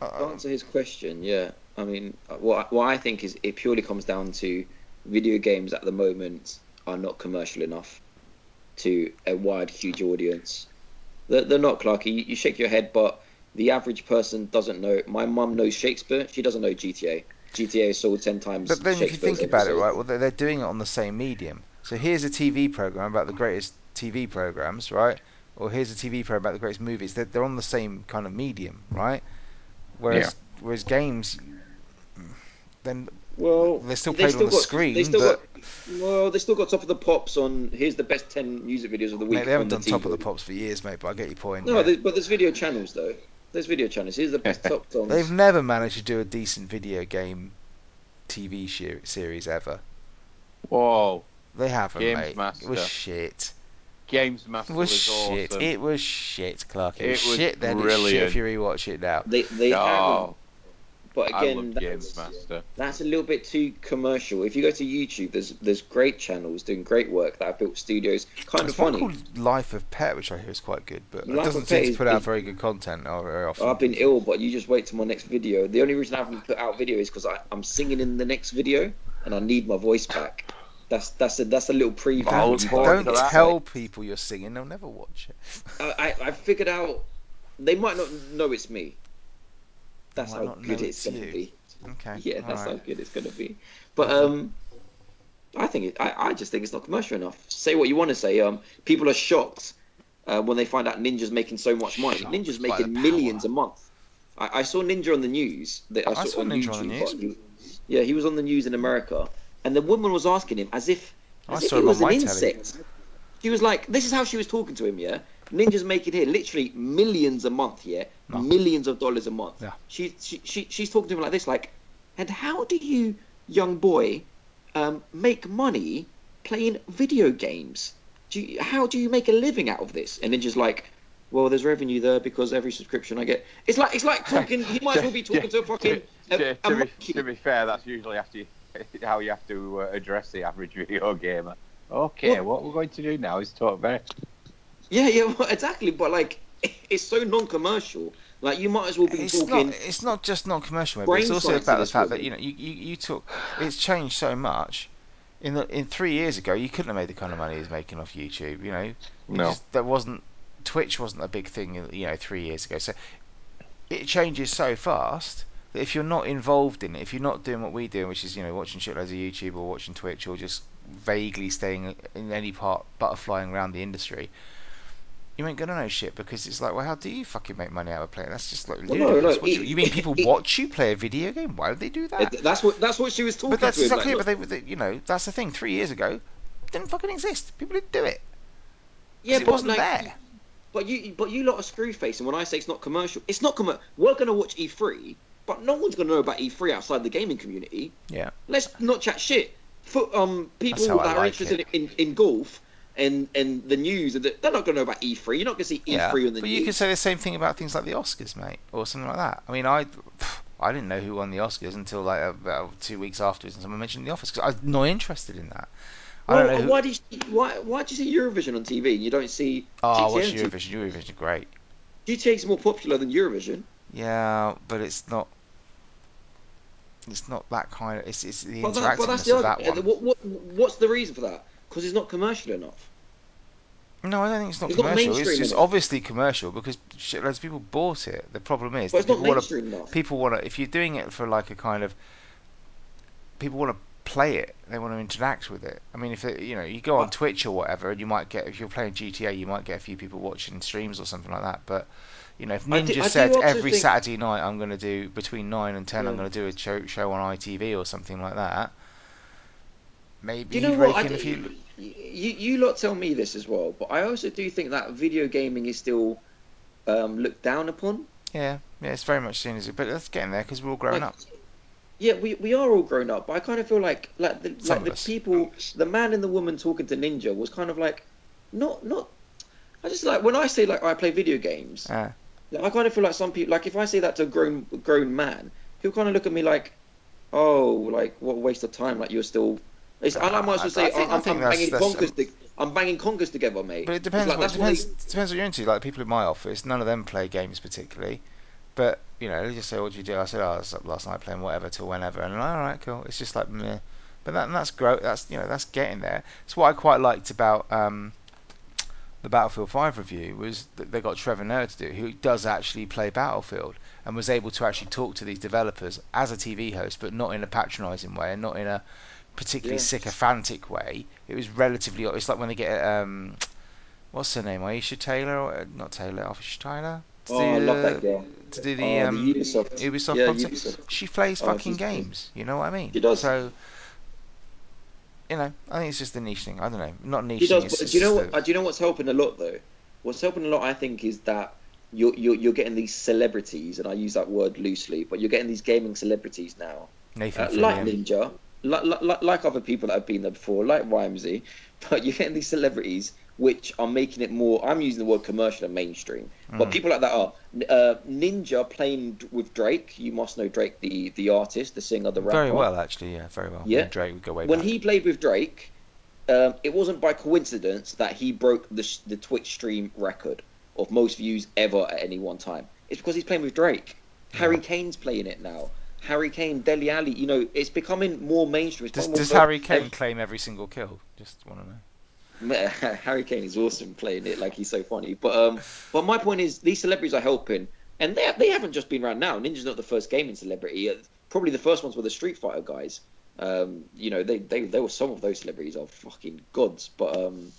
uh,
answer his question, yeah. I mean, uh, what what I think is it purely comes down to video games at the moment are not commercial enough to a wide, huge audience. They're, they're not, Clarky. You, you shake your head, but the average person doesn't know. My mum knows Shakespeare. She doesn't know GTA. GTA is sold ten times.
But then, if you
Shakespeare's
think
ever
about it,
sold.
right, well, they're, they're doing it on the same medium. So here's a TV program about the greatest TV programs, right? Or here's a TV program about the greatest movies. They're, they're on the same kind of medium, right? Whereas, whereas games, then
Well,
They're still
they
played on the
got,
screen,
They still
but-
got, well, they still got top of the pops on. Here's the best ten music videos of the week.
mate, they haven't
on the
done top of
TV.
the pops for years, mate. But I get your point.
No,
yeah.
there's, but there's video channels though. There's video
(laughs)
channels. Here's the best top songs.
They've never managed to do a decent video game TV she- series ever.
Whoa.
They haven't,
Games
mate. It
Master.
was shit.
Games
It
Master
was
was,
shit.
awesome.
It was shit, Clark. It,
It
was,
was
shit then. It's shit if
brilliant.
you rewatch it now.
They they haven't.
oh,
But
I
again,
love
that's,
Games Master.
that's a little bit too commercial. If you go to YouTube, there's there's great channels doing great work that have built studios. Kind
There's
of funny.
one called Life of Pet, which I hear is quite good, but it
Life
doesn't
of
seem
Pet
to
is-
put out
is-
very good content or very often.
I've been ill, but you just wait till my next video. The only reason I haven't put out video is because I'm singing in the next video, and I need my voice back. That's that's a that's a little preview.
I'll
Don't,
look
But
forward
don't
to that.
tell people you're singing; they'll never watch it.
I, I I figured out they might not know it's me. That's
Might
how
not know
good it's
it's
gonna
you.
be.
Okay.
Yeah, that's
alright.
how good it's gonna be. But um, I think it, I I just think it's not commercial enough. Say what you want to say. Um, people are shocked uh, when they find out Ninja's making so much money.
Shocked
Ninja's
by
making
the
millions a
power.
ninth. I, I saw Ninja on the news. That I,
I saw Ninja on the
YouTube, but he- yeah, he was on the news in America, and the woman was asking him as if
Oh, I
as if
saw
he
him on
was an
my telly.
insect. She was like, this is how she was talking to him. Yeah, Ninja's making here literally millions a month. Yeah,
No.
millions of dollars a month.
Oh. Yeah.
She, she she she's talking to him like this, like, and how do you, young boy, um, make money playing video games? Do you, how do you make a living out of this? And Ninja's like, well, there's revenue there because every subscription I get, it's like it's
(laughs)
like talking. He might as well be talking to a fucking a,
To,
a
to be,
monkey.
to be fair, that's usually after you, (laughs) how you have to uh, address the average (laughs) video gamer. Okay,
Well-
what we're going to do now is talk very
Yeah, yeah, well, exactly. But like, it's so non-commercial. Like, you might as well be
It's
talking.
not. It's not just non-commercial, mate, but it's
brain
also
science
about
in
the
this
fact that
movie.
you know you, you, you took. It's changed so much. In the in three years ago, you couldn't have made the kind of money he's making off YouTube. You know, It
No.
just- that wasn't Twitch wasn't a big thing. You know, three years ago, so it changes so fast that if you're not involved in it, if you're not doing what we do, which is you know watching shitloads of YouTube or watching Twitch or just vaguely staying in any part butterflying around the industry. You ain't gonna know shit because it's like, well, how do you fucking make money out of playing? That's just like
no,
ludicrous.
no,
What do you,
it-
you mean people
it-
watch you play a video game? Why would they do that?
That's what that's what she was talking
But that's
to him.
exactly it.
like,
But they, they, you know, that's the thing. Three years ago, it didn't fucking exist. People didn't do it. 'Cause
yeah,
it
but
wasn't
like,
there.
But you, but you lot are screw face, and when I say it's not commercial, it's not commercial. We're gonna watch E3, but no one's gonna know about E3 outside the gaming community.
Yeah.
Let's not chat shit. For um, people
That's how
that
I
are
like
interested
it.
in, in golf and and the news, and the, they're not gonna know about E3. You're not gonna see E3
Yeah.
on the
But
news.
you could say the same thing about things like the Oscars, mate, or something like that. I mean, I, (sighs) I didn't know who won the Oscars until like about two weeks afterwards, and someone mentioned the Office because I was not interested in that. I don't know.
Why-
who-
Why do you why why do you see Eurovision on TV and you don't see
oh, I watch
GTA?
Eurovision. Eurovision, great.
GTA's more popular than Eurovision?
Yeah, but it's not. It's not that kind of. It's, it's the interactiveness
But, that, but that's the
of
other.
that one.
What, what, what's the reason for that? Because it's not commercial enough.
No, I don't think it's not
It's not
commercial. It's
mainstream
just
enough.
obviously commercial because shitloads of people bought it. The problem is, that
But it's not
people want to.
mainstream enough.
People want to. If you're doing it for like a kind of. People want to play it. They want to interact with it. I mean, if it, you know, you go on
But-
Twitch or whatever, and you might get if you're playing GTA, you might get a few people watching streams or something like that. But you know, if
I do-
Ninja
I do
said
also
every
think-
Saturday night I'm going to do between nine and ten, I'm
Yeah.
going to do a show, show on ITV or something like that. Maybe
Do you know
he'd
what?
rake
I
in a
d-
few.
you, you lot tell me this as well, but I also do think that video gaming is still um, looked down upon.
Yeah, yeah, it's very much seen as it, but that's getting there because we're all grown
Like,
up.
Yeah, we, we are all grown up, but I kind of feel like like the,
Some
like
of
the
us.
people, the man and the woman talking to Ninja was kind of like, not not. I just like when I say like I play video games.
Ah.
Like, I kind of feel like some people, like if I say that to a grown grown man, he'll kind of look at me like, "Oh, like what a waste of time? Like you're still." It's, and I might as well
I- I
say,
think-
I
I
am
think
I'm
that's-
banging
that's-
conkers. to- I'm banging conkers together, mate."
But it
It's
depends.
Like,
what,
that's
it
what
depends.
they-
Depends what you're into. Like people in my office, none of them play games particularly. But you know, they just say, "What do you do?" I said, "Oh, I was up last night playing whatever till whenever." And all right, cool. It's just like meh. But that, that's grow. That's you know, that's getting there. It's what I quite liked about um, the Battlefield 5 review was that they got Trevor Noah to do, it, who does actually play Battlefield and was able to actually talk to these developers as a TV host, but not in a patronising way and not in a particularly
Yeah.
sycophantic way. It was relatively. It's like when they get um, what's her name, Aisha Taylor, or, uh, not Taylor, Aisha Taylor. To
Oh,
do
I love
the-
that girl.
To do the,
Oh, the
um,
Ubisoft.
Ubisoft
Yeah,
content.
Ubisoft.
She plays
Oh,
fucking
she's good.
games. You know what I mean?
She does.
So. You know, I think it's just the niche thing. I don't know, not niche.
He
thing,
does,
it's-
but
it's
do you know
just
what?
the-
uh, Do you know what's helping a lot though? What's helping a lot, I think, is that you're you're, you're getting these celebrities, and I use that word loosely, but you're getting these gaming celebrities now
Nathan
Uh, like
Fillion.
Ninja, like, like, like other people that have been there before, like Rhymesy, (laughs) but you're getting these celebrities which are making it more. I'm using the word commercial and mainstream, but
Mm.
people like that are uh, Ninja playing d- with Drake. You must know Drake, the the artist, the singer, the rapper.
Very well, actually, yeah, very well.
Yeah.
Yeah. Drake would go way
When
back.
he played with Drake, um, it wasn't by coincidence that he broke the sh- the Twitch stream record of most views ever at any one time. It's because he's playing with Drake. Harry Kane's playing it now. Harry Kane, Deli Ali, you know, it's becoming more mainstream. It's
does
becoming
does
more-
Harry Kane claim every single kill? Just want to know.
(laughs) Harry Kane is awesome playing it, like he's so funny. But um, but my point is, these celebrities are helping, and they they haven't just been around now. Ninja's not the first gaming celebrity. Uh, Probably the first ones were the Street Fighter guys. Um, you know, they they there were some of those celebrities are fucking gods. But um,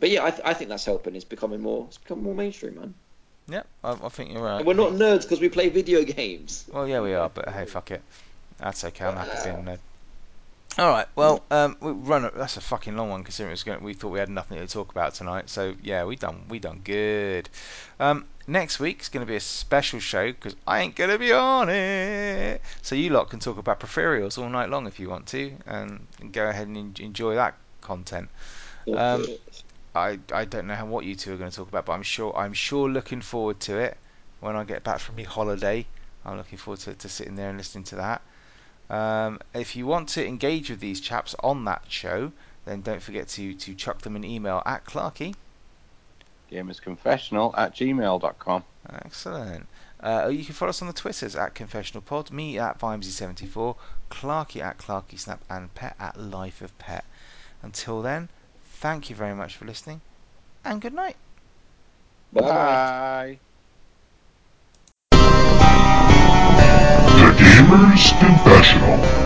but yeah, I, th- I think that's helping. It's becoming more it's becoming more mainstream, man.
Yeah, I, I think you're right.
And we're not nerds because we play video (laughs) games.
Well, yeah, we are, but hey, fuck it. That's okay. I'm happy being there. All right. Well, um, we run. A, that's a fucking long one considering it's going. We thought we had nothing to talk about tonight, so yeah, we done. We done good. Um, next week's going to be a special show because I ain't going to be on it. So you lot can talk about preferials all night long if you want to, and go ahead and en- enjoy that content. Um, I, I don't know how, what you two are going to talk about, but I'm sure I'm sure looking forward to it when I get back from my holiday. I'm looking forward to, to sitting there and listening to that. Um, if you want to engage with these chaps on that show, then don't forget to, to chuck them an email at Clarkey.
Gamersconfessional at gmail.com.
Excellent. Uh, or you can follow us on the Twitters at Confessional Pod, me at Vimesy74, Clarky at Clarky Snap, and Pet at Life of Pet. Until then, thank you very much for listening, and good night.
Bye.
Bye.
The Gamer's Confessional.